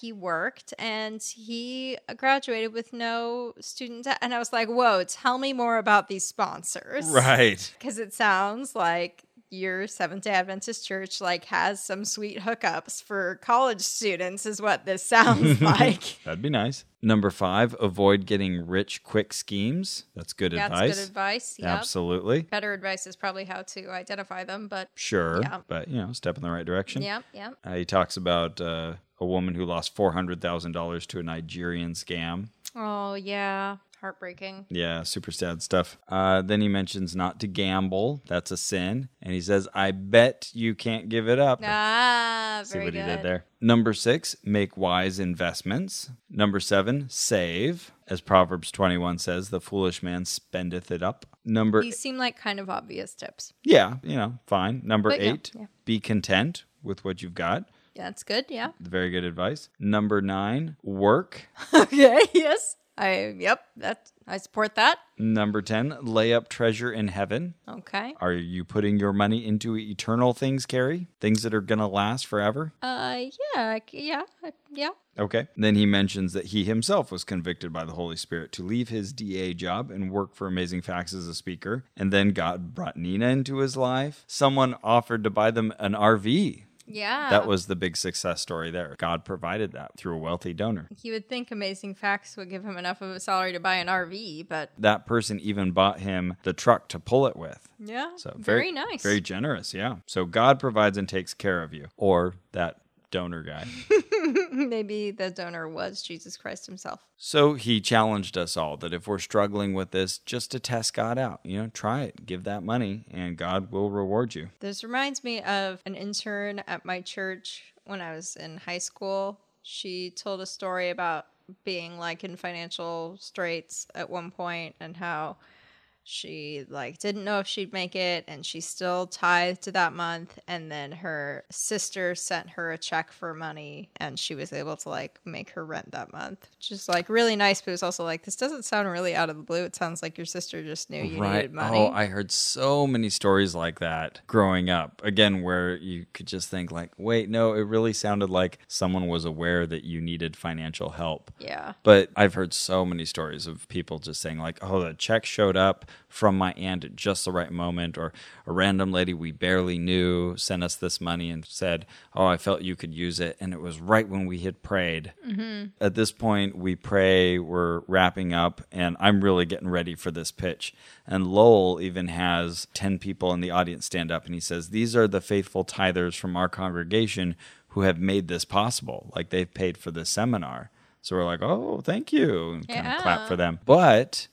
[SPEAKER 1] He worked and he graduated with no student debt. And I was like, Whoa, tell me more about these sponsors
[SPEAKER 2] Right.
[SPEAKER 1] because it sounds like your Seventh Day Adventist church like has some sweet hookups for college students, is what this sounds like.
[SPEAKER 2] That'd be nice. Number five, avoid getting rich quick schemes. That's good
[SPEAKER 1] That's
[SPEAKER 2] advice.
[SPEAKER 1] good advice. Yep.
[SPEAKER 2] Absolutely.
[SPEAKER 1] Better advice is probably how to identify them, but
[SPEAKER 2] Sure.
[SPEAKER 1] Yeah.
[SPEAKER 2] But, you know, step in the right direction.
[SPEAKER 1] yeah, yeah.
[SPEAKER 2] Uh, he talks about uh, a woman who lost $400,000 to a Nigerian scam.
[SPEAKER 1] Oh yeah, heartbreaking.
[SPEAKER 2] Yeah, super sad stuff. Uh, then he mentions not to gamble. That's a sin. And he says, I bet you can't give it up.
[SPEAKER 1] Ah,
[SPEAKER 2] See
[SPEAKER 1] very
[SPEAKER 2] what
[SPEAKER 1] good.
[SPEAKER 2] he did there. Number six, make wise investments. Number seven, save. As Proverbs 21 says, the foolish man spendeth it up. Number,
[SPEAKER 1] These seem like kind of obvious tips.
[SPEAKER 2] yeah, you know, fine. Number
[SPEAKER 1] But yeah,
[SPEAKER 2] eight,
[SPEAKER 1] yeah.
[SPEAKER 2] be content with what you've got.
[SPEAKER 1] Yeah, that's good. Yeah.
[SPEAKER 2] Very good advice. Number nine, work.
[SPEAKER 1] okay. Yes. I. Yep. That I support that.
[SPEAKER 2] Number 10, lay up treasure in heaven.
[SPEAKER 1] Okay.
[SPEAKER 2] Are you putting your money into eternal things, Carrie? Things that are going to last forever?
[SPEAKER 1] Uh. Yeah. I c- Yeah. I- Yeah.
[SPEAKER 2] Okay. Then he mentions that he himself was convicted by the Holy Spirit to leave his DA job and work for Amazing Facts as a speaker. And then God brought Nina into his life. Someone offered to buy them an RV.
[SPEAKER 1] Yeah.
[SPEAKER 2] That was the big success story there. God provided that through a wealthy donor.
[SPEAKER 1] You would think Amazing Facts would give him enough of a salary to buy an RV, but
[SPEAKER 2] That person even bought him the truck to pull it with.
[SPEAKER 1] yeah,
[SPEAKER 2] So
[SPEAKER 1] very, nice.
[SPEAKER 2] Very generous, yeah. So God provides and takes care of you or that donor guy.
[SPEAKER 1] Maybe the donor was Jesus Christ himself.
[SPEAKER 2] So he challenged us all that if we're struggling with this, just to test God out, you know, try it, give that money, and God will reward you.
[SPEAKER 1] This reminds me of an intern at my church when I was in high school. She told a story about being like in financial straits at one point and how she like didn't know if she'd make it and she's still tithed to that month and then her sister sent her a check for money and she was able to like make her rent that month which is like really nice but it was also like this doesn't sound really out of the blue it sounds like your sister just knew you needed money
[SPEAKER 2] Oh, I heard so many stories like that growing up. Again, where you could just think like, wait, no, it really sounded like someone was aware that you needed financial help.
[SPEAKER 1] yeah
[SPEAKER 2] But I've heard so many stories of people just saying like, "Oh, the check showed up from my aunt at just the right moment," or a random lady we barely knew sent us this money and said, "Oh, I felt you could use it," and it was right when we had prayed.
[SPEAKER 1] Mm-hmm.
[SPEAKER 2] At this point, we pray. We're wrapping up, and I'm really getting ready for this pitch. And Lowell even has ten people in the audience stand up, and he says, "These are the faithful tithers from our congregation." Who have made this possible? Like they've paid for this seminar. So we're like, oh, thank you, and kind of clap for them. But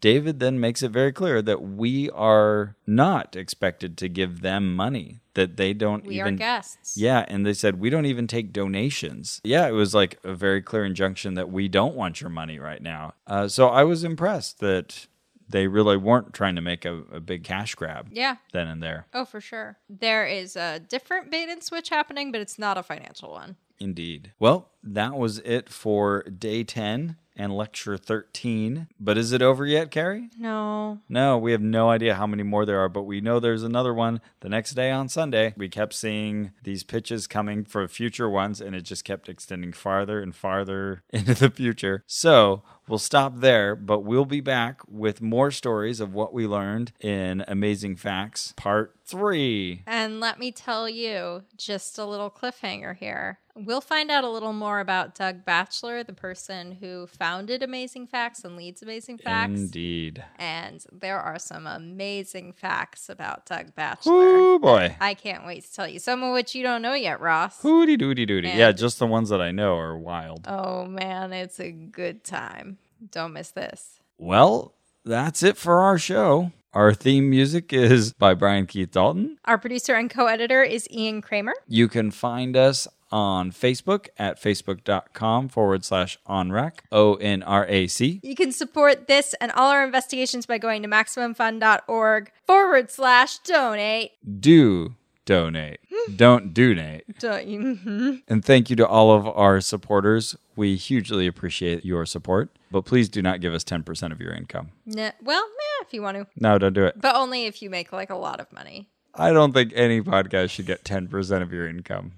[SPEAKER 2] David then makes it very clear that we are not expected to give them money. That they don't
[SPEAKER 1] we
[SPEAKER 2] even
[SPEAKER 1] are guests
[SPEAKER 2] yeah, and they said we don't even take donations. Yeah, it was like a very clear injunction that we don't want your money right now. Uh, so I was impressed that they really weren't trying to make a, a big cash grab.
[SPEAKER 1] Yeah.
[SPEAKER 2] then and there,
[SPEAKER 1] oh for sure there is a different bait and switch happening but it's not a financial one
[SPEAKER 2] indeed. Well, that was it for day ten and lecture thirteen. But is it over yet, Carrie?
[SPEAKER 1] no
[SPEAKER 2] No, we have no idea how many more there are, but we know there's another one the next day on Sunday. We kept seeing these pitches coming for future ones, and it just kept extending farther and farther into the future. So we'll stop there, but we'll be back with more stories of what we learned in Amazing Facts Part 3.
[SPEAKER 1] And let me tell you, just a little cliffhanger here. We'll find out a little more about Doug Batchelor, the person who founded Amazing Facts and leads Amazing Facts.
[SPEAKER 2] Indeed.
[SPEAKER 1] And there are some amazing facts about Doug Batchelor.
[SPEAKER 2] Ooh, boy.
[SPEAKER 1] I can't wait to tell you some of which you don't know yet, Ross.
[SPEAKER 2] Hooty doody doody.
[SPEAKER 1] And-
[SPEAKER 2] Yeah, just the ones that I know are wild.
[SPEAKER 1] Oh man, it's a good time. Don't miss this.
[SPEAKER 2] Well, that's it for our show. Our theme music is by Brian Keith Dalton.
[SPEAKER 1] Our producer and co editor is Ian Kramer.
[SPEAKER 2] You can find us on Facebook at facebook.com forward slash onrac, O N R A C.
[SPEAKER 1] You can support this and all our investigations by going to MaximumFun.org forward slash donate.
[SPEAKER 2] Do donate. Don't donate.
[SPEAKER 1] Don't you?
[SPEAKER 2] And thank you to all of our supporters. We hugely appreciate your support, but please do not give us 10% of your income.
[SPEAKER 1] No, well, yeah, if you want to,
[SPEAKER 2] No, don't do it.
[SPEAKER 1] but only if you make like a lot of money.
[SPEAKER 2] I don't think any podcast should get 10% of your income.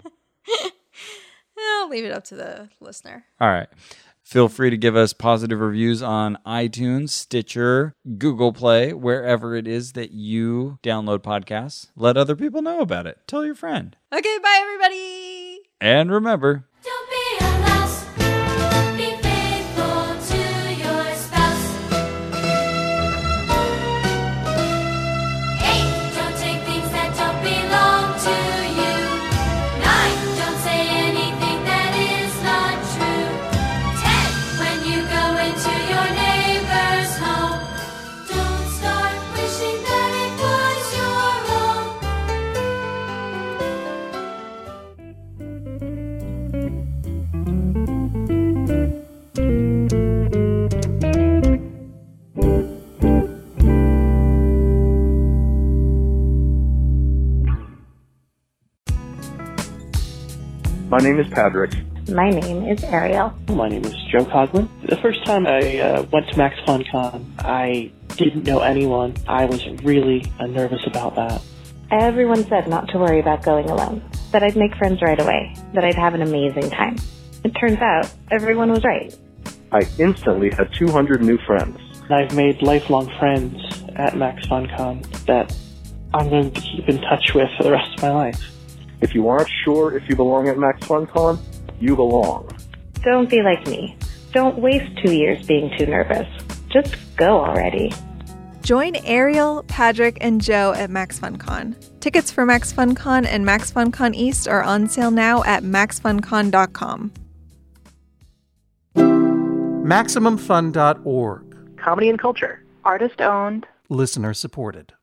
[SPEAKER 1] I'll leave it up to the listener.
[SPEAKER 2] All right. Feel free to give us positive reviews on iTunes, Stitcher, Google Play, wherever it is that you download podcasts. Let other people know about it. Tell your friend.
[SPEAKER 1] Okay, bye everybody.
[SPEAKER 2] And remember,
[SPEAKER 4] Don't be a mouse. Be faithful to your spouse. Eight, don't take things that don't belong to you. Nine, don't say anything that is not true. Ten, when you go into your neighbor's home, don't start wishing that it was your own.
[SPEAKER 5] My name is Patrick.
[SPEAKER 6] My name is Ariel.
[SPEAKER 7] My name is Joe Coglin. The first time I uh, went to MaxFunCon, I didn't know anyone. I was really uh, nervous about that.
[SPEAKER 6] Everyone said not to worry about going alone, that I'd make friends right away, that I'd have an amazing time. It turns out everyone was right.
[SPEAKER 5] I instantly had 200 new friends.
[SPEAKER 7] And I've made lifelong friends at MaxFunCon that I'm going to keep in touch with for the rest of my life.
[SPEAKER 5] If you aren't sure if you belong at Max FunCon, you belong.
[SPEAKER 6] Don't be like me. Don't waste two years being too nervous. Just go already.
[SPEAKER 8] Join Ariel, Patrick, and Joe at Max FunCon. Tickets for Max FunCon and Max FunCon East are on sale now at maxfuncon.com.
[SPEAKER 9] MaximumFun.org.
[SPEAKER 10] comedy and culture.
[SPEAKER 11] Artist owned.
[SPEAKER 9] Listener supported.